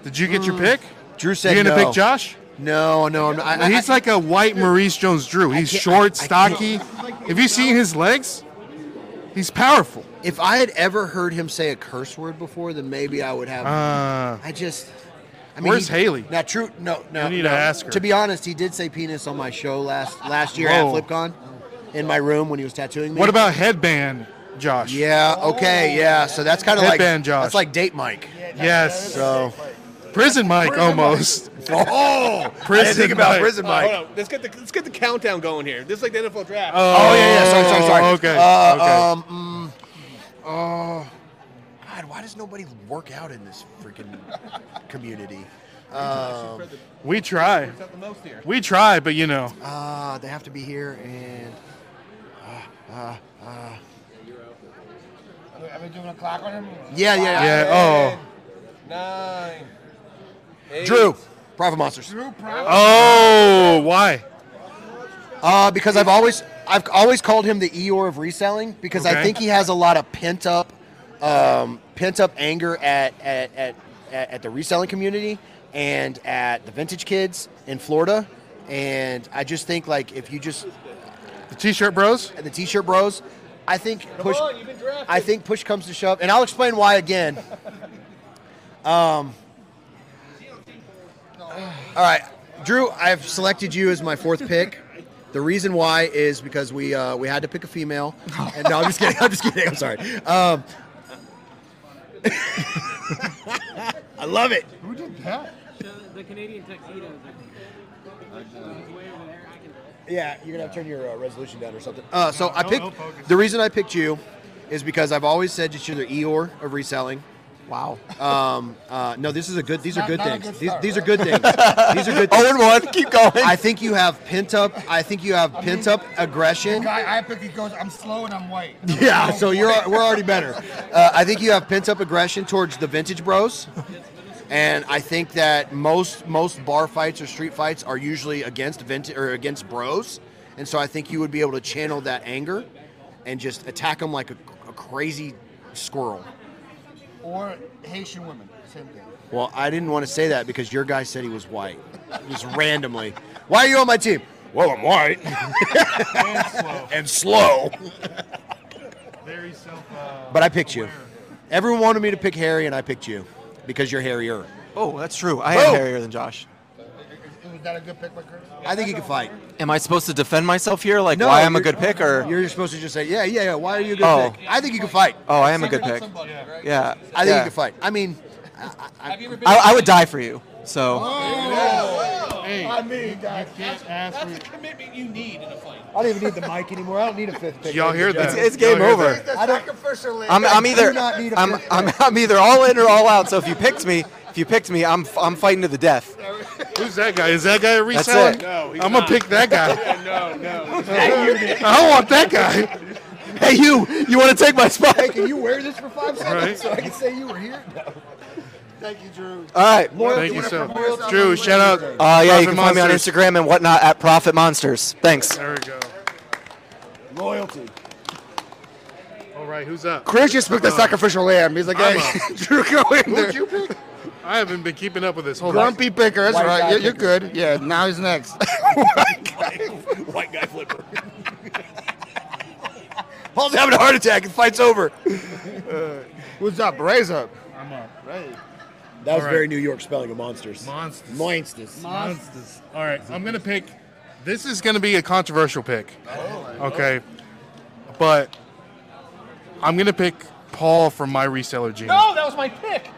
[SPEAKER 5] did you get your pick?
[SPEAKER 7] Mm. Drew said
[SPEAKER 5] you gonna
[SPEAKER 7] no.
[SPEAKER 5] pick Josh?
[SPEAKER 7] No, no, I'm not. I,
[SPEAKER 5] He's like a white Maurice Jones-Drew. He's short, stocky. Have you seen his legs? He's powerful.
[SPEAKER 7] If I had ever heard him say a curse word before, then maybe I would have.
[SPEAKER 5] Uh,
[SPEAKER 7] I just. I
[SPEAKER 5] Where's
[SPEAKER 7] he-
[SPEAKER 5] Haley?
[SPEAKER 7] Now, true. No, no.
[SPEAKER 5] We need
[SPEAKER 7] no.
[SPEAKER 5] to ask her.
[SPEAKER 7] To be honest, he did say penis on my show last last year
[SPEAKER 5] Whoa.
[SPEAKER 7] at FlipCon, in my room when he was tattooing me.
[SPEAKER 5] What about headband, Josh?
[SPEAKER 7] Yeah. Okay. Yeah. So that's kind of like
[SPEAKER 5] Headband Josh.
[SPEAKER 7] That's like date Mike.
[SPEAKER 5] Yes.
[SPEAKER 7] So.
[SPEAKER 5] Prison Mike
[SPEAKER 7] Oh,
[SPEAKER 5] almost. prison Mike.
[SPEAKER 1] Oh, hold on. Let's get the let's get the countdown going here. This is like the NFL draft.
[SPEAKER 5] Oh,
[SPEAKER 7] Oh, yeah, yeah. Sorry, sorry, sorry.
[SPEAKER 5] okay,
[SPEAKER 7] Uh,
[SPEAKER 5] okay.
[SPEAKER 7] Um, mm, uh, God, why does nobody work out in this freaking community? Um,
[SPEAKER 5] We try. We try, but you know.
[SPEAKER 7] uh, they have to be here and. Uh, uh, uh,
[SPEAKER 4] Are we doing a clock on him?
[SPEAKER 7] yeah, yeah, yeah.
[SPEAKER 5] Yeah. oh.
[SPEAKER 1] Nine.
[SPEAKER 7] Drew, Private Monsters.
[SPEAKER 5] Oh. Oh, why?
[SPEAKER 7] Uh, because I've always I've always called him the Eeyore of reselling because I
[SPEAKER 12] Okay.
[SPEAKER 7] think he has a lot of pent up um, pent up anger at at, at at at the reselling community and at the vintage kids in Florida. And I just think like if you just
[SPEAKER 5] the t-shirt bros,
[SPEAKER 7] the t-shirt bros, I think
[SPEAKER 2] Come
[SPEAKER 7] push.
[SPEAKER 2] on, you've been drafted.
[SPEAKER 7] I think push comes to shove, and I'll explain why again. Um, all right, Drew, I've selected you as my fourth pick. The reason why is because we uh, we had to pick a female. And no, I'm just kidding. I'm just kidding. I'm sorry. Um, I love it.
[SPEAKER 4] Who did that?
[SPEAKER 14] So the Canadian tuxedos. Are, way over there. I can.
[SPEAKER 7] Yeah, you're gonna have to turn your uh, resolution down or something. Uh, so I picked. The reason I picked you is because I've always said that you're the Eeyore of reselling. Wow. Um, uh, no, this is a good. These are
[SPEAKER 12] Not-
[SPEAKER 7] good
[SPEAKER 12] not a
[SPEAKER 7] things.
[SPEAKER 12] good
[SPEAKER 7] these,
[SPEAKER 12] start,
[SPEAKER 7] these are
[SPEAKER 12] right?
[SPEAKER 7] good things. These are good. Things.
[SPEAKER 12] Oh, and one. Keep
[SPEAKER 7] going. I think you have pent up. I think you have pent up aggression.
[SPEAKER 4] Guy, I pick. He goes. I'm slow and I'm white.
[SPEAKER 7] Yeah, so you're we're already better. Uh, I think you have pent up aggression towards the vintage bros, and I think that most most bar fights or street fights are usually against vintage or against bros, and so I think you would be able to channel that anger, and just attack them like a, a crazy squirrel.
[SPEAKER 4] Or Haitian women. Same thing.
[SPEAKER 7] Well, I didn't want to say that because your guy said he was white, just randomly. Why are you on my team? Well, I'm white and slow.
[SPEAKER 17] Very self. Uh,
[SPEAKER 7] But I picked you. Everyone wanted me to pick Harry, and I picked you because you're hairier.
[SPEAKER 8] Oh, that's true. I am
[SPEAKER 7] Boom.
[SPEAKER 8] hairier than Josh.
[SPEAKER 4] Was that a good pick by Curtis?
[SPEAKER 7] I think he could fight.
[SPEAKER 8] Oh. Am I supposed to defend myself here? Like
[SPEAKER 7] No,
[SPEAKER 8] why I'm a
[SPEAKER 7] you're-
[SPEAKER 8] good pick or?
[SPEAKER 7] You're supposed to just say, yeah, yeah, yeah. Why are you a good
[SPEAKER 8] Oh.
[SPEAKER 7] pick? I think you could fight.
[SPEAKER 8] Oh, I am a good pick. Yeah.
[SPEAKER 7] I think
[SPEAKER 8] yeah.
[SPEAKER 7] you could fight. I mean,
[SPEAKER 8] I, I would die for you. So
[SPEAKER 7] Oh,
[SPEAKER 4] I mean, that's,
[SPEAKER 1] that's, that's the commitment you need in a fight.
[SPEAKER 2] I don't even need the mic anymore. I don't need a fifth pick.
[SPEAKER 8] Y'all hear that?
[SPEAKER 2] It's,
[SPEAKER 8] It's- it's game Y'all hear over. that?
[SPEAKER 2] I don't,
[SPEAKER 8] I'm, I'm
[SPEAKER 2] I
[SPEAKER 8] either
[SPEAKER 2] Do not need a
[SPEAKER 8] I'm,
[SPEAKER 2] fifth
[SPEAKER 8] I'm,
[SPEAKER 2] pick.
[SPEAKER 8] I'm either all in or all out. So if you picked me, if you picked me, I'm I'm fighting to the death.
[SPEAKER 5] Who's that guy? Is that guy a
[SPEAKER 8] That's
[SPEAKER 5] reseller?
[SPEAKER 8] it. No, he's
[SPEAKER 5] I'm gonna
[SPEAKER 8] not.
[SPEAKER 5] pick that guy.
[SPEAKER 8] Yeah,
[SPEAKER 5] no, no.
[SPEAKER 8] that
[SPEAKER 5] I don't want that guy.
[SPEAKER 8] Hey, you! You want to take my spot?
[SPEAKER 4] Hey, can you wear this for five seconds
[SPEAKER 5] Right.
[SPEAKER 4] so I can say you were here? No. Thank you, Drew.
[SPEAKER 8] All right.
[SPEAKER 5] Thank you so much. Drew, shout out.
[SPEAKER 8] Uh, yeah, you
[SPEAKER 5] Profit
[SPEAKER 8] can find me on
[SPEAKER 5] Monsters.
[SPEAKER 8] Instagram and whatnot at Profit Monsters. Thanks.
[SPEAKER 5] There we go.
[SPEAKER 2] Loyalty.
[SPEAKER 5] All right, who's up?
[SPEAKER 3] Chris just picked the
[SPEAKER 5] Oh.
[SPEAKER 3] sacrificial lamb. He's like,
[SPEAKER 5] I'm
[SPEAKER 3] hey, Drew, go in there.
[SPEAKER 5] Who'd you pick? I haven't been keeping up with this. Hold
[SPEAKER 3] Grumpy
[SPEAKER 5] on.
[SPEAKER 3] picker. That's right. You're, you're good. Yeah, now he's next.
[SPEAKER 1] White guy flipper.
[SPEAKER 8] Paul's having a heart attack. The fight's over.
[SPEAKER 3] What's up? Ray's up.
[SPEAKER 17] I'm up. Right.
[SPEAKER 2] That was
[SPEAKER 5] All right.
[SPEAKER 2] very New York spelling of monsters.
[SPEAKER 5] Monsters.
[SPEAKER 2] Monsters.
[SPEAKER 5] Monsters. All right, I'm gonna pick. This is gonna be a controversial pick. Okay, but I'm gonna pick Paul from my reseller gene.
[SPEAKER 16] No, that was my pick.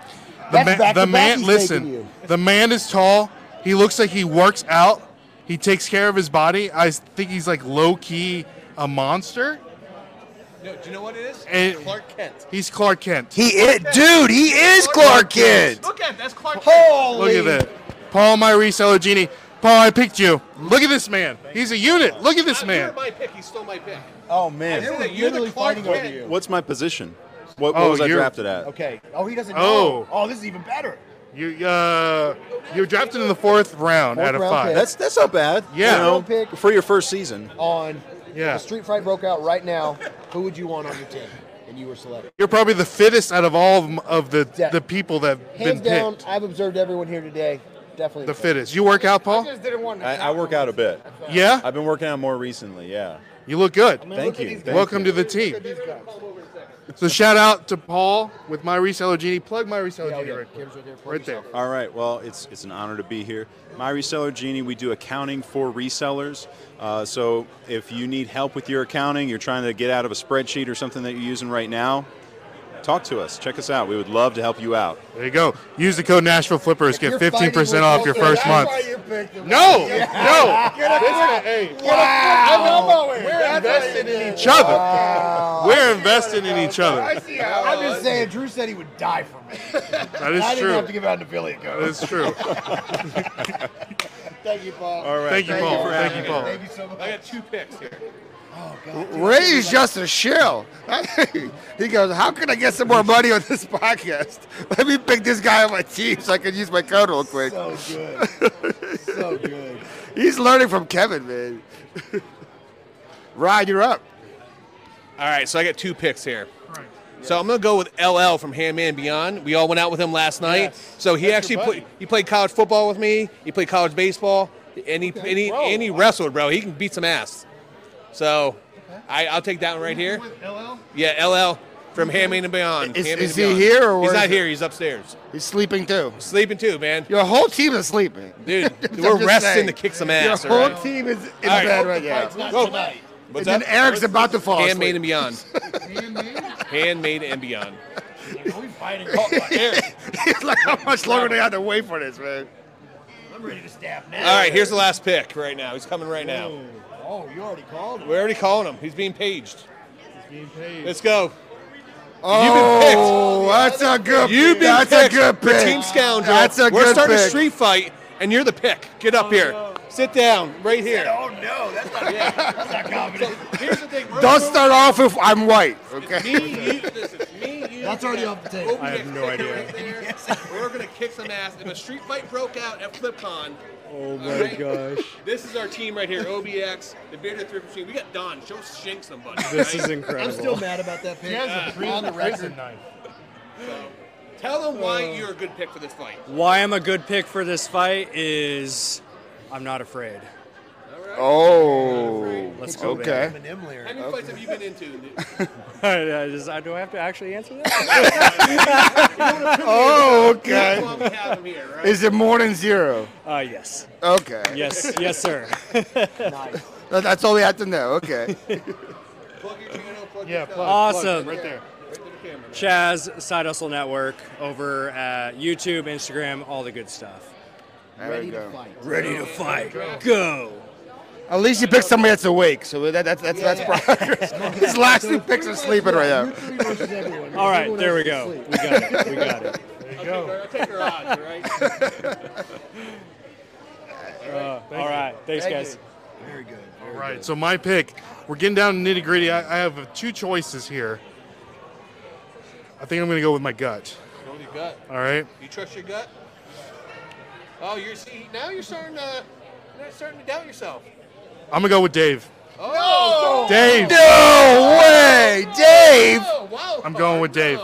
[SPEAKER 5] The, ma- the man, listen, the man is tall. He looks like he works out. He takes care of his body. I s- think he's like low key a monster.
[SPEAKER 1] No, do you know what it is?
[SPEAKER 5] And
[SPEAKER 1] Clark Kent.
[SPEAKER 5] He's Clark Kent.
[SPEAKER 8] He is, dude. He is Clark Kent.
[SPEAKER 1] Look at that's Clark
[SPEAKER 5] Look at that. Paul, my reseller genie. Paul, I picked you. Look at this man. He's a unit. Look at this man.
[SPEAKER 1] You're my pick. He stole my pick.
[SPEAKER 8] Oh
[SPEAKER 1] I said that you're the Clark Kent.
[SPEAKER 22] What's my position? What, what
[SPEAKER 5] Oh,
[SPEAKER 22] was I
[SPEAKER 5] you're-
[SPEAKER 22] drafted at?
[SPEAKER 2] Okay. Oh, he doesn't
[SPEAKER 5] Oh.
[SPEAKER 2] know. Oh, this is even better.
[SPEAKER 5] You uh, you're drafted in the fourth round
[SPEAKER 2] Fourth
[SPEAKER 5] out of
[SPEAKER 2] round
[SPEAKER 5] five.
[SPEAKER 2] pick.
[SPEAKER 22] That's that's not bad.
[SPEAKER 5] Yeah.
[SPEAKER 22] you know,
[SPEAKER 2] Round pick.
[SPEAKER 22] for your first season.
[SPEAKER 2] On
[SPEAKER 5] Yeah.
[SPEAKER 2] if a street fight broke out right now. Who would you want on your team? And you were selected.
[SPEAKER 5] You're probably the fittest out of all of, 'em- of the
[SPEAKER 2] Yeah.
[SPEAKER 5] the people that have been
[SPEAKER 2] Hands down,
[SPEAKER 5] picked.
[SPEAKER 2] I've observed everyone here today. Definitely
[SPEAKER 5] The fittest. You work out, Paul?
[SPEAKER 4] didn't want
[SPEAKER 22] I, I work out a bit.
[SPEAKER 5] Yeah.
[SPEAKER 22] I've been working out more recently. Yeah.
[SPEAKER 5] You look good.
[SPEAKER 22] Thank you. Thank
[SPEAKER 5] Welcome
[SPEAKER 22] you.
[SPEAKER 5] to the team. So shout out to Paul with my reseller genie. Plug my reseller genie right quick. Right there.
[SPEAKER 22] All right. Well, it's it's an honor to be here. My reseller genie. We do accounting for resellers. Uh, so if you need help with your accounting, you're trying to get out of a spreadsheet or something that you're using right now, talk to us. Check us out. We would love to help you out.
[SPEAKER 5] There you go. Use the code Nashville Flippers. Get 15% off your first month.
[SPEAKER 17] No,
[SPEAKER 5] no.
[SPEAKER 17] Get a quick, hey, get
[SPEAKER 5] Wow.
[SPEAKER 17] a quick elbow in. We're invested in
[SPEAKER 5] Each other. We're investing in each other.
[SPEAKER 2] I'm just saying, Drew said he would die for me.
[SPEAKER 5] That is
[SPEAKER 2] I didn't
[SPEAKER 5] true.
[SPEAKER 2] have to give out an affiliate
[SPEAKER 5] That
[SPEAKER 2] code.
[SPEAKER 5] is true.
[SPEAKER 2] Thank you, Paul.
[SPEAKER 5] All right. Thank you, Paul.
[SPEAKER 2] for
[SPEAKER 5] Thank
[SPEAKER 2] having
[SPEAKER 5] you,
[SPEAKER 2] me.
[SPEAKER 5] Paul.
[SPEAKER 2] Thank you so much.
[SPEAKER 1] I got two picks here.
[SPEAKER 3] Ray's just a shell. he goes, How can I get some more money on this podcast? Let me pick this guy on my team so I can use my code real quick.
[SPEAKER 2] So good. So good.
[SPEAKER 4] He's learning from Kevin, man. Ryan, you're up.
[SPEAKER 1] All right, so I got two picks here. So I'm gonna go with LL from Handman Beyond. We all went out with him last night. So he
[SPEAKER 13] That's
[SPEAKER 1] actually
[SPEAKER 13] your
[SPEAKER 1] played.
[SPEAKER 13] buddy.
[SPEAKER 1] He played college football with me. He played college baseball, and he and he,
[SPEAKER 13] Bro,
[SPEAKER 1] and he wrestled, bro. He can beat some ass. So I, I'll take that one right here.
[SPEAKER 24] LL?
[SPEAKER 1] Yeah, LL from Handman and Beyond.
[SPEAKER 4] Is-
[SPEAKER 1] Handmaid
[SPEAKER 4] is
[SPEAKER 1] and
[SPEAKER 4] he
[SPEAKER 1] Beyond.
[SPEAKER 4] here or
[SPEAKER 1] he's
[SPEAKER 4] is
[SPEAKER 1] not
[SPEAKER 4] it-
[SPEAKER 1] here? He's upstairs.
[SPEAKER 4] He's sleeping too.
[SPEAKER 1] Sleeping too, man.
[SPEAKER 4] Your whole team is sleeping.
[SPEAKER 1] Dude,
[SPEAKER 4] I'm
[SPEAKER 1] we're
[SPEAKER 4] just
[SPEAKER 1] resting
[SPEAKER 4] saying.
[SPEAKER 1] to kick some ass.
[SPEAKER 4] Your whole
[SPEAKER 1] all right?
[SPEAKER 4] team is in
[SPEAKER 1] All right.
[SPEAKER 4] bed right now.
[SPEAKER 1] Go.
[SPEAKER 4] And
[SPEAKER 1] What's
[SPEAKER 4] then
[SPEAKER 1] up?
[SPEAKER 4] Eric's about to fall
[SPEAKER 1] Handmade and
[SPEAKER 4] asleep.
[SPEAKER 1] Beyond. Handmade and Beyond.
[SPEAKER 4] He's like, how much longer do I have to wait for this, man?
[SPEAKER 25] I'm ready to stab now.
[SPEAKER 1] All right, here's the last pick right now. He's coming right now.
[SPEAKER 25] Oh, you already called
[SPEAKER 1] We're already calling him. He's being paged.
[SPEAKER 25] being paid.
[SPEAKER 1] Let's go.
[SPEAKER 4] Oh, that's a good.
[SPEAKER 1] You've been
[SPEAKER 4] that's
[SPEAKER 1] picked
[SPEAKER 4] a good
[SPEAKER 1] for
[SPEAKER 4] pick.
[SPEAKER 1] Team Scoundrel.
[SPEAKER 4] That's a
[SPEAKER 1] We're
[SPEAKER 4] good
[SPEAKER 1] starting a
[SPEAKER 4] pick.
[SPEAKER 1] street fight, and you're the pick. Get up here. Sit down right here.
[SPEAKER 25] no, that's not, that's not confident.
[SPEAKER 1] Here's the thing. we're-
[SPEAKER 4] Don't start off with I'm white. Okay.
[SPEAKER 1] That's already off the
[SPEAKER 21] Oh,
[SPEAKER 1] table.
[SPEAKER 4] I have no idea.
[SPEAKER 1] We're gonna kick some ass. If a street fight broke out at FlipCon,
[SPEAKER 13] Oh
[SPEAKER 1] my Alright.
[SPEAKER 13] gosh.
[SPEAKER 1] this is our team right here. OBX, the bearded thrift machine. We got Don. Show shank somebody.
[SPEAKER 13] This
[SPEAKER 1] right?
[SPEAKER 13] is incredible.
[SPEAKER 24] still mad about that pick.
[SPEAKER 1] He has a
[SPEAKER 7] Uh,
[SPEAKER 24] on the record. Uh,
[SPEAKER 1] Tell them why you're a good pick for this fight.
[SPEAKER 21] Why I'm a good pick for this fight is I'm not afraid.
[SPEAKER 4] Oh.
[SPEAKER 21] Let's go.
[SPEAKER 4] Okay.
[SPEAKER 21] baby.
[SPEAKER 1] How many fights have you been into?
[SPEAKER 21] I just- I- do I have to actually answer that?
[SPEAKER 4] oh, okay. Is it more than zero?
[SPEAKER 21] Uh, yes.
[SPEAKER 4] Okay.
[SPEAKER 21] Yes, yes, sir. nice.
[SPEAKER 4] That- That's all we have to know. Okay.
[SPEAKER 13] Yeah, plug,
[SPEAKER 21] awesome.
[SPEAKER 13] plug, right there.
[SPEAKER 21] Chaz, Side Hustle Network, over at YouTube, Instagram, all the good stuff.
[SPEAKER 4] There Ready we to go. fight.
[SPEAKER 21] Ready to fight. Go.
[SPEAKER 4] At least you picked somebody that's awake, so that, that's that's that's progress. His last two picks are sleeping right now.
[SPEAKER 21] All right, there we go. We got it. We got it.
[SPEAKER 1] There you go. I'll take your odds, all right?
[SPEAKER 21] Uh, all right. Thanks, guys.
[SPEAKER 25] Very good.
[SPEAKER 5] All right, so my pick. We're getting down nitty gritty. I, I have two choices here. I think I'm going to go with my gut.
[SPEAKER 1] Go with your gut.
[SPEAKER 5] All right.
[SPEAKER 1] You trust your gut? Oh, you're see now you're starting to you're starting to doubt yourself.
[SPEAKER 5] I'm going to go with Dave.
[SPEAKER 1] Oh,
[SPEAKER 5] Dave.
[SPEAKER 4] No way, Dave.
[SPEAKER 5] I'm going with Dave.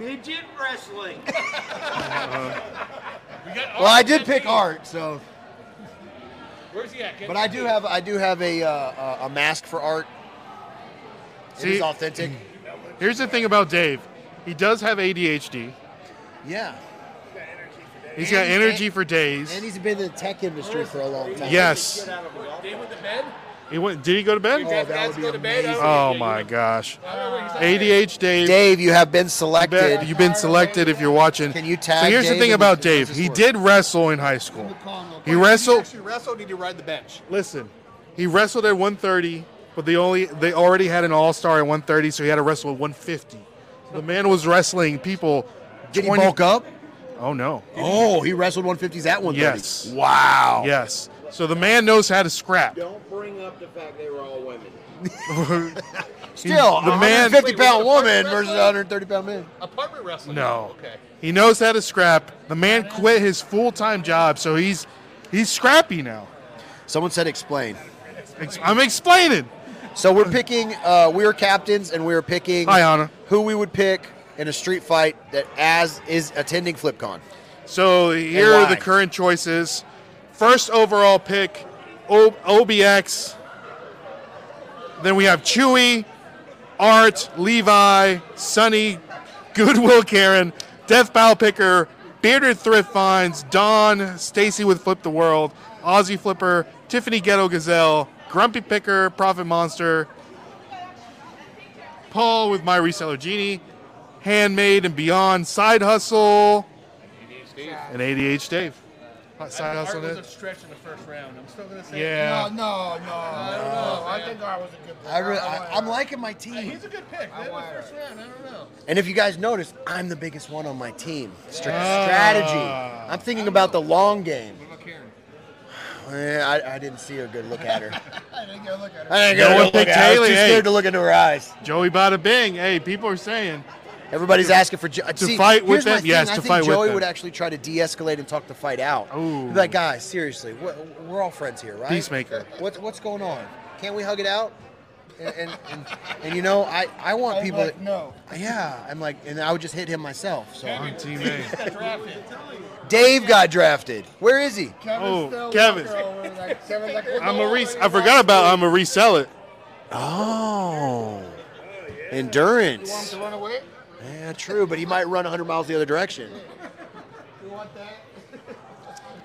[SPEAKER 26] Midget wrestling.
[SPEAKER 5] Uh,
[SPEAKER 7] Well, I did pick art, so.
[SPEAKER 1] Where's he at? Get
[SPEAKER 7] But I do have I do have a uh, a a mask for art. it
[SPEAKER 5] See?
[SPEAKER 7] is authentic.
[SPEAKER 5] Here's the thing about Dave. He does have ADHD.
[SPEAKER 7] Yeah.
[SPEAKER 5] He's got
[SPEAKER 7] And-
[SPEAKER 5] energy
[SPEAKER 7] and-
[SPEAKER 5] for days.
[SPEAKER 7] And he's been in the tech industry for a long time.
[SPEAKER 5] Yes.
[SPEAKER 1] Dave went to bed.
[SPEAKER 5] He went. Did he go to bed?
[SPEAKER 1] Your dad's go to bed. I don't know
[SPEAKER 5] Oh
[SPEAKER 1] if
[SPEAKER 5] my gosh.
[SPEAKER 1] you-
[SPEAKER 5] ADH Dave.
[SPEAKER 7] Dave, you have been selected.
[SPEAKER 5] You've been selected if you're watching. Can
[SPEAKER 7] you tag
[SPEAKER 5] So here's the
[SPEAKER 7] Dave
[SPEAKER 5] thing
[SPEAKER 7] and-
[SPEAKER 5] about Dave. He did wrestle in high school. He wrestled.
[SPEAKER 1] Did you wrestle? Or did you ride the bench?
[SPEAKER 5] Listen, he wrestled at 130, but they only they already had an All Star at 130, so he had to wrestle at 150. So the man was wrestling people.
[SPEAKER 7] Did he bulk up?
[SPEAKER 5] Oh no.
[SPEAKER 7] Oh, he wrestled 150s at 130.
[SPEAKER 5] Yes.
[SPEAKER 7] Wow.
[SPEAKER 5] Yes. So the man knows how to scrap.
[SPEAKER 26] Don't bring up the fact they were all women.
[SPEAKER 7] Still,
[SPEAKER 5] the
[SPEAKER 7] a
[SPEAKER 5] man.
[SPEAKER 7] 150 pound woman versus a 130 pound man.
[SPEAKER 1] Apartment wrestling.
[SPEAKER 5] No. He knows how to scrap. The man quit his full time job, so he's he's scrappy now.
[SPEAKER 7] Someone said explain.
[SPEAKER 5] Ex- I'm explaining.
[SPEAKER 7] So we're picking. Uh, we are captains, and we are picking.
[SPEAKER 5] Hi, Anna.
[SPEAKER 7] Who we would pick in a street fight that as is attending FlipCon.
[SPEAKER 5] So here
[SPEAKER 7] And
[SPEAKER 5] are
[SPEAKER 7] why?
[SPEAKER 5] the current choices. First overall pick, o- OBX. Then we have Chewy, Art, Levi, Sonny, Goodwill Karen, Death Bow Picker, Bearded Thrift Finds, Don, Stacy with Flip the World, Aussie Flipper, Tiffany Ghetto Gazelle, Grumpy Picker, Profit Monster, Paul with My Reseller Genie, Handmade and Beyond, Side Hustle, and ADH Dave. Side
[SPEAKER 1] Art
[SPEAKER 5] hustle
[SPEAKER 1] was a
[SPEAKER 5] it.
[SPEAKER 1] stretch in the first round. I'm still gonna say.
[SPEAKER 5] Yeah.
[SPEAKER 24] No, no, no. I
[SPEAKER 1] don't know. I
[SPEAKER 24] think I was a good
[SPEAKER 7] I re- I, I'm liking my team.
[SPEAKER 1] He's a good pick. That was first round. I don't know.
[SPEAKER 7] And if you guys notice, I'm the biggest one on my team. Stra-
[SPEAKER 1] Ah.
[SPEAKER 7] Strategy. I'm thinking about the long game.
[SPEAKER 1] What about Karen?
[SPEAKER 7] Eh, I, I didn't see a good look at her.
[SPEAKER 24] I didn't get a look at
[SPEAKER 7] I didn't
[SPEAKER 5] No
[SPEAKER 7] get a
[SPEAKER 5] one
[SPEAKER 7] good look
[SPEAKER 5] picked
[SPEAKER 7] at her. I was
[SPEAKER 5] Haley,
[SPEAKER 7] too
[SPEAKER 5] hey.
[SPEAKER 7] scared to look into her eyes.
[SPEAKER 5] Joey Bada Bing. Hey, people are saying
[SPEAKER 7] Everybody's
[SPEAKER 18] To-
[SPEAKER 7] asking for jo-
[SPEAKER 5] to
[SPEAKER 7] See,
[SPEAKER 5] fight with
[SPEAKER 7] here's my
[SPEAKER 5] them?
[SPEAKER 7] thing.
[SPEAKER 5] Yes,
[SPEAKER 7] I
[SPEAKER 5] to
[SPEAKER 7] think
[SPEAKER 5] fight with
[SPEAKER 7] Joey
[SPEAKER 5] them.
[SPEAKER 7] would actually try to de-escalate and talk the fight out. Ooh. Like, guys, seriously, we're, we're all friends here, right?
[SPEAKER 5] Peacemaker.
[SPEAKER 7] What, what's going on? Can't we hug it out? And and, and, and you know, I, I want people
[SPEAKER 4] like,
[SPEAKER 7] that
[SPEAKER 4] no.
[SPEAKER 7] Yeah, I'm like, and I would just hit him myself. So I'm
[SPEAKER 4] Got drafted.
[SPEAKER 7] Dave got drafted. Where is he?
[SPEAKER 4] Kevin's
[SPEAKER 5] Oh,
[SPEAKER 4] still
[SPEAKER 5] Kevin.
[SPEAKER 4] walking over, like, Kevin's like,
[SPEAKER 5] I'm a re- I forgot about um, I'm a resell it.
[SPEAKER 7] Oh.
[SPEAKER 4] You
[SPEAKER 7] Endurance.
[SPEAKER 4] want him to run away?
[SPEAKER 7] Yeah, true, but he might run 100 miles the other direction.
[SPEAKER 4] You want that?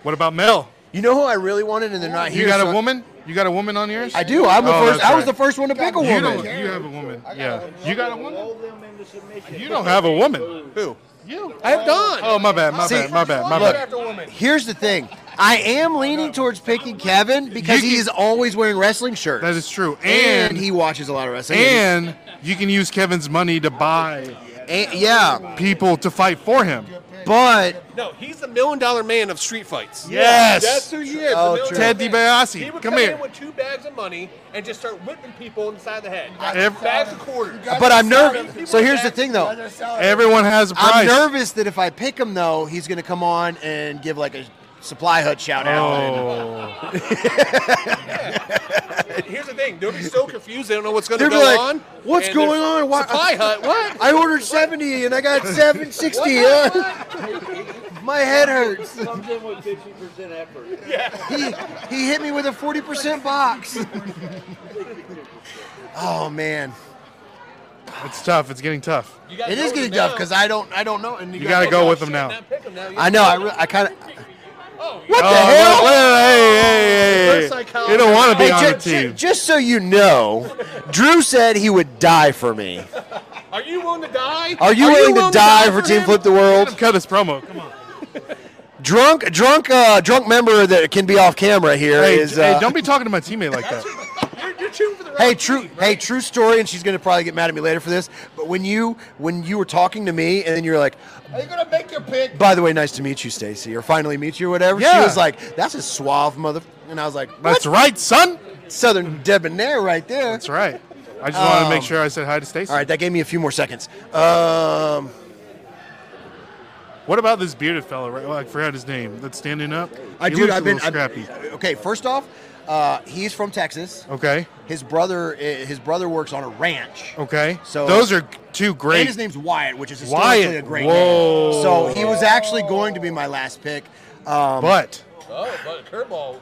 [SPEAKER 5] What about Mel?
[SPEAKER 7] You know who I really wanted, and they're not
[SPEAKER 5] you
[SPEAKER 7] here,
[SPEAKER 5] got
[SPEAKER 7] so-
[SPEAKER 5] a woman? You got a woman on yours?
[SPEAKER 7] I do. I'm the
[SPEAKER 5] Oh,
[SPEAKER 7] first.
[SPEAKER 5] that's
[SPEAKER 7] I was
[SPEAKER 5] right.
[SPEAKER 7] the first one to pick a
[SPEAKER 5] You
[SPEAKER 7] woman.
[SPEAKER 5] don't- you have a woman. Yeah. You got a woman? You don't
[SPEAKER 7] submission.
[SPEAKER 5] have a woman. Who? You. I have done. Oh, my bad. My
[SPEAKER 7] See,
[SPEAKER 5] bad. My bad. My bad.
[SPEAKER 7] Look, here's the thing. I am leaning towards picking Kevin because he is always wearing wrestling shirts. That
[SPEAKER 5] is true.
[SPEAKER 7] And,
[SPEAKER 5] And-
[SPEAKER 7] he watches a lot of wrestling.
[SPEAKER 5] And you can use Kevin's money to buy
[SPEAKER 7] yeah.
[SPEAKER 5] people to fight for him.
[SPEAKER 7] But
[SPEAKER 1] No, he's the million dollar man of street fights.
[SPEAKER 5] Yes.
[SPEAKER 1] That's who he is.
[SPEAKER 5] Oh,
[SPEAKER 1] the million
[SPEAKER 5] true.
[SPEAKER 1] dollar
[SPEAKER 5] Ted
[SPEAKER 1] man.
[SPEAKER 5] DiBiase,
[SPEAKER 1] He would
[SPEAKER 5] come
[SPEAKER 1] come
[SPEAKER 5] here.
[SPEAKER 1] in with two bags of money and just start whipping people inside the head.
[SPEAKER 5] Every-
[SPEAKER 1] bags of quarters.
[SPEAKER 7] But I'm nervous. So here's the thing, though.
[SPEAKER 5] Everyone has a
[SPEAKER 7] I'm
[SPEAKER 5] price.
[SPEAKER 7] nervous that if I pick him, though, he's going to come on and give like a supply hut shout out.
[SPEAKER 5] Oh.
[SPEAKER 1] Here's the thing. They'll be so confused. They don't know what's going to
[SPEAKER 7] They'll be
[SPEAKER 1] go
[SPEAKER 7] like,
[SPEAKER 1] on.
[SPEAKER 7] "What's
[SPEAKER 1] and
[SPEAKER 7] going
[SPEAKER 1] they're-
[SPEAKER 7] on? Why-
[SPEAKER 1] Supply hut. What?
[SPEAKER 7] I ordered 70 and I got 760.
[SPEAKER 1] What?
[SPEAKER 7] uh, My head hurts.
[SPEAKER 16] Comes in with 50% effort.
[SPEAKER 7] He, he hit me with a 40% box. Oh man,
[SPEAKER 5] it's tough. It's getting tough.
[SPEAKER 7] It is getting tough because I don't I don't know. And
[SPEAKER 5] You gotta go with him now. Oh,
[SPEAKER 7] I know. I, re- I kind of.
[SPEAKER 5] What
[SPEAKER 7] the hell?
[SPEAKER 5] Hey, hey, hey, hey. You don't want to be
[SPEAKER 7] Hey,
[SPEAKER 5] on
[SPEAKER 7] ju-
[SPEAKER 5] the team.
[SPEAKER 7] ju- just so you know, Drew said he would die for me.
[SPEAKER 1] Are you willing to die?
[SPEAKER 7] Are you willing to die for Team Flip the World?
[SPEAKER 5] Cut his promo. Come
[SPEAKER 7] on. Drunk, drunk, uh, drunk member that can be off camera here
[SPEAKER 5] Hey,
[SPEAKER 7] is,
[SPEAKER 5] j- hey,
[SPEAKER 7] uh,
[SPEAKER 5] don't be talking to my teammate like that.
[SPEAKER 7] Hey, true. Hey, true story. And she's gonna probably get mad at me later for this. But when you when you were talking to me, and then you're like,
[SPEAKER 4] Are you gonna make your pick?
[SPEAKER 7] "By the way, nice to meet you, Stacy," or "Finally meet you," or whatever.
[SPEAKER 4] Yeah.
[SPEAKER 7] She was like, "That's a suave mother," and I was like,
[SPEAKER 5] That's
[SPEAKER 7] "What?"
[SPEAKER 5] right, son.
[SPEAKER 7] Southern debonair, right there.
[SPEAKER 5] That's right. I just wanted to make
[SPEAKER 7] Um,
[SPEAKER 5] sure I said hi to Stacy.
[SPEAKER 7] All right, that gave me a few more seconds. Um,
[SPEAKER 5] What about this bearded fellow? Right, well, I forgot his name. That's standing up.
[SPEAKER 7] I
[SPEAKER 5] he
[SPEAKER 7] dude,
[SPEAKER 5] looks
[SPEAKER 7] I've
[SPEAKER 5] a
[SPEAKER 7] been
[SPEAKER 5] little scrappy.
[SPEAKER 7] I- okay, first off, uh, he's from Texas.
[SPEAKER 5] okay.
[SPEAKER 7] His brother, uh, his brother works on a ranch.
[SPEAKER 5] Okay.
[SPEAKER 7] So
[SPEAKER 5] those are two great.
[SPEAKER 7] And his name's Wyatt, which is historically
[SPEAKER 5] Wyatt.
[SPEAKER 7] a great
[SPEAKER 5] Whoa.
[SPEAKER 7] name. So he was actually going to be my last pick. Um,
[SPEAKER 5] But-
[SPEAKER 1] Oh, but curveball.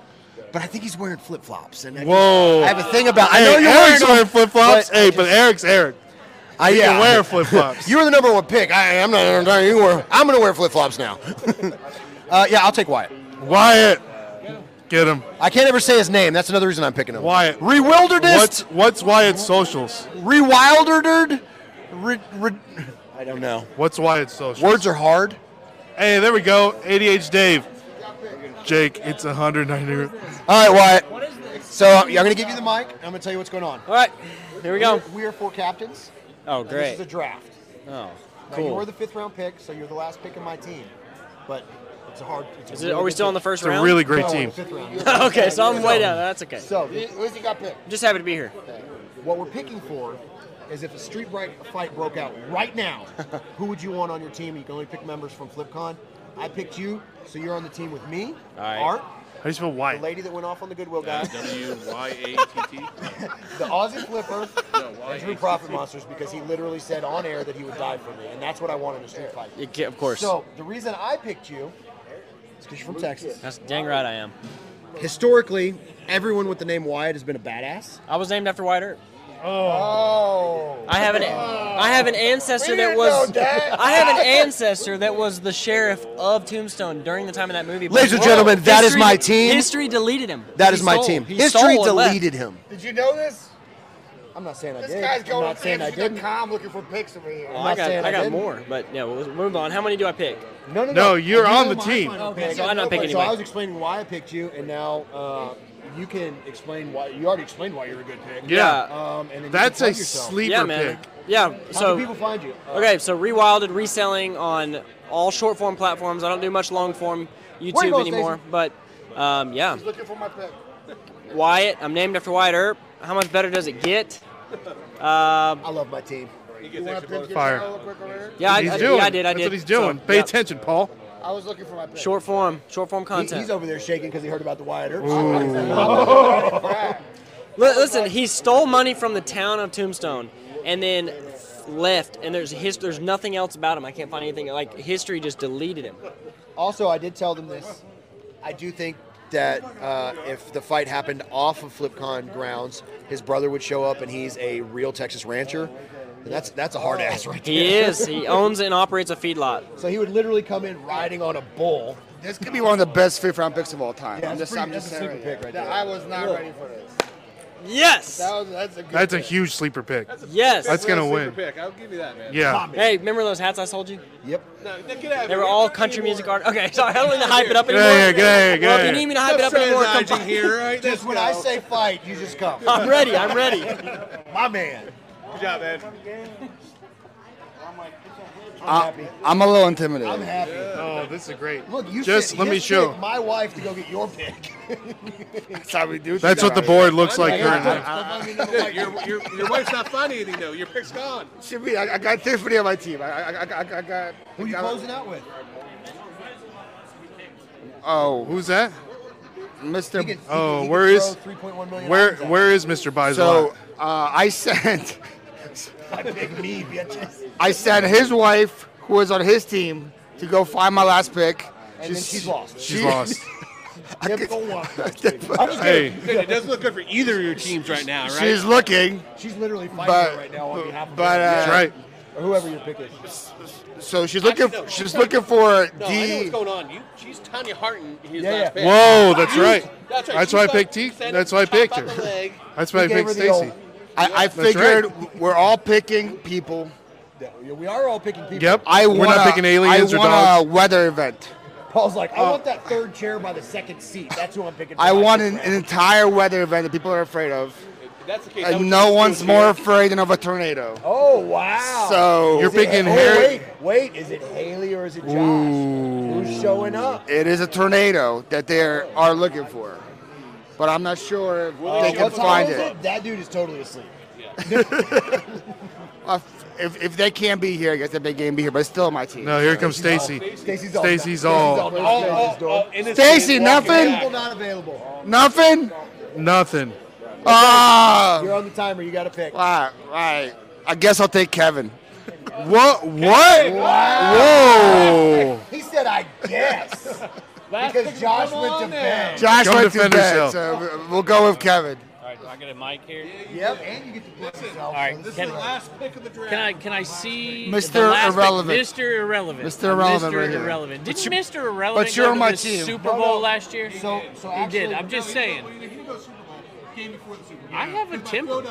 [SPEAKER 7] but I think he's wearing flip flops. And I-
[SPEAKER 5] Whoa.
[SPEAKER 7] I have a thing about. I
[SPEAKER 5] Hey,
[SPEAKER 7] know you're
[SPEAKER 5] Eric's
[SPEAKER 7] wearing,
[SPEAKER 5] wearing flip flops. Hey, but Eric's Eric.
[SPEAKER 7] I
[SPEAKER 5] He
[SPEAKER 7] yeah.
[SPEAKER 5] can wear flip-flops.
[SPEAKER 7] you were the number one pick. I, am not. I'm, not- you were, I'm gonna wear flip flops now. uh, yeah, I'll take Wyatt.
[SPEAKER 5] Wyatt. Get him.
[SPEAKER 7] I can't ever say his name. That's another reason I'm picking him.
[SPEAKER 5] Wyatt.
[SPEAKER 7] Rewilderness.
[SPEAKER 5] What's what's Wyatt's socials?
[SPEAKER 7] Rewildered. Re, re, I don't know.
[SPEAKER 5] What's Wyatt's socials?
[SPEAKER 7] Words are hard.
[SPEAKER 5] Hey, there we go. ADH Dave. Jake, it's 190.
[SPEAKER 7] All right, Wyatt. So I'm gonna give you the mic. I'm gonna tell you what's going on.
[SPEAKER 12] All right, here we go.
[SPEAKER 7] We are four captains.
[SPEAKER 12] Oh,
[SPEAKER 7] and
[SPEAKER 12] great.
[SPEAKER 7] This is a draft.
[SPEAKER 12] Oh,
[SPEAKER 7] Now you were
[SPEAKER 12] cool.
[SPEAKER 7] the fifth round pick, so you're the last pick in my team. But it's a hard. It's a
[SPEAKER 12] Is it-
[SPEAKER 7] really
[SPEAKER 12] are we
[SPEAKER 7] good
[SPEAKER 12] still in
[SPEAKER 7] team.
[SPEAKER 12] the first It's a round? really great
[SPEAKER 7] No,
[SPEAKER 12] team.
[SPEAKER 7] fifth round.
[SPEAKER 12] Okay, so I'm way down. That's okay.
[SPEAKER 7] So
[SPEAKER 4] Where's he got picked?
[SPEAKER 12] Just happy to be here.
[SPEAKER 7] what we're picking for is if a street bright fight broke out right now, who would you want on your team? You can only pick members from FlipCon. I picked you, so you're on the team with me,
[SPEAKER 5] right.
[SPEAKER 7] Art,
[SPEAKER 5] How do you spell
[SPEAKER 7] the
[SPEAKER 5] Wyatt?
[SPEAKER 7] lady that went off on the Goodwill guy,
[SPEAKER 1] W Y A T T.
[SPEAKER 7] the Aussie Flipper, and Drew
[SPEAKER 1] Y-A-T-T.
[SPEAKER 7] Profit Monsters because he literally said on air that he would die for me, and that's what I want in a street fight.
[SPEAKER 12] You ca- of course.
[SPEAKER 7] So the reason I picked you is because you're from Texas.
[SPEAKER 12] That's dang right I am.
[SPEAKER 7] Historically, everyone with the name Wyatt has been a badass.
[SPEAKER 12] I was named after Wyatt Earp.
[SPEAKER 4] Oh.
[SPEAKER 12] I have an I have an ancestor
[SPEAKER 4] We
[SPEAKER 12] that
[SPEAKER 4] didn't
[SPEAKER 12] was
[SPEAKER 4] know that.
[SPEAKER 12] I have an ancestor that was the sheriff of Tombstone during the time of that movie.
[SPEAKER 7] Ladies and gentlemen, that
[SPEAKER 12] that
[SPEAKER 7] is
[SPEAKER 12] is
[SPEAKER 7] my team.
[SPEAKER 12] History deleted him.
[SPEAKER 7] That
[SPEAKER 12] He
[SPEAKER 7] is my
[SPEAKER 12] stole.
[SPEAKER 7] team.
[SPEAKER 12] He
[SPEAKER 7] History
[SPEAKER 12] stole and left.
[SPEAKER 7] deleted him.
[SPEAKER 4] Did you know this?
[SPEAKER 7] I'm not saying I
[SPEAKER 4] this
[SPEAKER 7] did.
[SPEAKER 4] guy's
[SPEAKER 7] I'm
[SPEAKER 4] going
[SPEAKER 7] not saying I
[SPEAKER 4] to Instagram.com looking for pics over here.
[SPEAKER 12] Well, I got I got more, but yeah, we'll move on. How many do I pick?
[SPEAKER 7] No, no, no. You were my final
[SPEAKER 12] Okay,
[SPEAKER 7] pick.
[SPEAKER 12] so I'm not picking
[SPEAKER 7] So I was
[SPEAKER 12] anybody.
[SPEAKER 7] explaining why I picked you, and now uh, you can explain why. You already explained why you're a good pick.
[SPEAKER 12] Yeah.
[SPEAKER 7] Um, and then you can
[SPEAKER 5] That's
[SPEAKER 7] plug
[SPEAKER 5] a
[SPEAKER 7] yourself.
[SPEAKER 5] sleeper
[SPEAKER 12] yeah, man.
[SPEAKER 5] pick.
[SPEAKER 12] Yeah.
[SPEAKER 7] How
[SPEAKER 12] So
[SPEAKER 7] do people find you? Uh,
[SPEAKER 12] Okay, so rewilded reselling on all short form platforms. I don't do much long form
[SPEAKER 4] Where you
[SPEAKER 12] YouTube
[SPEAKER 4] going,
[SPEAKER 12] anymore,
[SPEAKER 4] Stacey?
[SPEAKER 12] but um, yeah.
[SPEAKER 4] He's looking for my pick.
[SPEAKER 12] Wyatt, I'm named after Wyatt Earp. How much better does it get? Uh, I
[SPEAKER 7] love my team.
[SPEAKER 5] Fire.
[SPEAKER 21] Yeah, I-
[SPEAKER 5] he's
[SPEAKER 21] I-
[SPEAKER 5] doing.
[SPEAKER 21] yeah, I did, I
[SPEAKER 5] That's
[SPEAKER 21] did.
[SPEAKER 5] what he's doing.
[SPEAKER 21] So,
[SPEAKER 5] Pay
[SPEAKER 21] yeah.
[SPEAKER 5] attention, Paul.
[SPEAKER 27] I was looking for my pick.
[SPEAKER 21] Short form, short form
[SPEAKER 28] He-
[SPEAKER 21] content.
[SPEAKER 28] He's over there shaking because he heard about the Wyatt Earp.
[SPEAKER 21] Li- Listen, he stole money from the town of Tombstone, and then left. And there's his, there's nothing else about him. I can't find anything. Like history just deleted him.
[SPEAKER 7] Also, I did tell them this. I do think that uh, if the fight happened off of FlipCon grounds, his brother would show up, and he's a real Texas rancher. And that's that's a hard ass right there.
[SPEAKER 21] He is. He owns and operates a feedlot.
[SPEAKER 7] So he would literally come in riding on a bull.
[SPEAKER 4] This could be one of the best fifth round picks of all time.
[SPEAKER 7] Yeah,
[SPEAKER 4] I'm
[SPEAKER 7] that's
[SPEAKER 4] just,
[SPEAKER 7] pretty-
[SPEAKER 4] I'm just
[SPEAKER 7] that's a
[SPEAKER 4] saying.
[SPEAKER 7] super
[SPEAKER 4] right
[SPEAKER 7] pick right
[SPEAKER 4] there.
[SPEAKER 27] I was not
[SPEAKER 4] Look.
[SPEAKER 27] ready for this.
[SPEAKER 21] Yes.
[SPEAKER 27] That was, that's a good
[SPEAKER 5] That's a
[SPEAKER 27] pick.
[SPEAKER 5] huge sleeper pick.
[SPEAKER 21] Yes.
[SPEAKER 5] That's gonna win.
[SPEAKER 1] I'll give you that, man.
[SPEAKER 5] Yeah.
[SPEAKER 21] Hey, remember those hats I sold you?
[SPEAKER 7] Yep.
[SPEAKER 1] No, get out of
[SPEAKER 21] They
[SPEAKER 1] here.
[SPEAKER 21] were all country music artists. Okay, sorry, I don't need to hype it up
[SPEAKER 5] Yeah,
[SPEAKER 21] anymore.
[SPEAKER 5] yeah, get out of here, get
[SPEAKER 21] well,
[SPEAKER 5] out
[SPEAKER 21] if
[SPEAKER 5] of
[SPEAKER 21] you
[SPEAKER 5] here.
[SPEAKER 21] need me to hype it up anymore, come
[SPEAKER 1] Strategizing here, all right?
[SPEAKER 21] Just
[SPEAKER 1] Let's
[SPEAKER 21] when
[SPEAKER 1] go.
[SPEAKER 21] I
[SPEAKER 7] say fight, you just come.
[SPEAKER 21] I'm ready, I'm ready.
[SPEAKER 7] My man.
[SPEAKER 1] Good job, man.
[SPEAKER 4] I, I'm a little intimidated.
[SPEAKER 27] I'm happy.
[SPEAKER 5] Oh, this is great.
[SPEAKER 27] Look, you
[SPEAKER 5] Just
[SPEAKER 27] sent
[SPEAKER 5] let me
[SPEAKER 27] his
[SPEAKER 5] show.
[SPEAKER 27] pick, my wife to go get your pick.
[SPEAKER 4] That's how we do.
[SPEAKER 5] That's what the board looks like currently.
[SPEAKER 1] Dude, your, your, your wife's not finding anything though. Your pick's gone.
[SPEAKER 4] Should be. I, I got Tiffany on my team. I, I, I, I, I got.
[SPEAKER 1] Who
[SPEAKER 4] I
[SPEAKER 1] you
[SPEAKER 4] got,
[SPEAKER 1] closing
[SPEAKER 7] out with?
[SPEAKER 4] Oh,
[SPEAKER 5] who's that?
[SPEAKER 4] Mr.
[SPEAKER 5] Oh, where is where where is Mr. Bison?
[SPEAKER 4] So uh, I sent
[SPEAKER 28] I pick me, bitches.
[SPEAKER 4] I sent his wife, who was on his team, to go find my last pick.
[SPEAKER 28] And then she's lost.
[SPEAKER 5] She's lost.
[SPEAKER 28] Typical wife.
[SPEAKER 5] Hey.
[SPEAKER 1] Dude, it doesn't look good for either of your teams right now, right?
[SPEAKER 4] She's looking.
[SPEAKER 7] She's literally
[SPEAKER 1] fighting
[SPEAKER 4] but,
[SPEAKER 1] her right now on behalf of
[SPEAKER 4] But uh,
[SPEAKER 1] her. That's right.
[SPEAKER 7] Or whoever your pick is.
[SPEAKER 4] So she's looking.
[SPEAKER 1] Actually, no,
[SPEAKER 4] she's
[SPEAKER 1] sorry.
[SPEAKER 4] looking for
[SPEAKER 1] No, I know
[SPEAKER 4] D.
[SPEAKER 1] what's going on. You, she's Tanya Harton. His
[SPEAKER 4] Yeah,
[SPEAKER 1] last
[SPEAKER 4] yeah.
[SPEAKER 1] pick.
[SPEAKER 5] Whoa, that's
[SPEAKER 1] You-
[SPEAKER 5] right.
[SPEAKER 1] That's right.
[SPEAKER 5] That's
[SPEAKER 1] She
[SPEAKER 5] why I
[SPEAKER 1] got
[SPEAKER 5] picked T.
[SPEAKER 1] sent
[SPEAKER 5] That's why I
[SPEAKER 1] chop up
[SPEAKER 5] picked
[SPEAKER 1] the
[SPEAKER 5] her.
[SPEAKER 1] leg.
[SPEAKER 5] That's why I
[SPEAKER 4] We gave
[SPEAKER 5] picked
[SPEAKER 4] her the old-
[SPEAKER 5] Stacy.
[SPEAKER 4] I, I
[SPEAKER 5] That's right.
[SPEAKER 4] figured we're all picking people.
[SPEAKER 7] We are all picking people.
[SPEAKER 5] Yep.
[SPEAKER 4] I
[SPEAKER 5] We're
[SPEAKER 4] want
[SPEAKER 5] not
[SPEAKER 4] a-
[SPEAKER 5] picking aliens
[SPEAKER 4] I
[SPEAKER 5] or
[SPEAKER 4] want
[SPEAKER 5] dogs.
[SPEAKER 4] a weather event. Uh,
[SPEAKER 7] Paul's like, I want that third chair by the second seat. That's who I'm picking. for
[SPEAKER 4] I
[SPEAKER 7] my
[SPEAKER 4] want
[SPEAKER 7] fifth
[SPEAKER 4] an,
[SPEAKER 7] round.
[SPEAKER 4] an entire weather event that people are afraid of.
[SPEAKER 1] That's the case.
[SPEAKER 4] And no one's more afraid than of a tornado.
[SPEAKER 7] Oh wow!
[SPEAKER 4] So- You're
[SPEAKER 7] Is it-
[SPEAKER 4] picking
[SPEAKER 7] oh,
[SPEAKER 4] Harry-
[SPEAKER 7] Wait, wait, is it Haley or is it Josh? Who's showing up?
[SPEAKER 4] It is a tornado that they are, are looking for. But I'm not sure if
[SPEAKER 7] Oh,
[SPEAKER 4] they can
[SPEAKER 7] what time
[SPEAKER 4] find
[SPEAKER 7] is
[SPEAKER 4] it.
[SPEAKER 7] That dude is totally asleep.
[SPEAKER 4] Uh, If, if they can't be here, I guess that big game be here, but it's still my team.
[SPEAKER 5] No, here comes Stacy.
[SPEAKER 7] Stacy's
[SPEAKER 5] all- Stacy's all- Stacy's
[SPEAKER 4] all-
[SPEAKER 1] Oh, oh, and it's-
[SPEAKER 4] Stacy, nothing?
[SPEAKER 1] People
[SPEAKER 7] not available.
[SPEAKER 4] Nothing?
[SPEAKER 5] Nothing.
[SPEAKER 4] Ah.
[SPEAKER 7] You're on the timer. You got to pick.
[SPEAKER 4] Right, right. I guess I'll take Kevin.
[SPEAKER 5] What? What? Whoa!
[SPEAKER 7] He said, "I guess," because Josh went to bed.
[SPEAKER 4] Josh
[SPEAKER 5] Come
[SPEAKER 4] went to
[SPEAKER 5] defend
[SPEAKER 4] bed,
[SPEAKER 5] yourself.
[SPEAKER 4] so we'll go with Kevin.
[SPEAKER 9] All right, do I get a mic here?
[SPEAKER 7] Yep, and you get to play Listen,
[SPEAKER 9] All right,
[SPEAKER 7] this
[SPEAKER 9] can,
[SPEAKER 7] is the
[SPEAKER 9] last pick of the draft. Can I can I see
[SPEAKER 4] Mr.
[SPEAKER 9] the last pick?
[SPEAKER 4] Irrelevant.
[SPEAKER 9] Mr. Irrelevant.
[SPEAKER 4] Mr. Irrelevant
[SPEAKER 9] Mr.
[SPEAKER 4] right here.
[SPEAKER 9] Irrelevant.
[SPEAKER 4] But
[SPEAKER 9] Didn't
[SPEAKER 4] you-
[SPEAKER 9] Mr. Irrelevant
[SPEAKER 4] but you're
[SPEAKER 9] go
[SPEAKER 4] on
[SPEAKER 9] to
[SPEAKER 4] my
[SPEAKER 9] the
[SPEAKER 4] team.
[SPEAKER 9] Super
[SPEAKER 4] No, no.
[SPEAKER 9] Bowl last year? So, so he did. I'm just saying. I have a temper.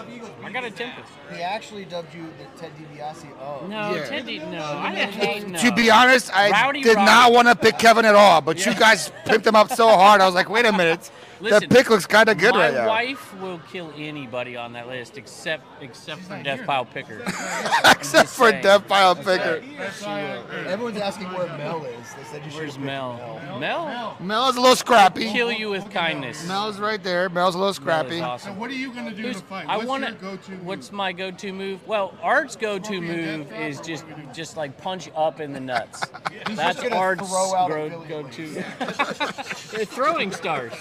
[SPEAKER 9] I got a temper.
[SPEAKER 7] He actually dubbed you the Ted DiBiase. Oh,
[SPEAKER 9] No, Yeah. Ted Di- no, I hate-
[SPEAKER 4] To be honest, I
[SPEAKER 9] Rowdy
[SPEAKER 4] did
[SPEAKER 9] Roddy.
[SPEAKER 4] not want to pick Kevin at all, but you guys picked him up so hard. I was like, wait a minute,
[SPEAKER 9] Listen,
[SPEAKER 4] that pick looks kind of good
[SPEAKER 9] My
[SPEAKER 4] right now.
[SPEAKER 9] wife will kill anybody on that list except except for Death Pile Picker.
[SPEAKER 4] Except for
[SPEAKER 9] saying.
[SPEAKER 4] Dev Pile Picker.
[SPEAKER 7] Everyone's asking where Mel is. They said you should.
[SPEAKER 9] Where's Mel? Mel?
[SPEAKER 4] Mel's a little scrappy.
[SPEAKER 9] Kill you with kindness.
[SPEAKER 4] Mel's right there. Mel's a little scrappy.
[SPEAKER 9] awesome.
[SPEAKER 29] What are you going to do
[SPEAKER 9] Who's-
[SPEAKER 29] to fight?
[SPEAKER 9] I
[SPEAKER 29] What's
[SPEAKER 9] want to.
[SPEAKER 29] your go-to move?
[SPEAKER 9] What's my go-to move? Well, Art's go-to move is just just like punch up in the nuts.
[SPEAKER 29] He's
[SPEAKER 9] That's
[SPEAKER 29] just gonna
[SPEAKER 9] Art's
[SPEAKER 29] throw out a
[SPEAKER 9] gro-
[SPEAKER 29] Billy
[SPEAKER 9] go-to. They're throwing stars.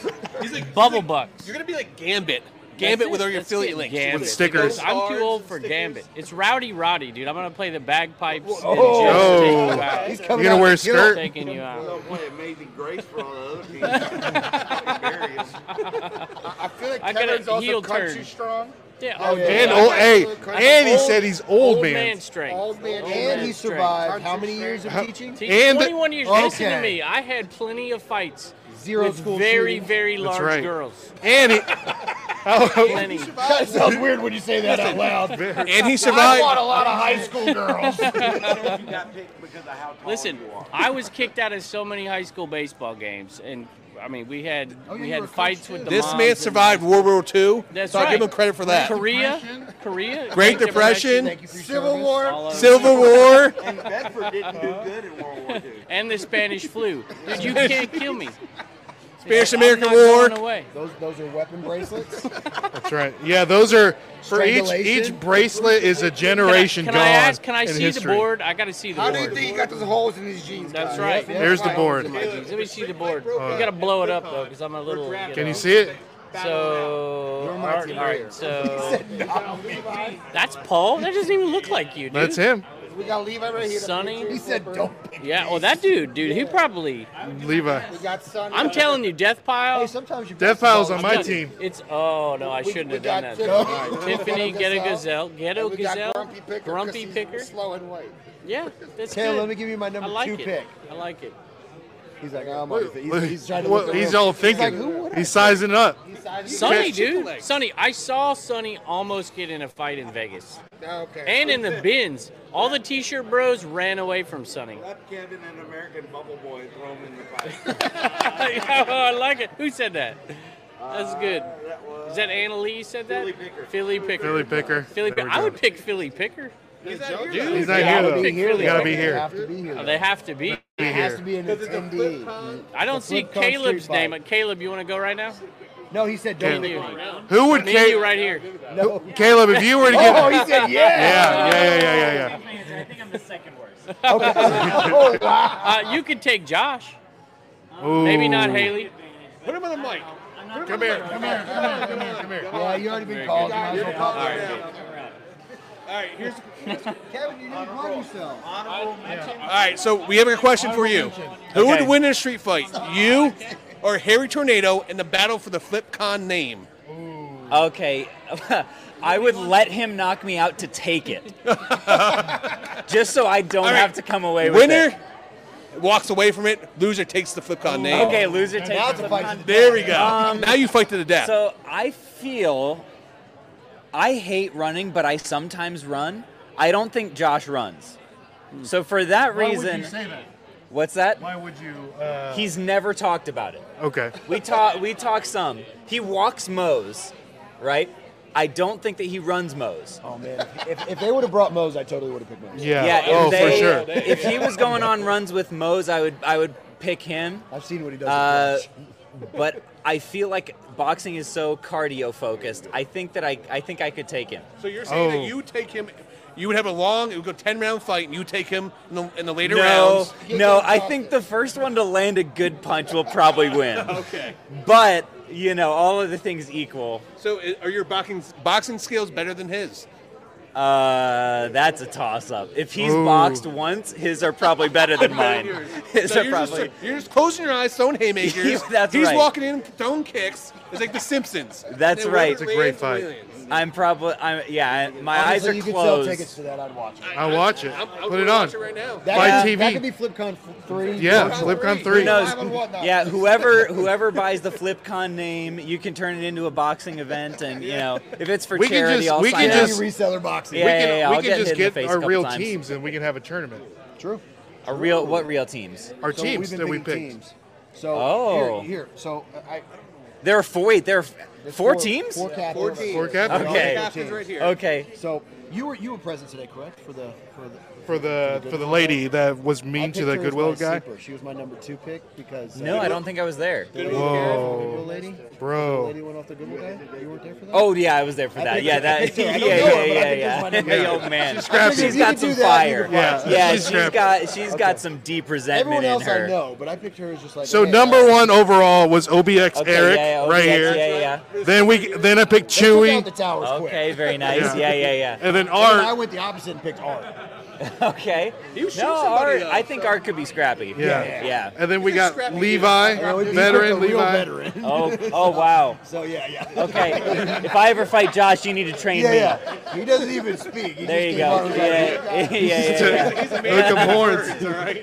[SPEAKER 9] Bubble bucks. You're
[SPEAKER 1] gonna be like Gambit. Gambit with all your affiliate links.
[SPEAKER 9] Gambit.
[SPEAKER 1] With
[SPEAKER 5] stickers.
[SPEAKER 9] I'm too old for Gambit. It's Rowdy Roddy, dude. I'm gonna play the bagpipes. and
[SPEAKER 5] Oh.
[SPEAKER 9] just take
[SPEAKER 5] Oh.
[SPEAKER 9] you out.
[SPEAKER 5] He's coming You gonna out wear a to kill. skirt?
[SPEAKER 9] Taking you out.
[SPEAKER 12] play Amazing Grace for all the other teams.
[SPEAKER 4] I feel like
[SPEAKER 9] I got a
[SPEAKER 4] Kevin's also
[SPEAKER 9] heel
[SPEAKER 4] country
[SPEAKER 9] turn.
[SPEAKER 4] strong.
[SPEAKER 9] Yeah.
[SPEAKER 4] Oh, yeah.
[SPEAKER 5] And
[SPEAKER 4] Yeah.
[SPEAKER 5] old, hey,
[SPEAKER 4] Country-
[SPEAKER 5] and he
[SPEAKER 4] old-
[SPEAKER 5] said he's old, man.
[SPEAKER 9] strength.
[SPEAKER 4] Old man
[SPEAKER 7] And he
[SPEAKER 9] Red string.
[SPEAKER 7] survived. How many years of teaching?
[SPEAKER 9] Teach- 21 years. Listen to me. I had plenty of fights.
[SPEAKER 7] Zero
[SPEAKER 9] with
[SPEAKER 7] school
[SPEAKER 9] very,
[SPEAKER 7] shootings.
[SPEAKER 9] very
[SPEAKER 7] That's
[SPEAKER 9] large
[SPEAKER 7] right.
[SPEAKER 9] girls.
[SPEAKER 5] And he.
[SPEAKER 9] Plenty.
[SPEAKER 7] That sounds weird when you say that out loud.
[SPEAKER 9] And he
[SPEAKER 7] I
[SPEAKER 9] survived.
[SPEAKER 7] fought a lot of high school girls.
[SPEAKER 9] Listen, I was kicked out of so many high school baseball games, and I mean, we had
[SPEAKER 7] Oh,
[SPEAKER 9] we had fights with the
[SPEAKER 1] This
[SPEAKER 9] moms
[SPEAKER 1] man
[SPEAKER 9] and-
[SPEAKER 1] survived World War II.
[SPEAKER 9] That's
[SPEAKER 1] so
[SPEAKER 9] right.
[SPEAKER 1] I give him credit for that.
[SPEAKER 9] Korea, Korea,
[SPEAKER 1] Great Depression,
[SPEAKER 9] Civil War,
[SPEAKER 1] Civil War.
[SPEAKER 12] And Bedford didn't do good in World War II.
[SPEAKER 9] and the Spanish flu. Dude, you can't kill me.
[SPEAKER 1] Spanish
[SPEAKER 4] I'm
[SPEAKER 1] American
[SPEAKER 4] not going
[SPEAKER 1] War.
[SPEAKER 4] away. Those those are weapon bracelets.
[SPEAKER 5] That's right. Yeah, those are for each each
[SPEAKER 4] Strangulation?
[SPEAKER 5] bracelet is a generation
[SPEAKER 4] Can I- can I
[SPEAKER 5] gone
[SPEAKER 4] ask- can I
[SPEAKER 5] in
[SPEAKER 4] see the
[SPEAKER 5] history.
[SPEAKER 9] board. I got to see the
[SPEAKER 4] How
[SPEAKER 9] board.
[SPEAKER 4] do you think you got those holes in these jeans?
[SPEAKER 9] That's
[SPEAKER 4] guys?
[SPEAKER 9] right.
[SPEAKER 5] Here's the board.
[SPEAKER 9] Let me see the board. You gotta blow it up though, because I'm a little.
[SPEAKER 5] Can
[SPEAKER 9] know.
[SPEAKER 5] you see it?
[SPEAKER 9] So, all
[SPEAKER 4] my
[SPEAKER 9] right,
[SPEAKER 4] team
[SPEAKER 9] all right, so that's Paul. That doesn't even look like you, dude.
[SPEAKER 5] That's him.
[SPEAKER 4] We got Levi right here.
[SPEAKER 9] Sonny?
[SPEAKER 4] He said, "Don't."
[SPEAKER 9] Yeah. Well, that dude, dude, he probably.
[SPEAKER 5] Levi.
[SPEAKER 4] We got Sonny.
[SPEAKER 9] I'm telling you, Death Pile. Hey,
[SPEAKER 4] sometimes you
[SPEAKER 5] Death Pile's on my team.
[SPEAKER 9] It's oh no, I shouldn't have done that.
[SPEAKER 4] Tiffany.
[SPEAKER 9] All right,
[SPEAKER 4] We got
[SPEAKER 9] Tiffany, get a
[SPEAKER 4] Gazelle.
[SPEAKER 9] gazelle, ghetto
[SPEAKER 4] And we got
[SPEAKER 9] gazelle,
[SPEAKER 4] Grumpy Picker 'cause he's Slow and white.
[SPEAKER 9] Yeah, that's
[SPEAKER 4] Taylor,
[SPEAKER 9] good.
[SPEAKER 4] let me give you my number
[SPEAKER 9] I like
[SPEAKER 4] two
[SPEAKER 9] it.
[SPEAKER 4] pick.
[SPEAKER 9] I like it.
[SPEAKER 4] He's like, oh my, he's, he's trying to.
[SPEAKER 5] Well,
[SPEAKER 4] look the
[SPEAKER 5] he's
[SPEAKER 4] real-
[SPEAKER 5] all
[SPEAKER 4] like,
[SPEAKER 5] thinking.
[SPEAKER 4] who would I
[SPEAKER 5] he's sizing it up.
[SPEAKER 4] uh,
[SPEAKER 9] Sonny, dude. Sonny, I saw Sonny almost get in a fight in Vegas.
[SPEAKER 4] Oh, Okay.
[SPEAKER 9] And in the bins. All the t shirt bros ran away from Sonny.
[SPEAKER 16] Let Kevin an American bubble boy and throw him in the fire.
[SPEAKER 9] Yeah, well, Oh, I like it. Who said that? That's good.
[SPEAKER 16] Uh, that was-
[SPEAKER 9] Is that Anna Lee said that?
[SPEAKER 16] Philly Picker.
[SPEAKER 9] Philly Picker.
[SPEAKER 5] Philly Picker.
[SPEAKER 9] Philly
[SPEAKER 5] There
[SPEAKER 9] Picker.
[SPEAKER 5] we
[SPEAKER 9] I
[SPEAKER 5] go.
[SPEAKER 9] would pick Philly Picker.
[SPEAKER 16] He's not here.
[SPEAKER 9] Dude,
[SPEAKER 5] He's not
[SPEAKER 9] yeah, I
[SPEAKER 5] here,
[SPEAKER 9] would
[SPEAKER 5] though.
[SPEAKER 9] pick
[SPEAKER 5] They gotta be
[SPEAKER 9] Picker.
[SPEAKER 5] here.
[SPEAKER 4] have to be here.
[SPEAKER 9] Oh, they have to be.
[SPEAKER 5] Be
[SPEAKER 4] Has to
[SPEAKER 5] here.
[SPEAKER 4] be in its NDA.
[SPEAKER 9] I don't
[SPEAKER 4] The
[SPEAKER 9] see
[SPEAKER 4] flip-flop street
[SPEAKER 9] Caleb's
[SPEAKER 4] fight.
[SPEAKER 9] name. Caleb, you want to go right now?
[SPEAKER 4] No, he said don't.
[SPEAKER 9] Me
[SPEAKER 4] pick
[SPEAKER 9] and
[SPEAKER 4] me.
[SPEAKER 9] you.
[SPEAKER 5] Who would
[SPEAKER 9] Me and you
[SPEAKER 5] Ca-
[SPEAKER 9] right here.
[SPEAKER 4] No.
[SPEAKER 5] Caleb, if you were to get.
[SPEAKER 4] Oh, he said yeah.
[SPEAKER 5] Yeah, yeah, yeah, yeah, yeah. yeah.
[SPEAKER 9] I think I'm the second worst.
[SPEAKER 4] Okay. Oh,
[SPEAKER 9] uh, you could take Josh. Maybe not
[SPEAKER 5] Ooh.
[SPEAKER 9] Haley.
[SPEAKER 1] Put him on the mic.
[SPEAKER 5] Come here, come here, come here, come here, come here.
[SPEAKER 4] Yeah, you already been
[SPEAKER 5] Very
[SPEAKER 4] called.
[SPEAKER 5] good.
[SPEAKER 4] You might as well
[SPEAKER 5] You're
[SPEAKER 4] call
[SPEAKER 5] called
[SPEAKER 4] it
[SPEAKER 5] now.
[SPEAKER 4] now.
[SPEAKER 1] All right, here's.
[SPEAKER 4] Kevin, you didn't plug yourself.
[SPEAKER 1] All right, so we have a question for you. Who
[SPEAKER 4] Okay.
[SPEAKER 1] would win in a street fight, you or Harry Tornado in the battle for the FlipCon name?
[SPEAKER 11] Okay. I would let him knock me out to take it. Just so I don't have to come away with
[SPEAKER 1] Winner
[SPEAKER 11] it.
[SPEAKER 1] walks away from it. Loser takes the FlipCon name.
[SPEAKER 11] Okay, loser takes
[SPEAKER 4] now
[SPEAKER 11] the
[SPEAKER 4] it's a
[SPEAKER 11] flip
[SPEAKER 4] fight
[SPEAKER 11] con.
[SPEAKER 1] There we go.
[SPEAKER 11] Um,
[SPEAKER 1] now you fight to the death.
[SPEAKER 11] So I feel I hate running, but I sometimes run. I don't think Josh runs. So for that reason, what's that?
[SPEAKER 5] Why would you? Uh...
[SPEAKER 11] He's never talked about it.
[SPEAKER 5] Okay.
[SPEAKER 11] We talk. We talk some. He walks Moe's, right? I don't think that he runs Moe's.
[SPEAKER 4] Oh man, if, if they would have brought Moe's, I totally would have picked Moe's.
[SPEAKER 11] Yeah. If
[SPEAKER 5] Oh, for
[SPEAKER 11] they,
[SPEAKER 5] sure.
[SPEAKER 11] If he was going on runs with Moe's, I would. I would pick him.
[SPEAKER 4] I've seen what he does.
[SPEAKER 11] Uh,
[SPEAKER 4] with
[SPEAKER 11] but I feel like boxing is so cardio focused. I think that I. I think I could take him.
[SPEAKER 1] So you're saying
[SPEAKER 11] Oh.
[SPEAKER 1] that you take him, you would have a long, it would go 10 round fight, and you take him in the, in the later
[SPEAKER 11] No,
[SPEAKER 1] rounds.
[SPEAKER 11] no. I think the first one to land a good punch will probably win.
[SPEAKER 1] Okay.
[SPEAKER 11] But you know, all of the things equal.
[SPEAKER 1] So i- are your boxing, boxing skills better than his?
[SPEAKER 11] Uh, that's a toss up. If he's
[SPEAKER 1] Ooh.
[SPEAKER 11] boxed once, his are probably better than mine. His
[SPEAKER 1] So
[SPEAKER 11] are
[SPEAKER 1] you're,
[SPEAKER 11] probably.
[SPEAKER 1] just, you're just closing your eyes, throwing haymakers.
[SPEAKER 11] That's
[SPEAKER 1] He's
[SPEAKER 11] right.
[SPEAKER 1] walking in, throwing kicks. It's like The Simpsons.
[SPEAKER 11] That's
[SPEAKER 1] They
[SPEAKER 11] right.
[SPEAKER 1] wouldn't land millions.
[SPEAKER 11] I'm probably. I'm yeah. I- My
[SPEAKER 4] Honestly,
[SPEAKER 11] eyes
[SPEAKER 4] you
[SPEAKER 11] are
[SPEAKER 4] could
[SPEAKER 11] closed.
[SPEAKER 4] sell tickets to that. I'd watch it.
[SPEAKER 5] I'll watch it.
[SPEAKER 1] I'll
[SPEAKER 5] Put
[SPEAKER 1] go
[SPEAKER 5] it on.
[SPEAKER 1] watch it right now.
[SPEAKER 4] That,
[SPEAKER 5] Fight
[SPEAKER 4] could-
[SPEAKER 5] TV.
[SPEAKER 4] That could be FlipCon f- three.
[SPEAKER 5] Yeah,
[SPEAKER 4] Four,
[SPEAKER 5] FlipCon
[SPEAKER 4] three.
[SPEAKER 5] three.
[SPEAKER 11] Who knows?
[SPEAKER 4] Five and one, no.
[SPEAKER 11] Yeah, whoever whoever buys the FlipCon name, you can turn it into a boxing event, and you know if it's for
[SPEAKER 5] We can
[SPEAKER 11] charity,
[SPEAKER 5] just-
[SPEAKER 11] I'll
[SPEAKER 5] we
[SPEAKER 11] sign
[SPEAKER 5] can
[SPEAKER 11] up.
[SPEAKER 5] just-
[SPEAKER 4] reseller boxing.
[SPEAKER 11] Yeah,
[SPEAKER 5] we can,
[SPEAKER 11] yeah, yeah, I'll
[SPEAKER 5] we can
[SPEAKER 11] get hit
[SPEAKER 5] just
[SPEAKER 11] in the
[SPEAKER 5] get
[SPEAKER 11] face a
[SPEAKER 5] our
[SPEAKER 11] couple
[SPEAKER 5] real
[SPEAKER 11] times.
[SPEAKER 5] teams and we can have a tournament.
[SPEAKER 4] True.
[SPEAKER 11] Our real what real teams?
[SPEAKER 5] Our teams
[SPEAKER 4] we've
[SPEAKER 5] that
[SPEAKER 4] been
[SPEAKER 5] we
[SPEAKER 4] thinking
[SPEAKER 5] picked.
[SPEAKER 4] Teams. So
[SPEAKER 11] Oh.
[SPEAKER 4] here, here. So uh, I,
[SPEAKER 11] There are four. Wait, there are four,
[SPEAKER 4] there's
[SPEAKER 11] teams.
[SPEAKER 4] Four captains.
[SPEAKER 11] Four teams. Four captains. Okay.
[SPEAKER 4] Four
[SPEAKER 11] Captains right
[SPEAKER 4] teams.
[SPEAKER 11] here. Okay.
[SPEAKER 4] So you were you were present today, correct? For the for the
[SPEAKER 5] For the Uh, for the
[SPEAKER 4] Goodwill?
[SPEAKER 5] lady that was
[SPEAKER 4] I
[SPEAKER 5] mean
[SPEAKER 4] picked
[SPEAKER 5] to the
[SPEAKER 4] her as
[SPEAKER 5] Goodwill
[SPEAKER 4] my
[SPEAKER 5] guy.
[SPEAKER 4] sleeper. She was my number two pick because uh,
[SPEAKER 11] No, I don't think I was there.
[SPEAKER 4] The lady- the Goodwill lady?
[SPEAKER 5] Bro.
[SPEAKER 4] The lady went off the Goodwill guy. You weren't there for that.
[SPEAKER 11] Oh yeah, I was there for
[SPEAKER 4] I
[SPEAKER 11] that.
[SPEAKER 4] picked
[SPEAKER 11] Yeah,
[SPEAKER 4] her- I
[SPEAKER 11] that.
[SPEAKER 4] picked her.
[SPEAKER 11] Yeah,
[SPEAKER 4] I don't
[SPEAKER 11] yeah,
[SPEAKER 4] know her, but I
[SPEAKER 11] yeah,
[SPEAKER 4] picked her as my
[SPEAKER 11] yeah.
[SPEAKER 4] number
[SPEAKER 11] Hey,
[SPEAKER 4] one.
[SPEAKER 11] oh man,
[SPEAKER 4] She's scrappy.
[SPEAKER 11] she's
[SPEAKER 4] If you
[SPEAKER 11] got
[SPEAKER 4] could
[SPEAKER 11] some
[SPEAKER 4] do that, you
[SPEAKER 11] fire.
[SPEAKER 4] could
[SPEAKER 11] Yeah,
[SPEAKER 4] watch it.
[SPEAKER 11] yeah,
[SPEAKER 4] She's
[SPEAKER 11] she's
[SPEAKER 4] scrappy.
[SPEAKER 11] got she's
[SPEAKER 4] Okay.
[SPEAKER 11] got some deep
[SPEAKER 4] Everyone
[SPEAKER 11] resentment in
[SPEAKER 4] else I
[SPEAKER 11] her.
[SPEAKER 4] know, but I picked her as just like.
[SPEAKER 5] So
[SPEAKER 4] hey,
[SPEAKER 5] number one overall was OBX
[SPEAKER 11] Okay,
[SPEAKER 5] Eric
[SPEAKER 11] yeah, yeah,
[SPEAKER 5] right
[SPEAKER 11] OBX,
[SPEAKER 5] here.
[SPEAKER 11] yeah, yeah.
[SPEAKER 5] Then we then I picked Chewy.
[SPEAKER 11] Okay, very nice. Yeah, yeah, yeah.
[SPEAKER 5] And then
[SPEAKER 4] And
[SPEAKER 5] Art.
[SPEAKER 4] I went the opposite and picked Art.
[SPEAKER 11] Okay.
[SPEAKER 4] shoot
[SPEAKER 11] No,
[SPEAKER 4] somebody
[SPEAKER 11] Art.
[SPEAKER 4] up,
[SPEAKER 11] I think Art could be scrappy.
[SPEAKER 5] Yeah.
[SPEAKER 11] yeah.
[SPEAKER 5] And then we got Levi, veteran Levi.
[SPEAKER 11] Oh, oh wow.
[SPEAKER 4] So yeah, yeah.
[SPEAKER 11] Okay. If I ever fight Josh, you need to train
[SPEAKER 4] Yeah,
[SPEAKER 11] me.
[SPEAKER 4] yeah. He doesn't even speak. He just
[SPEAKER 11] There you
[SPEAKER 4] came
[SPEAKER 11] go.
[SPEAKER 4] out and was like,
[SPEAKER 11] Yeah,
[SPEAKER 4] "Hey,
[SPEAKER 11] yeah,
[SPEAKER 4] guys."
[SPEAKER 11] yeah, yeah.
[SPEAKER 5] Hook 'em horns.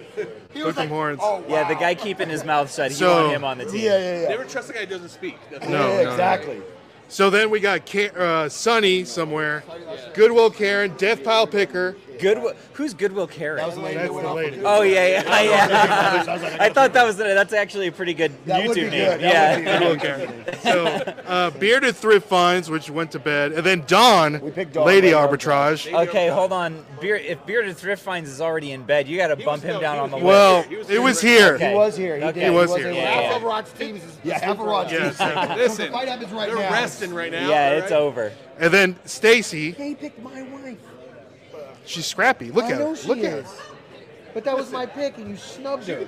[SPEAKER 4] He was
[SPEAKER 5] Hook 'em horns.
[SPEAKER 11] Yeah, the guy keeping his mouth shut. He
[SPEAKER 5] So-
[SPEAKER 11] want him on the team.
[SPEAKER 5] Yeah,
[SPEAKER 1] Never trust a guy who doesn't speak. That's
[SPEAKER 5] No, no, no. So then we got Ka- uh, Sunny somewhere, Goodwill Karen, Death Pile Picker,
[SPEAKER 11] Goodwill. Who's Goodwill Carey? That was
[SPEAKER 2] the lady that went off of
[SPEAKER 11] Oh yeah, yeah,
[SPEAKER 2] Goodwill. Yeah, I
[SPEAKER 11] yeah.
[SPEAKER 2] was like, I
[SPEAKER 11] I thought that was that's actually a pretty good
[SPEAKER 2] That
[SPEAKER 11] YouTube
[SPEAKER 2] would be
[SPEAKER 11] name.
[SPEAKER 2] good.
[SPEAKER 11] Yeah.
[SPEAKER 2] That would be good.
[SPEAKER 5] Okay. So, uh, bearded thrift finds, which went to bed, and then Dawn,
[SPEAKER 11] Dawn,
[SPEAKER 5] lady
[SPEAKER 11] lady
[SPEAKER 5] arbitrage.
[SPEAKER 11] Okay, hold on. Beard, if Bearded Thrift Finds is already in bed, you got to bump him down on the
[SPEAKER 5] Well,
[SPEAKER 11] list.
[SPEAKER 5] He was it here. was here.
[SPEAKER 11] Okay.
[SPEAKER 5] He was here. He did. He was here.
[SPEAKER 11] Yeah, yeah.
[SPEAKER 4] Alpha Rod's team is yeah, Alpha Rod's
[SPEAKER 5] Yeah,
[SPEAKER 4] team.
[SPEAKER 5] so-
[SPEAKER 4] So
[SPEAKER 5] listen,
[SPEAKER 4] the fight happens right
[SPEAKER 1] they're
[SPEAKER 4] now.
[SPEAKER 1] resting right now.
[SPEAKER 11] Yeah, it's over.
[SPEAKER 5] And then Stacy,
[SPEAKER 4] They picked my wife.
[SPEAKER 5] she's scrappy. Look
[SPEAKER 4] I
[SPEAKER 5] at
[SPEAKER 4] know
[SPEAKER 5] her.
[SPEAKER 4] she
[SPEAKER 5] Look at her.
[SPEAKER 4] is. But that was my pick, and you snubbed her.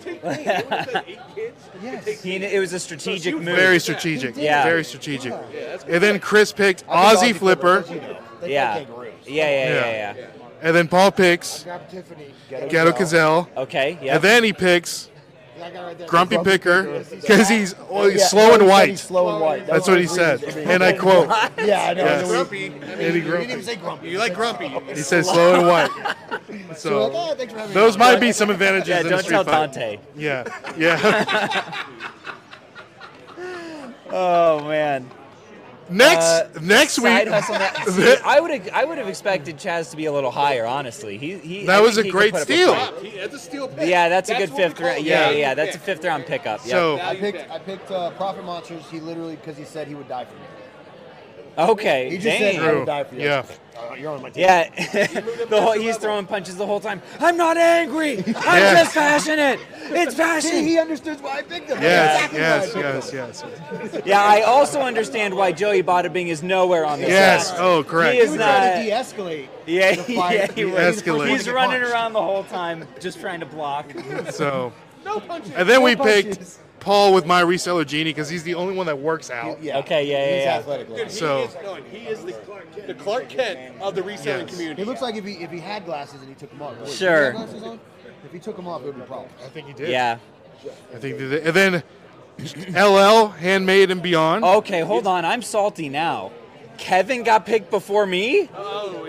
[SPEAKER 4] Yes.
[SPEAKER 11] He, it was a strategic move.
[SPEAKER 5] Very strategic.
[SPEAKER 11] Yeah.
[SPEAKER 5] Very strategic.
[SPEAKER 11] good.
[SPEAKER 5] And then Chris picked
[SPEAKER 11] I think
[SPEAKER 5] Aussie
[SPEAKER 11] Aussie
[SPEAKER 5] Flipper.
[SPEAKER 11] Yeah. Yeah. Yeah, yeah, yeah, yeah.
[SPEAKER 5] And then Paul picks
[SPEAKER 4] Tiffany.
[SPEAKER 5] Ghetto Gazelle.
[SPEAKER 11] Okay, yeah.
[SPEAKER 5] And then he picks
[SPEAKER 4] Yeah, I got it right there.
[SPEAKER 5] Grumpy
[SPEAKER 4] Grumpy
[SPEAKER 5] Picker
[SPEAKER 4] Picker.
[SPEAKER 5] because he's, oh, he's
[SPEAKER 4] Yeah,
[SPEAKER 5] slow
[SPEAKER 4] no,
[SPEAKER 5] and
[SPEAKER 4] he said
[SPEAKER 5] white.
[SPEAKER 4] he's slow and white.
[SPEAKER 5] That's
[SPEAKER 4] That's
[SPEAKER 5] what
[SPEAKER 4] what
[SPEAKER 5] he
[SPEAKER 4] he
[SPEAKER 5] said.
[SPEAKER 4] reasoned.
[SPEAKER 5] And I quote.
[SPEAKER 4] Yeah, I know.
[SPEAKER 5] Yes.
[SPEAKER 4] Grumpy. I mean,
[SPEAKER 5] Eddie
[SPEAKER 4] you didn't
[SPEAKER 5] Grumpy.
[SPEAKER 4] even say grumpy.
[SPEAKER 1] You like grumpy.
[SPEAKER 5] He said slow and white. So
[SPEAKER 4] like, "Ah, thanks for having me
[SPEAKER 5] those
[SPEAKER 4] on."
[SPEAKER 5] might be some advantages.
[SPEAKER 4] Yeah,
[SPEAKER 5] in a
[SPEAKER 4] don't
[SPEAKER 5] street
[SPEAKER 4] tell
[SPEAKER 5] fight.
[SPEAKER 4] Dante.
[SPEAKER 5] Yeah, yeah.
[SPEAKER 11] Oh man.
[SPEAKER 5] next,
[SPEAKER 11] Uh,
[SPEAKER 5] next week.
[SPEAKER 11] side hustle net- See, I would have I would have expected Chaz to be a little higher. Honestly, he, he
[SPEAKER 5] That
[SPEAKER 11] I
[SPEAKER 5] was
[SPEAKER 11] think
[SPEAKER 5] a
[SPEAKER 11] he could
[SPEAKER 5] great
[SPEAKER 11] put up a
[SPEAKER 5] steal.
[SPEAKER 11] fight.
[SPEAKER 1] That's a steal pick.
[SPEAKER 11] Yeah, that's, a good
[SPEAKER 1] what we
[SPEAKER 11] fifth
[SPEAKER 1] call
[SPEAKER 11] round.
[SPEAKER 1] it.
[SPEAKER 11] Yeah,
[SPEAKER 1] Value
[SPEAKER 11] yeah, that's a
[SPEAKER 1] pick.
[SPEAKER 11] fifth round pickup. Yep.
[SPEAKER 4] I picked, I picked uh, Profit Monsters. He literally, because he said he would die for me.
[SPEAKER 11] Okay,
[SPEAKER 4] He just
[SPEAKER 11] dang.
[SPEAKER 4] said I would die for you.
[SPEAKER 5] Yeah.
[SPEAKER 4] Uh, you're on my team.
[SPEAKER 11] Yeah, the whole, he's throwing punches the whole time. I'm not angry. I'm
[SPEAKER 5] Yeah.
[SPEAKER 11] just passionate. It's
[SPEAKER 4] See,
[SPEAKER 11] passion.
[SPEAKER 4] he understood why I picked him. That's
[SPEAKER 5] Yes, yes,
[SPEAKER 4] exactly why I
[SPEAKER 5] yes,
[SPEAKER 4] picked him.
[SPEAKER 5] yes.
[SPEAKER 11] Yeah, I also understand why Joey Bada Bing is nowhere on this.
[SPEAKER 5] Yes,
[SPEAKER 11] list.
[SPEAKER 5] oh, correct.
[SPEAKER 11] He is
[SPEAKER 5] He was
[SPEAKER 11] not.
[SPEAKER 4] trying to de-escalate
[SPEAKER 11] Yeah,
[SPEAKER 4] the fight.
[SPEAKER 11] yeah, he
[SPEAKER 4] He
[SPEAKER 11] was.
[SPEAKER 5] escalated.
[SPEAKER 11] He's
[SPEAKER 5] He
[SPEAKER 11] running around the whole time, just trying to block.
[SPEAKER 5] So, and then we picked Paul with my reseller genie because he's the only one that works out.
[SPEAKER 11] Yeah. Okay. Yeah.
[SPEAKER 5] He's
[SPEAKER 11] Yeah. yeah.
[SPEAKER 5] athletic.
[SPEAKER 1] Dude, he
[SPEAKER 5] So-
[SPEAKER 1] is, no, he is the, the Clark Kent of the reselling community.
[SPEAKER 4] He looks like if he if he had glasses and he took them off. Wait, did he
[SPEAKER 5] Sure.
[SPEAKER 4] have glasses on? If he took them off, it would be a problem. I
[SPEAKER 5] think he did. I think, that they- and then LL handmade and beyond.
[SPEAKER 11] Okay, hold on. I'm salty now. Kevin got picked before me.
[SPEAKER 1] Oh,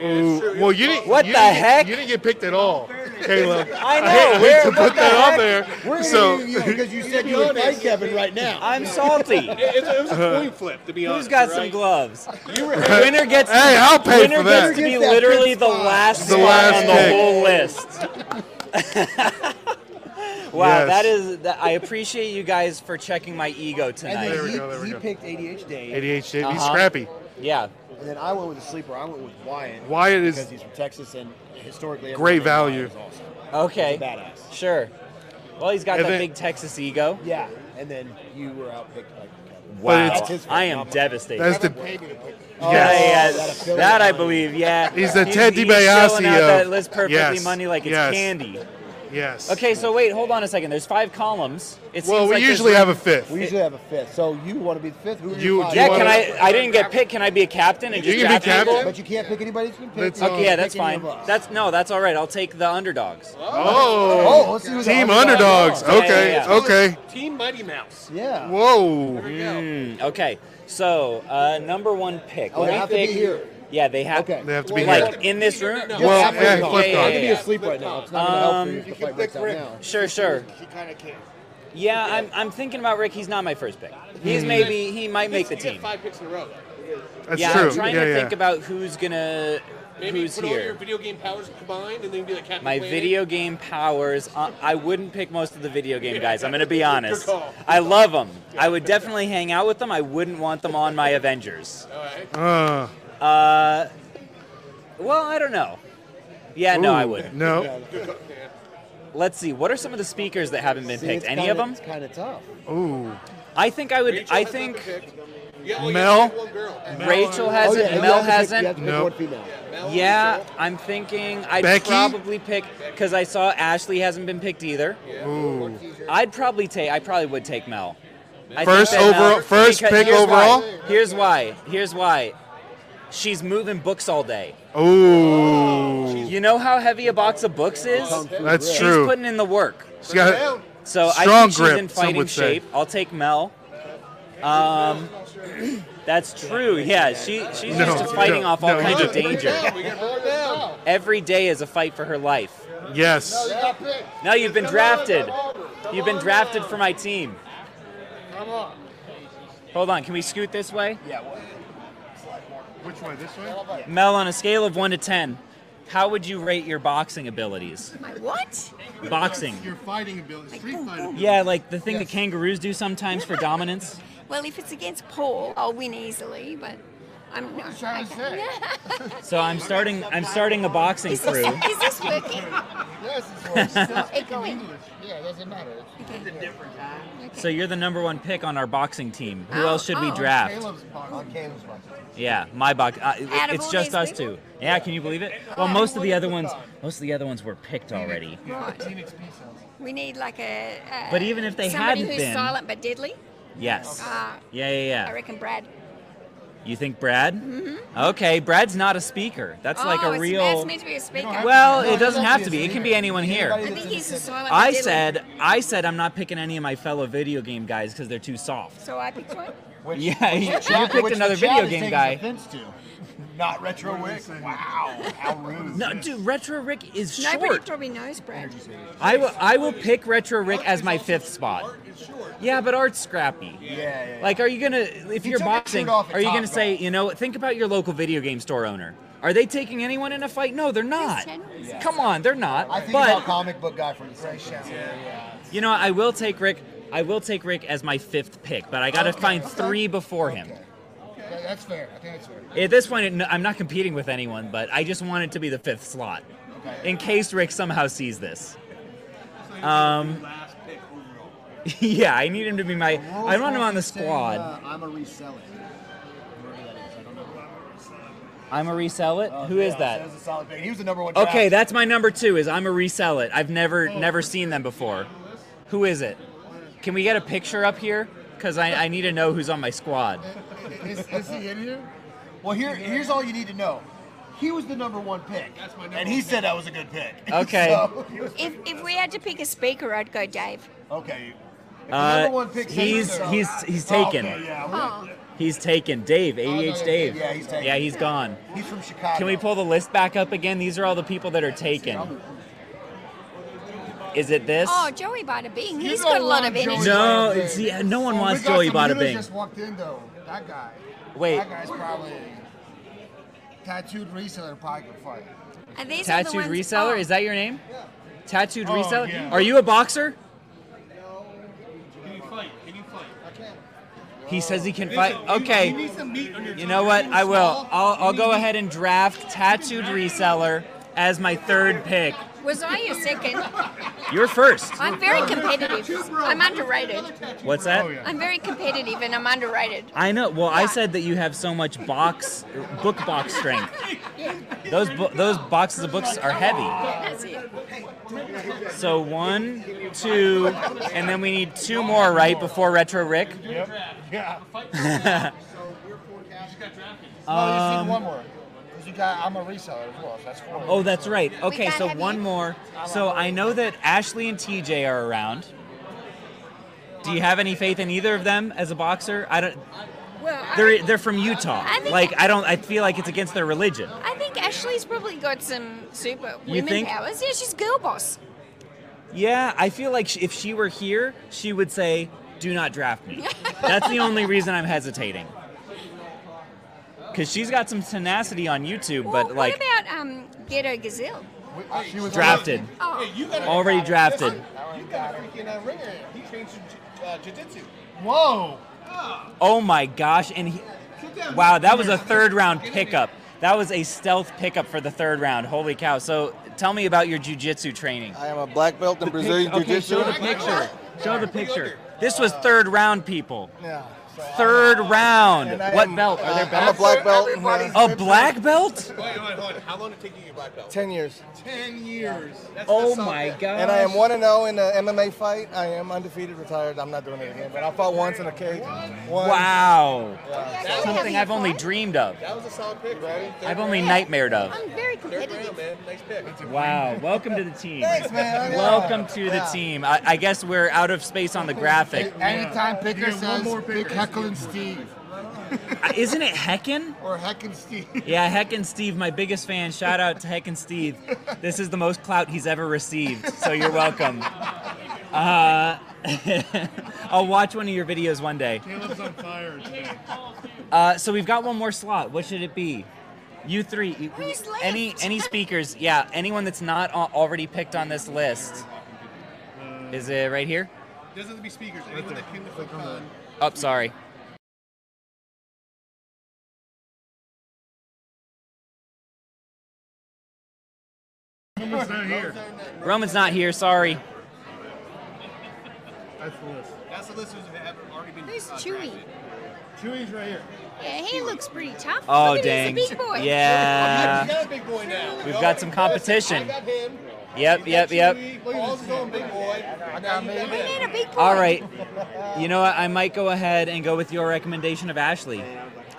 [SPEAKER 5] well, you didn't.
[SPEAKER 11] What
[SPEAKER 5] you
[SPEAKER 11] the
[SPEAKER 5] didn't get-
[SPEAKER 11] heck?
[SPEAKER 5] You didn't get picked at all, Caleb.
[SPEAKER 11] I know.
[SPEAKER 5] I hate, I hate
[SPEAKER 11] where-
[SPEAKER 5] to
[SPEAKER 11] what
[SPEAKER 5] put
[SPEAKER 11] the
[SPEAKER 5] that
[SPEAKER 11] heck?
[SPEAKER 5] out there. so
[SPEAKER 4] because you said you would fight Kevin right now.
[SPEAKER 11] I'm salty.
[SPEAKER 1] It, it, it was a
[SPEAKER 5] Uh-huh.
[SPEAKER 1] coin flip, to be honest.
[SPEAKER 11] Who's got
[SPEAKER 1] right?
[SPEAKER 11] some gloves?
[SPEAKER 1] You were,
[SPEAKER 11] Winner gets.
[SPEAKER 5] Hey, I'll pay
[SPEAKER 11] winner
[SPEAKER 5] for that.
[SPEAKER 11] gets to be
[SPEAKER 5] Get that
[SPEAKER 11] literally
[SPEAKER 5] fifth
[SPEAKER 11] the
[SPEAKER 5] spot.
[SPEAKER 11] last
[SPEAKER 5] The
[SPEAKER 11] spot
[SPEAKER 5] last
[SPEAKER 11] on the
[SPEAKER 5] pick.
[SPEAKER 11] whole list. wow,
[SPEAKER 5] Yes.
[SPEAKER 11] that is. That, I appreciate you guys for checking my ego
[SPEAKER 4] And
[SPEAKER 11] tonight.
[SPEAKER 4] then he, he picked ADH Dave.
[SPEAKER 5] ADHD. He's
[SPEAKER 11] Uh-huh.
[SPEAKER 5] scrappy.
[SPEAKER 11] Yeah.
[SPEAKER 4] And then I went with a sleeper. I went with Wyatt.
[SPEAKER 5] Wyatt is-
[SPEAKER 4] because he's from Texas and historically everyone
[SPEAKER 5] Great
[SPEAKER 4] named
[SPEAKER 5] value.
[SPEAKER 4] Wyatt is awesome.
[SPEAKER 11] Okay.
[SPEAKER 4] He's a badass.
[SPEAKER 11] Sure. Well, he's got
[SPEAKER 5] And
[SPEAKER 11] that
[SPEAKER 5] then-
[SPEAKER 11] big Texas ego.
[SPEAKER 4] Yeah. And then you were outpicked by Kevin.
[SPEAKER 11] Wow.
[SPEAKER 5] it's- That's
[SPEAKER 11] I am devastated.
[SPEAKER 5] That's the-
[SPEAKER 11] Oh,
[SPEAKER 5] Yes.
[SPEAKER 11] yeah, yeah, that I believe. Yeah.
[SPEAKER 5] He's the
[SPEAKER 11] He's-
[SPEAKER 5] Ted
[SPEAKER 11] he's
[SPEAKER 5] DiBiase
[SPEAKER 11] showing out
[SPEAKER 5] of-
[SPEAKER 11] that list perfectly
[SPEAKER 5] Yes.
[SPEAKER 11] money like it's
[SPEAKER 5] Yes.
[SPEAKER 11] candy.
[SPEAKER 5] Yes.
[SPEAKER 11] Okay, so wait, hold on a second. There's five columns. It
[SPEAKER 5] Well,
[SPEAKER 11] seems
[SPEAKER 5] we
[SPEAKER 11] like there's
[SPEAKER 5] usually
[SPEAKER 11] like-
[SPEAKER 5] have a fifth.
[SPEAKER 4] We usually have a fifth. So you want to be the fifth? Who are
[SPEAKER 5] You-
[SPEAKER 4] your five?
[SPEAKER 11] Yeah, can I? I didn't get picked. Can I be a captain and
[SPEAKER 5] You
[SPEAKER 11] just
[SPEAKER 5] can be
[SPEAKER 11] draft people?
[SPEAKER 5] captain.
[SPEAKER 4] But you can't pick anybody that's been picked.
[SPEAKER 5] Let's,
[SPEAKER 4] You're
[SPEAKER 11] Okay, yeah, that's
[SPEAKER 4] picking your
[SPEAKER 11] fine.
[SPEAKER 4] boss.
[SPEAKER 11] That's no, that's all right. I'll take the underdogs.
[SPEAKER 5] Oh,
[SPEAKER 4] Oh, let's see who the
[SPEAKER 5] team
[SPEAKER 4] underdogs
[SPEAKER 5] underdogs.
[SPEAKER 11] are. Yeah,
[SPEAKER 5] Okay,
[SPEAKER 11] yeah, yeah.
[SPEAKER 5] okay.
[SPEAKER 1] Team Mighty Mouse.
[SPEAKER 4] Yeah.
[SPEAKER 5] Whoa.
[SPEAKER 11] Mm, okay, so uh, number one pick.
[SPEAKER 4] Oh,
[SPEAKER 11] Let
[SPEAKER 4] they
[SPEAKER 11] me
[SPEAKER 4] have to be
[SPEAKER 11] think-
[SPEAKER 4] here.
[SPEAKER 11] Yeah, they have.
[SPEAKER 4] Okay.
[SPEAKER 5] They have to be
[SPEAKER 11] like,
[SPEAKER 5] here.
[SPEAKER 11] in this room.
[SPEAKER 4] Just have to be gone. I
[SPEAKER 11] yeah,
[SPEAKER 4] could be
[SPEAKER 11] yeah.
[SPEAKER 4] asleep right now. It's not going to help you if the fight breaks out now.
[SPEAKER 11] Sure, sure.
[SPEAKER 4] He kind of can.
[SPEAKER 11] Yeah, I'm, I'm thinking about Rick. He's not my first pick. He's
[SPEAKER 5] Hmm.
[SPEAKER 11] maybe he might make the
[SPEAKER 1] You get
[SPEAKER 11] team.
[SPEAKER 1] five picks in a row.
[SPEAKER 5] That's
[SPEAKER 11] yeah,
[SPEAKER 5] true.
[SPEAKER 11] I'm trying
[SPEAKER 5] yeah,
[SPEAKER 11] to
[SPEAKER 5] yeah.
[SPEAKER 11] think about who's gonna
[SPEAKER 1] Maybe
[SPEAKER 11] who's
[SPEAKER 1] put all your
[SPEAKER 11] here.
[SPEAKER 1] video game powers combined and then be like Captain
[SPEAKER 11] My
[SPEAKER 1] Planet.
[SPEAKER 11] video game powers. Uh, I wouldn't pick most of the video game guys. I'm gonna be
[SPEAKER 1] Good
[SPEAKER 11] honest.
[SPEAKER 1] call.
[SPEAKER 11] I love them. I would definitely hang out with them. I wouldn't want them on my Avengers.
[SPEAKER 5] Uh,
[SPEAKER 11] Uh, well, I don't know. Yeah, no,
[SPEAKER 5] Ooh,
[SPEAKER 11] I wouldn't.
[SPEAKER 5] no.
[SPEAKER 11] Let's see. What are some of the speakers that haven't been
[SPEAKER 4] See,
[SPEAKER 11] picked?
[SPEAKER 4] it's
[SPEAKER 11] Any
[SPEAKER 4] kinda,
[SPEAKER 11] of them?
[SPEAKER 4] It's kind of tough.
[SPEAKER 5] Ooh.
[SPEAKER 11] I think I would.
[SPEAKER 1] Rachel
[SPEAKER 11] I
[SPEAKER 1] has
[SPEAKER 11] think
[SPEAKER 1] not been picked. Yeah, well, you
[SPEAKER 11] Mel?
[SPEAKER 1] have to pick one girl.
[SPEAKER 11] Rachel hasn't.
[SPEAKER 4] Oh, yeah, you
[SPEAKER 11] Mel
[SPEAKER 4] have to pick-
[SPEAKER 11] hasn't.
[SPEAKER 4] you have to pick Nope. one female.
[SPEAKER 11] Yeah, I'm thinking I'd
[SPEAKER 5] Becky?
[SPEAKER 11] probably pick because I saw Ashley hasn't been picked either.
[SPEAKER 5] Ooh.
[SPEAKER 11] I'd probably take. I probably would take Mel. I think
[SPEAKER 5] First
[SPEAKER 11] that
[SPEAKER 5] overall- first pick
[SPEAKER 11] here's
[SPEAKER 5] overall?
[SPEAKER 11] Why, here's why. Here's why. She's moving books all day.
[SPEAKER 5] Ooh.
[SPEAKER 11] You know how heavy a box of books is.
[SPEAKER 5] That's
[SPEAKER 11] She's
[SPEAKER 5] true.
[SPEAKER 11] putting in the work.
[SPEAKER 5] She's got
[SPEAKER 11] So I
[SPEAKER 5] strong
[SPEAKER 11] think she's
[SPEAKER 5] grip,
[SPEAKER 11] in
[SPEAKER 5] some
[SPEAKER 11] fighting
[SPEAKER 5] would say.
[SPEAKER 11] shape. I'll take Mel. Um, that's true. Yeah, she she's
[SPEAKER 5] No,
[SPEAKER 11] used to fighting
[SPEAKER 5] no,
[SPEAKER 11] off all
[SPEAKER 5] no,
[SPEAKER 11] kinds
[SPEAKER 5] you
[SPEAKER 11] of
[SPEAKER 5] don't.
[SPEAKER 11] danger. Every day is a fight for her life.
[SPEAKER 5] yes.
[SPEAKER 11] Now you've been drafted. You've been drafted for my team.
[SPEAKER 4] Come on.
[SPEAKER 11] Hold on, can we scoot this way?
[SPEAKER 4] Yeah.
[SPEAKER 5] Which way? This way?
[SPEAKER 11] Mel, on a scale of one to ten, How would you rate your boxing abilities?
[SPEAKER 30] What?
[SPEAKER 11] Boxing.
[SPEAKER 5] Your fighting ability, street fighting.
[SPEAKER 11] Yeah, like the thing that kangaroos do sometimes for dominance.
[SPEAKER 30] Well, if it's against Paul, I'll win easily, but I'm not. I can't-
[SPEAKER 11] So I'm starting. I'm starting a boxing
[SPEAKER 30] is, this,
[SPEAKER 11] crew.
[SPEAKER 30] is this working?
[SPEAKER 4] Yes,
[SPEAKER 11] it's working.
[SPEAKER 30] Echoing.
[SPEAKER 4] Yeah, it doesn't matter. It's,
[SPEAKER 30] a different
[SPEAKER 4] time.
[SPEAKER 11] So you're the number one pick on our boxing team. Who
[SPEAKER 30] Oh,
[SPEAKER 11] else should we
[SPEAKER 30] oh.
[SPEAKER 11] draft?
[SPEAKER 4] Caleb's box. On Caleb's box.
[SPEAKER 11] Yeah, my box. Uh, it-
[SPEAKER 4] Out of
[SPEAKER 11] it's
[SPEAKER 4] all
[SPEAKER 11] just
[SPEAKER 4] these
[SPEAKER 11] us
[SPEAKER 4] people?
[SPEAKER 11] two. Yeah, can you believe it? Well, most of the other ones, most of the other ones were picked already.
[SPEAKER 30] Right. We need like a. a
[SPEAKER 11] But even if they
[SPEAKER 30] somebody
[SPEAKER 11] hadn't
[SPEAKER 30] who's
[SPEAKER 11] been-
[SPEAKER 30] silent but deadly.
[SPEAKER 11] Yes.
[SPEAKER 4] Uh,
[SPEAKER 30] Ah,
[SPEAKER 11] Yeah, yeah,
[SPEAKER 30] I
[SPEAKER 11] yeah.
[SPEAKER 30] reckon Brad.
[SPEAKER 11] You think Brad?
[SPEAKER 30] Mhm.
[SPEAKER 4] Mm-hmm.
[SPEAKER 11] Okay, Brad's not a speaker. That's
[SPEAKER 30] oh,
[SPEAKER 11] like a
[SPEAKER 30] it's,
[SPEAKER 11] real.
[SPEAKER 30] That's meant to be a speaker.
[SPEAKER 11] Well, it doesn't have to be. It can be anyone
[SPEAKER 30] I
[SPEAKER 11] here.
[SPEAKER 30] think he's a silent. but
[SPEAKER 11] I
[SPEAKER 30] deadly.
[SPEAKER 11] said, I said, I'm not picking any of my fellow video game guys because they're too soft.
[SPEAKER 30] So I picked one.
[SPEAKER 11] yeah, you,
[SPEAKER 4] Chat-
[SPEAKER 11] you picked
[SPEAKER 4] which the
[SPEAKER 11] another
[SPEAKER 4] chat
[SPEAKER 11] video
[SPEAKER 4] is
[SPEAKER 11] game
[SPEAKER 4] taking
[SPEAKER 11] guy.
[SPEAKER 4] offense to. Not retro wick. Wow, how rude.
[SPEAKER 11] No, dude, Retro Rick is
[SPEAKER 30] Nobody
[SPEAKER 11] short.
[SPEAKER 30] probably knows Brad.
[SPEAKER 11] I will, I will pick Retro Rick as my fifth spot. Yeah, but Art's scrappy.
[SPEAKER 4] Yeah, yeah, yeah.
[SPEAKER 11] Like, are you gonna, if
[SPEAKER 4] He
[SPEAKER 11] you're
[SPEAKER 4] took his shirt
[SPEAKER 11] boxing,
[SPEAKER 4] off at
[SPEAKER 11] are you
[SPEAKER 4] Top
[SPEAKER 11] gonna
[SPEAKER 4] Golf.
[SPEAKER 11] say, you know, think about your local video game store owner? Are they taking anyone in a fight? No, they're not.
[SPEAKER 4] Yeah.
[SPEAKER 11] Come on, they're not.
[SPEAKER 4] I think about
[SPEAKER 11] But
[SPEAKER 4] comic book guy from the station. Yeah,
[SPEAKER 11] you know, I will take Rick. I will take Rick as my fifth pick, but I gotta
[SPEAKER 4] Okay,
[SPEAKER 11] find
[SPEAKER 4] okay.
[SPEAKER 11] three before him.
[SPEAKER 4] yeah. That's fair. I think that's fair.
[SPEAKER 11] At this point, it- no, I'm not competing with anyone, but I just want it to be the fifth slot,
[SPEAKER 4] Okay.
[SPEAKER 11] in case Rick somehow sees this. Um, yeah, I need him to be my. I want him on the squad.
[SPEAKER 4] uh, I'm a reseller.
[SPEAKER 11] I'm a resell it.
[SPEAKER 4] Oh,
[SPEAKER 11] Who is that?
[SPEAKER 4] was a solid pick. He was the number one.
[SPEAKER 11] Okay,
[SPEAKER 4] draft.
[SPEAKER 11] that's my number two. Is I'm a resell it. I've never
[SPEAKER 4] Oh,
[SPEAKER 11] never seen them before. Who is it? Can we get a picture up here? Cause I, I need to know who's on my squad.
[SPEAKER 4] is, is he in here? Well, here, here's all you need to know. He was the number one pick, and he said that was a good pick.
[SPEAKER 11] Okay.
[SPEAKER 4] So-
[SPEAKER 30] If, if we had to pick a speaker, I'd go Dave.
[SPEAKER 4] okay.
[SPEAKER 11] Uh,
[SPEAKER 4] number one pick says
[SPEAKER 11] he's
[SPEAKER 4] so-
[SPEAKER 11] he's he's
[SPEAKER 4] Oh,
[SPEAKER 11] taken.
[SPEAKER 4] okay, yeah, we-
[SPEAKER 30] Oh,
[SPEAKER 11] He's taken. Dave, ADH
[SPEAKER 4] yeah,
[SPEAKER 11] Dave.
[SPEAKER 4] yeah, he's taken.
[SPEAKER 11] Yeah, he's gone.
[SPEAKER 4] He's from Chicago.
[SPEAKER 11] Can we pull the list back up again? These are all the people that are taken. Is it this?
[SPEAKER 30] oh Joey Bada Bing.
[SPEAKER 4] You
[SPEAKER 30] He's
[SPEAKER 4] don't
[SPEAKER 30] got a lot of
[SPEAKER 4] want
[SPEAKER 30] energy.
[SPEAKER 11] no, see, no
[SPEAKER 1] Oh,
[SPEAKER 11] one
[SPEAKER 4] We
[SPEAKER 11] wants
[SPEAKER 4] got
[SPEAKER 11] Joey
[SPEAKER 4] some
[SPEAKER 11] Bada
[SPEAKER 4] dude
[SPEAKER 11] Bing.
[SPEAKER 4] Just walked in though. That guy.
[SPEAKER 11] Wait.
[SPEAKER 4] That guy's probably a tattooed reseller. Probably could fight.
[SPEAKER 30] And these are the
[SPEAKER 11] Tattooed
[SPEAKER 30] ones,
[SPEAKER 11] reseller?
[SPEAKER 30] oh,
[SPEAKER 11] Is that your name? Tattooed
[SPEAKER 4] Oh,
[SPEAKER 11] reseller?
[SPEAKER 4] yeah.
[SPEAKER 11] Are you a boxer?
[SPEAKER 30] Oh.
[SPEAKER 1] Can you fight? Can you fight? I can't.
[SPEAKER 11] He says he can
[SPEAKER 1] You-
[SPEAKER 11] fight.
[SPEAKER 1] you-
[SPEAKER 11] Okay.
[SPEAKER 1] you need some meat on your
[SPEAKER 11] You know
[SPEAKER 1] tongue.
[SPEAKER 11] what?
[SPEAKER 1] You
[SPEAKER 11] I will.
[SPEAKER 1] small.
[SPEAKER 11] I'll,
[SPEAKER 1] You
[SPEAKER 11] I'll
[SPEAKER 1] need
[SPEAKER 11] go
[SPEAKER 1] meat.
[SPEAKER 11] ahead and draft tattooed reseller as my third pick.
[SPEAKER 30] Was I your second?
[SPEAKER 11] You're first.
[SPEAKER 30] I'm very competitive. I'm underrated.
[SPEAKER 11] What's
[SPEAKER 1] Oh,
[SPEAKER 11] that?
[SPEAKER 30] I'm very competitive and I'm underrated.
[SPEAKER 11] I know. Well, I said that you have so much box, book box strength. Those bo- those boxes of books are heavy.
[SPEAKER 30] That's it.
[SPEAKER 11] So one, two, and then we need two more right before Retro Rick.
[SPEAKER 6] Yep. Yeah.
[SPEAKER 4] no, you
[SPEAKER 11] Um,
[SPEAKER 4] see one more. 'Cause You got, I'm a reseller as well. So that's four.
[SPEAKER 11] Oh, that's right. Okay, so one more. So I know that Ashley and TJ are around. Do you have any faith in either of them as a boxer? I don't.
[SPEAKER 30] Well, I,
[SPEAKER 11] They're they're from Utah.
[SPEAKER 30] I think-
[SPEAKER 11] Like I don't. I feel like it's against their religion.
[SPEAKER 30] I think Ashley's probably got some super
[SPEAKER 11] You
[SPEAKER 30] women
[SPEAKER 11] think?
[SPEAKER 30] powers. Yeah, she's girl boss.
[SPEAKER 11] Yeah, I feel like sh- if she were here, she would say, "Do not draft me." That's the only reason I'm hesitating. Because she's got some tenacity on YouTube, but
[SPEAKER 30] Well,
[SPEAKER 11] like
[SPEAKER 30] what about um, Ghetto Gazelle?
[SPEAKER 4] She was
[SPEAKER 11] drafted.
[SPEAKER 30] Oh.
[SPEAKER 11] Already drafted.
[SPEAKER 1] You got a freaking uh, ringer. He trains jiu- uh, jiu-jitsu.
[SPEAKER 4] Whoa.
[SPEAKER 11] Oh my gosh! And he, wow, that was a third round pickup. That was a stealth pickup for the third round. Holy cow! So tell me about your jujitsu training.
[SPEAKER 8] I am a black belt in Brazilian
[SPEAKER 11] okay,
[SPEAKER 8] Jiu-Jitsu.
[SPEAKER 11] show the picture. Show the picture. This was third round, people.
[SPEAKER 4] Yeah.
[SPEAKER 11] Third round.
[SPEAKER 4] And I
[SPEAKER 11] What
[SPEAKER 4] am,
[SPEAKER 11] belt? Are there
[SPEAKER 4] uh,
[SPEAKER 11] belts?
[SPEAKER 4] I'm a black belt. Everybody's
[SPEAKER 11] A
[SPEAKER 4] ripped
[SPEAKER 11] black
[SPEAKER 4] up.
[SPEAKER 11] belt?
[SPEAKER 1] Wait, wait, hold on. How long did it take you to get black belt?
[SPEAKER 8] Ten years.
[SPEAKER 1] Ten years. That's
[SPEAKER 8] Oh
[SPEAKER 11] my god!
[SPEAKER 8] And I am one and zero in the MMA fight. I am undefeated, retired. I'm not doing it again. But I fought once in a cage. Once.
[SPEAKER 11] Wow.
[SPEAKER 8] Yeah.
[SPEAKER 11] Something I've only dreamed of.
[SPEAKER 1] That was a solid pick, right?
[SPEAKER 11] I've only nightmared of.
[SPEAKER 30] I'm very competitive.
[SPEAKER 1] Round, man. Nice pick.
[SPEAKER 11] Wow. Welcome to the team.
[SPEAKER 1] Thanks, man. Yeah.
[SPEAKER 11] Welcome to the
[SPEAKER 1] Yeah.
[SPEAKER 11] team. I, I guess we're out of space on the graphic.
[SPEAKER 4] Anytime Picker
[SPEAKER 6] get one
[SPEAKER 4] says,
[SPEAKER 6] more
[SPEAKER 4] pick Heckle and Steve.
[SPEAKER 11] Uh, Isn't it Hecken?
[SPEAKER 4] Or Heck and Steve.
[SPEAKER 11] Yeah, Heck and Steve, my biggest fan. Shout out to Heck and Steve. This is the most clout he's ever received, so you're welcome. Uh, I'll watch one of your videos one day.
[SPEAKER 6] Caleb's on fire today.
[SPEAKER 11] Uh, so we've got one more slot. What should it be? You three. you-
[SPEAKER 30] Who's left?
[SPEAKER 11] Any any speakers? Yeah, anyone that's not al- already picked on this list. Is it right here?
[SPEAKER 17] Doesn't have to be speakers. Anyone that came to FlipCon.
[SPEAKER 11] Oh, sorry.
[SPEAKER 17] Someone's not here.
[SPEAKER 11] Roman's not here. Sorry.
[SPEAKER 17] That's the list. That's the list who have already been.
[SPEAKER 30] Who's Chewy?
[SPEAKER 17] Chewy's right here.
[SPEAKER 30] Yeah, he looks pretty tough.
[SPEAKER 11] Oh,
[SPEAKER 30] Look at
[SPEAKER 11] dang.
[SPEAKER 30] him, He's a big boy.
[SPEAKER 11] Yeah.
[SPEAKER 17] He's got a big boy now.
[SPEAKER 11] We've got some competition. Yep, yep, yep.
[SPEAKER 17] Paul's his own big boy. I got me.
[SPEAKER 30] We need a big boy.
[SPEAKER 11] All right. You know what? I might go ahead and go with your recommendation of Ashley.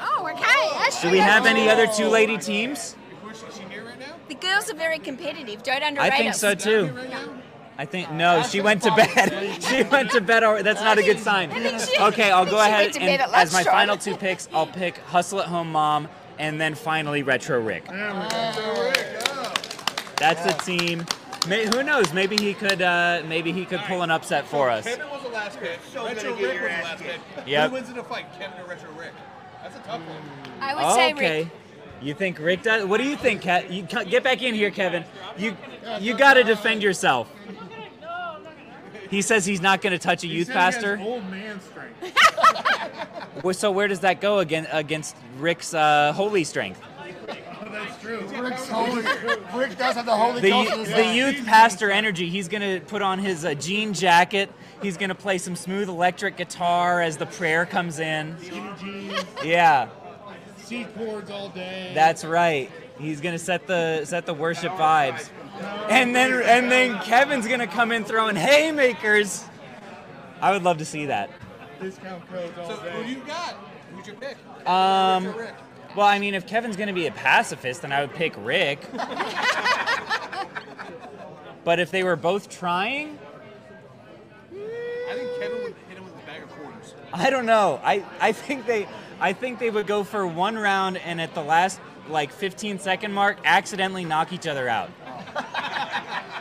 [SPEAKER 30] Oh, okay. That's
[SPEAKER 11] Do we have any other
[SPEAKER 30] good.
[SPEAKER 11] two lady teams?
[SPEAKER 30] The girls are very competitive. Don't
[SPEAKER 11] I
[SPEAKER 30] underrate
[SPEAKER 11] think
[SPEAKER 30] us.
[SPEAKER 11] so too. I think no, she went to bed. she went to bed already. That's not a good sign.
[SPEAKER 30] think she-
[SPEAKER 11] Okay, I'll
[SPEAKER 30] I
[SPEAKER 11] go
[SPEAKER 30] think she went
[SPEAKER 11] ahead
[SPEAKER 30] to
[SPEAKER 11] and
[SPEAKER 30] bed at
[SPEAKER 11] as my
[SPEAKER 30] lunchtime.
[SPEAKER 11] final two picks, I'll pick Hustle at Home Mom and then finally Retro Rick. That's a team. May, who knows? Maybe he could. Uh, maybe he could pull an upset for us.
[SPEAKER 1] Kevin was the last pick.
[SPEAKER 17] So
[SPEAKER 1] Retro
[SPEAKER 17] gonna
[SPEAKER 1] Rick
[SPEAKER 17] get
[SPEAKER 1] was
[SPEAKER 17] your
[SPEAKER 1] the
[SPEAKER 17] ass
[SPEAKER 1] last pick.
[SPEAKER 17] kicked.
[SPEAKER 11] Yep.
[SPEAKER 1] Who wins in a fight, Kevin or Retro Rick? That's a tough one.
[SPEAKER 30] I would say
[SPEAKER 11] Oh, okay.
[SPEAKER 30] Rick.
[SPEAKER 11] You think Rick does? What do you think, Ke- you co- Get back in here, Kevin. You you got to defend yourself. He says he's not going to touch a
[SPEAKER 17] He
[SPEAKER 11] youth
[SPEAKER 17] said he has
[SPEAKER 11] pastor.
[SPEAKER 17] Old man strength.
[SPEAKER 11] Well, So where does that go again against Rick's uh, holy strength?
[SPEAKER 17] That's true.
[SPEAKER 4] Rick's holy. Rick does have the holy
[SPEAKER 11] The,
[SPEAKER 4] ghost. in
[SPEAKER 11] you-
[SPEAKER 4] his
[SPEAKER 11] the
[SPEAKER 4] body.
[SPEAKER 11] youth pastor energy. He's gonna put on his uh, jean jacket. He's gonna play some smooth electric guitar as the prayer comes in.
[SPEAKER 17] Skinny jeans,
[SPEAKER 11] Yeah,
[SPEAKER 17] C chords all day.
[SPEAKER 11] that's right. He's gonna set the set the worship vibes, and then and then Kevin's gonna come in throwing haymakers. I would love to see that.
[SPEAKER 17] discount codes all
[SPEAKER 1] So
[SPEAKER 17] day.
[SPEAKER 1] who do you got? Who's your pick?
[SPEAKER 11] Um,
[SPEAKER 1] Rick or Rick?
[SPEAKER 11] well, I mean, if Kevin's gonna be a pacifist, then I would pick Rick. but if they were both trying,
[SPEAKER 1] I think Kevin would hit him with a bag of quarters.
[SPEAKER 11] I don't know. I, I think they I think they would go for one round and at the last like 15 second mark accidentally knock each other out.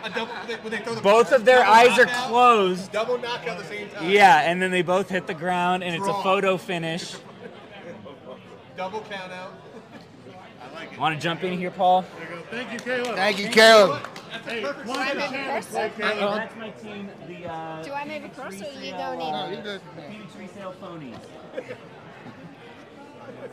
[SPEAKER 1] A double, would they, would they throw the
[SPEAKER 11] Both of their
[SPEAKER 1] double
[SPEAKER 11] eyes are
[SPEAKER 1] knockout?
[SPEAKER 11] closed.
[SPEAKER 1] Double knockout at the same time.
[SPEAKER 11] Yeah, and then they both hit the ground and it's a
[SPEAKER 1] Draw.
[SPEAKER 11] photo finish.
[SPEAKER 1] Double count out. I like it.
[SPEAKER 11] Want to jump in here, Paul?
[SPEAKER 17] There you go. Thank you, Caleb.
[SPEAKER 11] Thank you, Caleb.
[SPEAKER 17] That's a perfect
[SPEAKER 30] Why
[SPEAKER 17] sign
[SPEAKER 30] not
[SPEAKER 17] of challenge,
[SPEAKER 30] Carson?
[SPEAKER 17] Caleb.
[SPEAKER 11] that's my team. The uh,
[SPEAKER 30] Do I move across or you don't need
[SPEAKER 11] No,
[SPEAKER 30] me?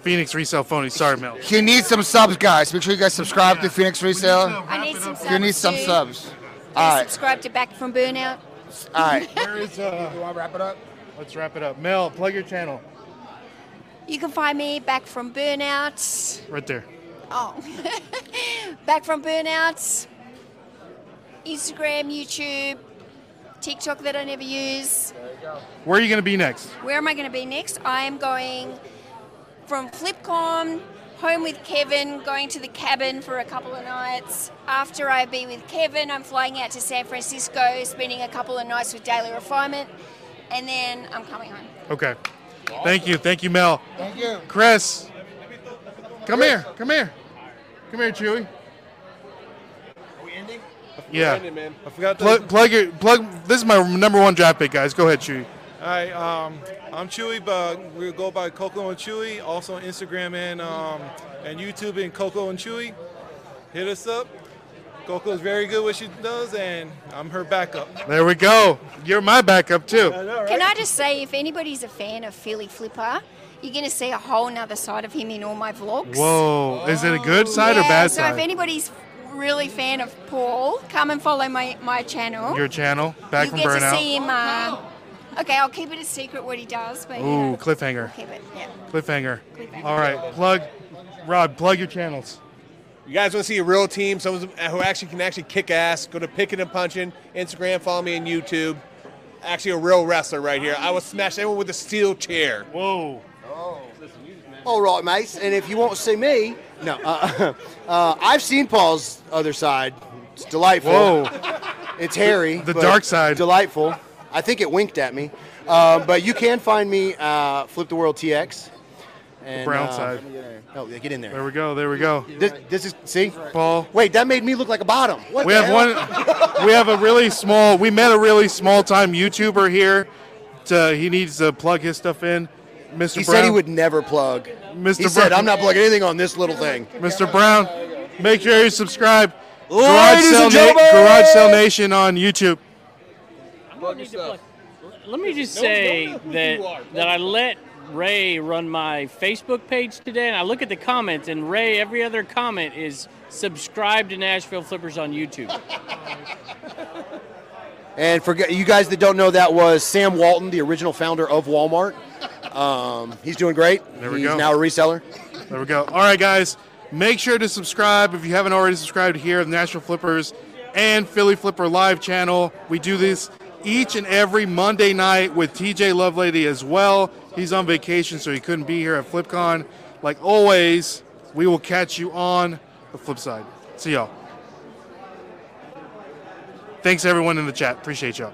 [SPEAKER 5] Phoenix resale phony. Sorry, Mel.
[SPEAKER 3] You need some subs, guys. Make sure you guys subscribe to Phoenix Resale.
[SPEAKER 30] I need some subs.
[SPEAKER 3] You need some
[SPEAKER 30] too.
[SPEAKER 3] subs.
[SPEAKER 30] Please
[SPEAKER 3] All right.
[SPEAKER 30] subscribe to Back from Burnout.
[SPEAKER 3] All right.
[SPEAKER 6] Where is uh?
[SPEAKER 4] Do I wrap it up?
[SPEAKER 6] Let's wrap it up. Mel, plug your channel.
[SPEAKER 30] You can find me Back from Burnout.
[SPEAKER 5] Right there.
[SPEAKER 30] Oh, Back from Burnout. Instagram, YouTube, TikTok that I never use.
[SPEAKER 5] Where are you gonna be next?
[SPEAKER 30] Where am I going to be next? I am going from FlipCon home with Kevin, going to the cabin for a couple of nights. After I be with Kevin, I'm flying out to San Francisco, spending a couple of nights with Daily Refinement, and then I'm coming home.
[SPEAKER 5] Okay. Thank you. Thank you, Mel.
[SPEAKER 30] Thank you.
[SPEAKER 5] Chris. Come here. Come here. Come here, Chewy. Yeah.
[SPEAKER 23] I forgot to
[SPEAKER 5] Plug, plug your plug. This is my number one draft pick, guys. Go ahead, Chewy.
[SPEAKER 23] All right, um, I'm Chewy, but we go by Coco and Chewy. Also on Instagram and um, and YouTube and Coco and Chewy. Hit us up. Coco's very good what she does, and I'm her backup.
[SPEAKER 5] There we go. You're my backup too.
[SPEAKER 30] Can I just say, if anybody's a fan of Philly Flipper, you're going to see a whole nother side of him in all my vlogs.
[SPEAKER 5] Whoa. Is it a good side or
[SPEAKER 30] Yeah,
[SPEAKER 5] bad
[SPEAKER 30] so
[SPEAKER 5] side?
[SPEAKER 30] if anybody's really fan of Paul, come and follow my, my channel.
[SPEAKER 5] Your channel, back
[SPEAKER 30] Oh. you
[SPEAKER 5] from
[SPEAKER 30] get
[SPEAKER 5] burnout.
[SPEAKER 30] to see him. Uh, okay, I'll keep it a secret what he does, but you
[SPEAKER 5] Ooh,
[SPEAKER 30] know,
[SPEAKER 5] cliffhanger.
[SPEAKER 30] keep it. Yeah.
[SPEAKER 5] Cliffhanger.
[SPEAKER 30] Cliffhanger.
[SPEAKER 5] All right, plug. Rob, plug your channels.
[SPEAKER 1] You guys want to see a real team, someone who actually can actually kick ass? Go to Picking and Punching, Instagram, follow me on YouTube. Actually, a real wrestler right here. I will smash anyone with a steel chair.
[SPEAKER 5] Whoa.
[SPEAKER 7] All right, mates. And if you won't see me, no, uh, uh, I've seen Paul's other side. It's delightful.
[SPEAKER 5] Whoa.
[SPEAKER 7] It's hairy.
[SPEAKER 5] The- the
[SPEAKER 7] but
[SPEAKER 5] dark side.
[SPEAKER 7] Delightful. I think it winked at me. Uh, but you can find me uh, Flip the World TX. And,
[SPEAKER 5] brown
[SPEAKER 7] uh,
[SPEAKER 5] side.
[SPEAKER 7] Oh, yeah, get in there.
[SPEAKER 5] There we go. There we go.
[SPEAKER 7] This, this is see,
[SPEAKER 5] Paul.
[SPEAKER 7] Wait, that made me look like a bottom. What
[SPEAKER 5] we
[SPEAKER 7] the
[SPEAKER 5] have
[SPEAKER 7] hell?
[SPEAKER 5] one. We have a really small. We met a really small time YouTuber here. To, he needs to plug his stuff in. Mr.
[SPEAKER 7] He said he
[SPEAKER 5] Brown.
[SPEAKER 7] would never plug.
[SPEAKER 5] Mr.
[SPEAKER 7] He said,
[SPEAKER 5] Brown.
[SPEAKER 7] "I'm not plugging anything on this little thing."
[SPEAKER 5] Mr. Brown, make sure you subscribe. Garage
[SPEAKER 7] Ladies
[SPEAKER 5] Sale,
[SPEAKER 7] and gentlemen!
[SPEAKER 5] Garage Sale Nation on YouTube.
[SPEAKER 9] Let me just
[SPEAKER 1] No one's
[SPEAKER 9] say
[SPEAKER 1] gonna know who you are.
[SPEAKER 9] that that I let Ray run my Facebook page today, and I look at the comments, and Ray, every other comment is subscribe to Nashville Flippers on YouTube.
[SPEAKER 7] And for you guys that don't know, that was Sam Walton, the original founder of Walmart. Um, he's doing great.
[SPEAKER 5] There we
[SPEAKER 7] he's
[SPEAKER 5] go.
[SPEAKER 7] now a reseller.
[SPEAKER 5] There we go. All right, guys, make sure to subscribe if you haven't already subscribed here at the National Flippers and Philly Flipper Live channel. We do this each and every Monday night with TJ Lovelady as well. He's on vacation, so he couldn't be here at FlipCon. Like always, we will catch you on the flip side. See y'all. Thanks, everyone in the chat. Appreciate y'all.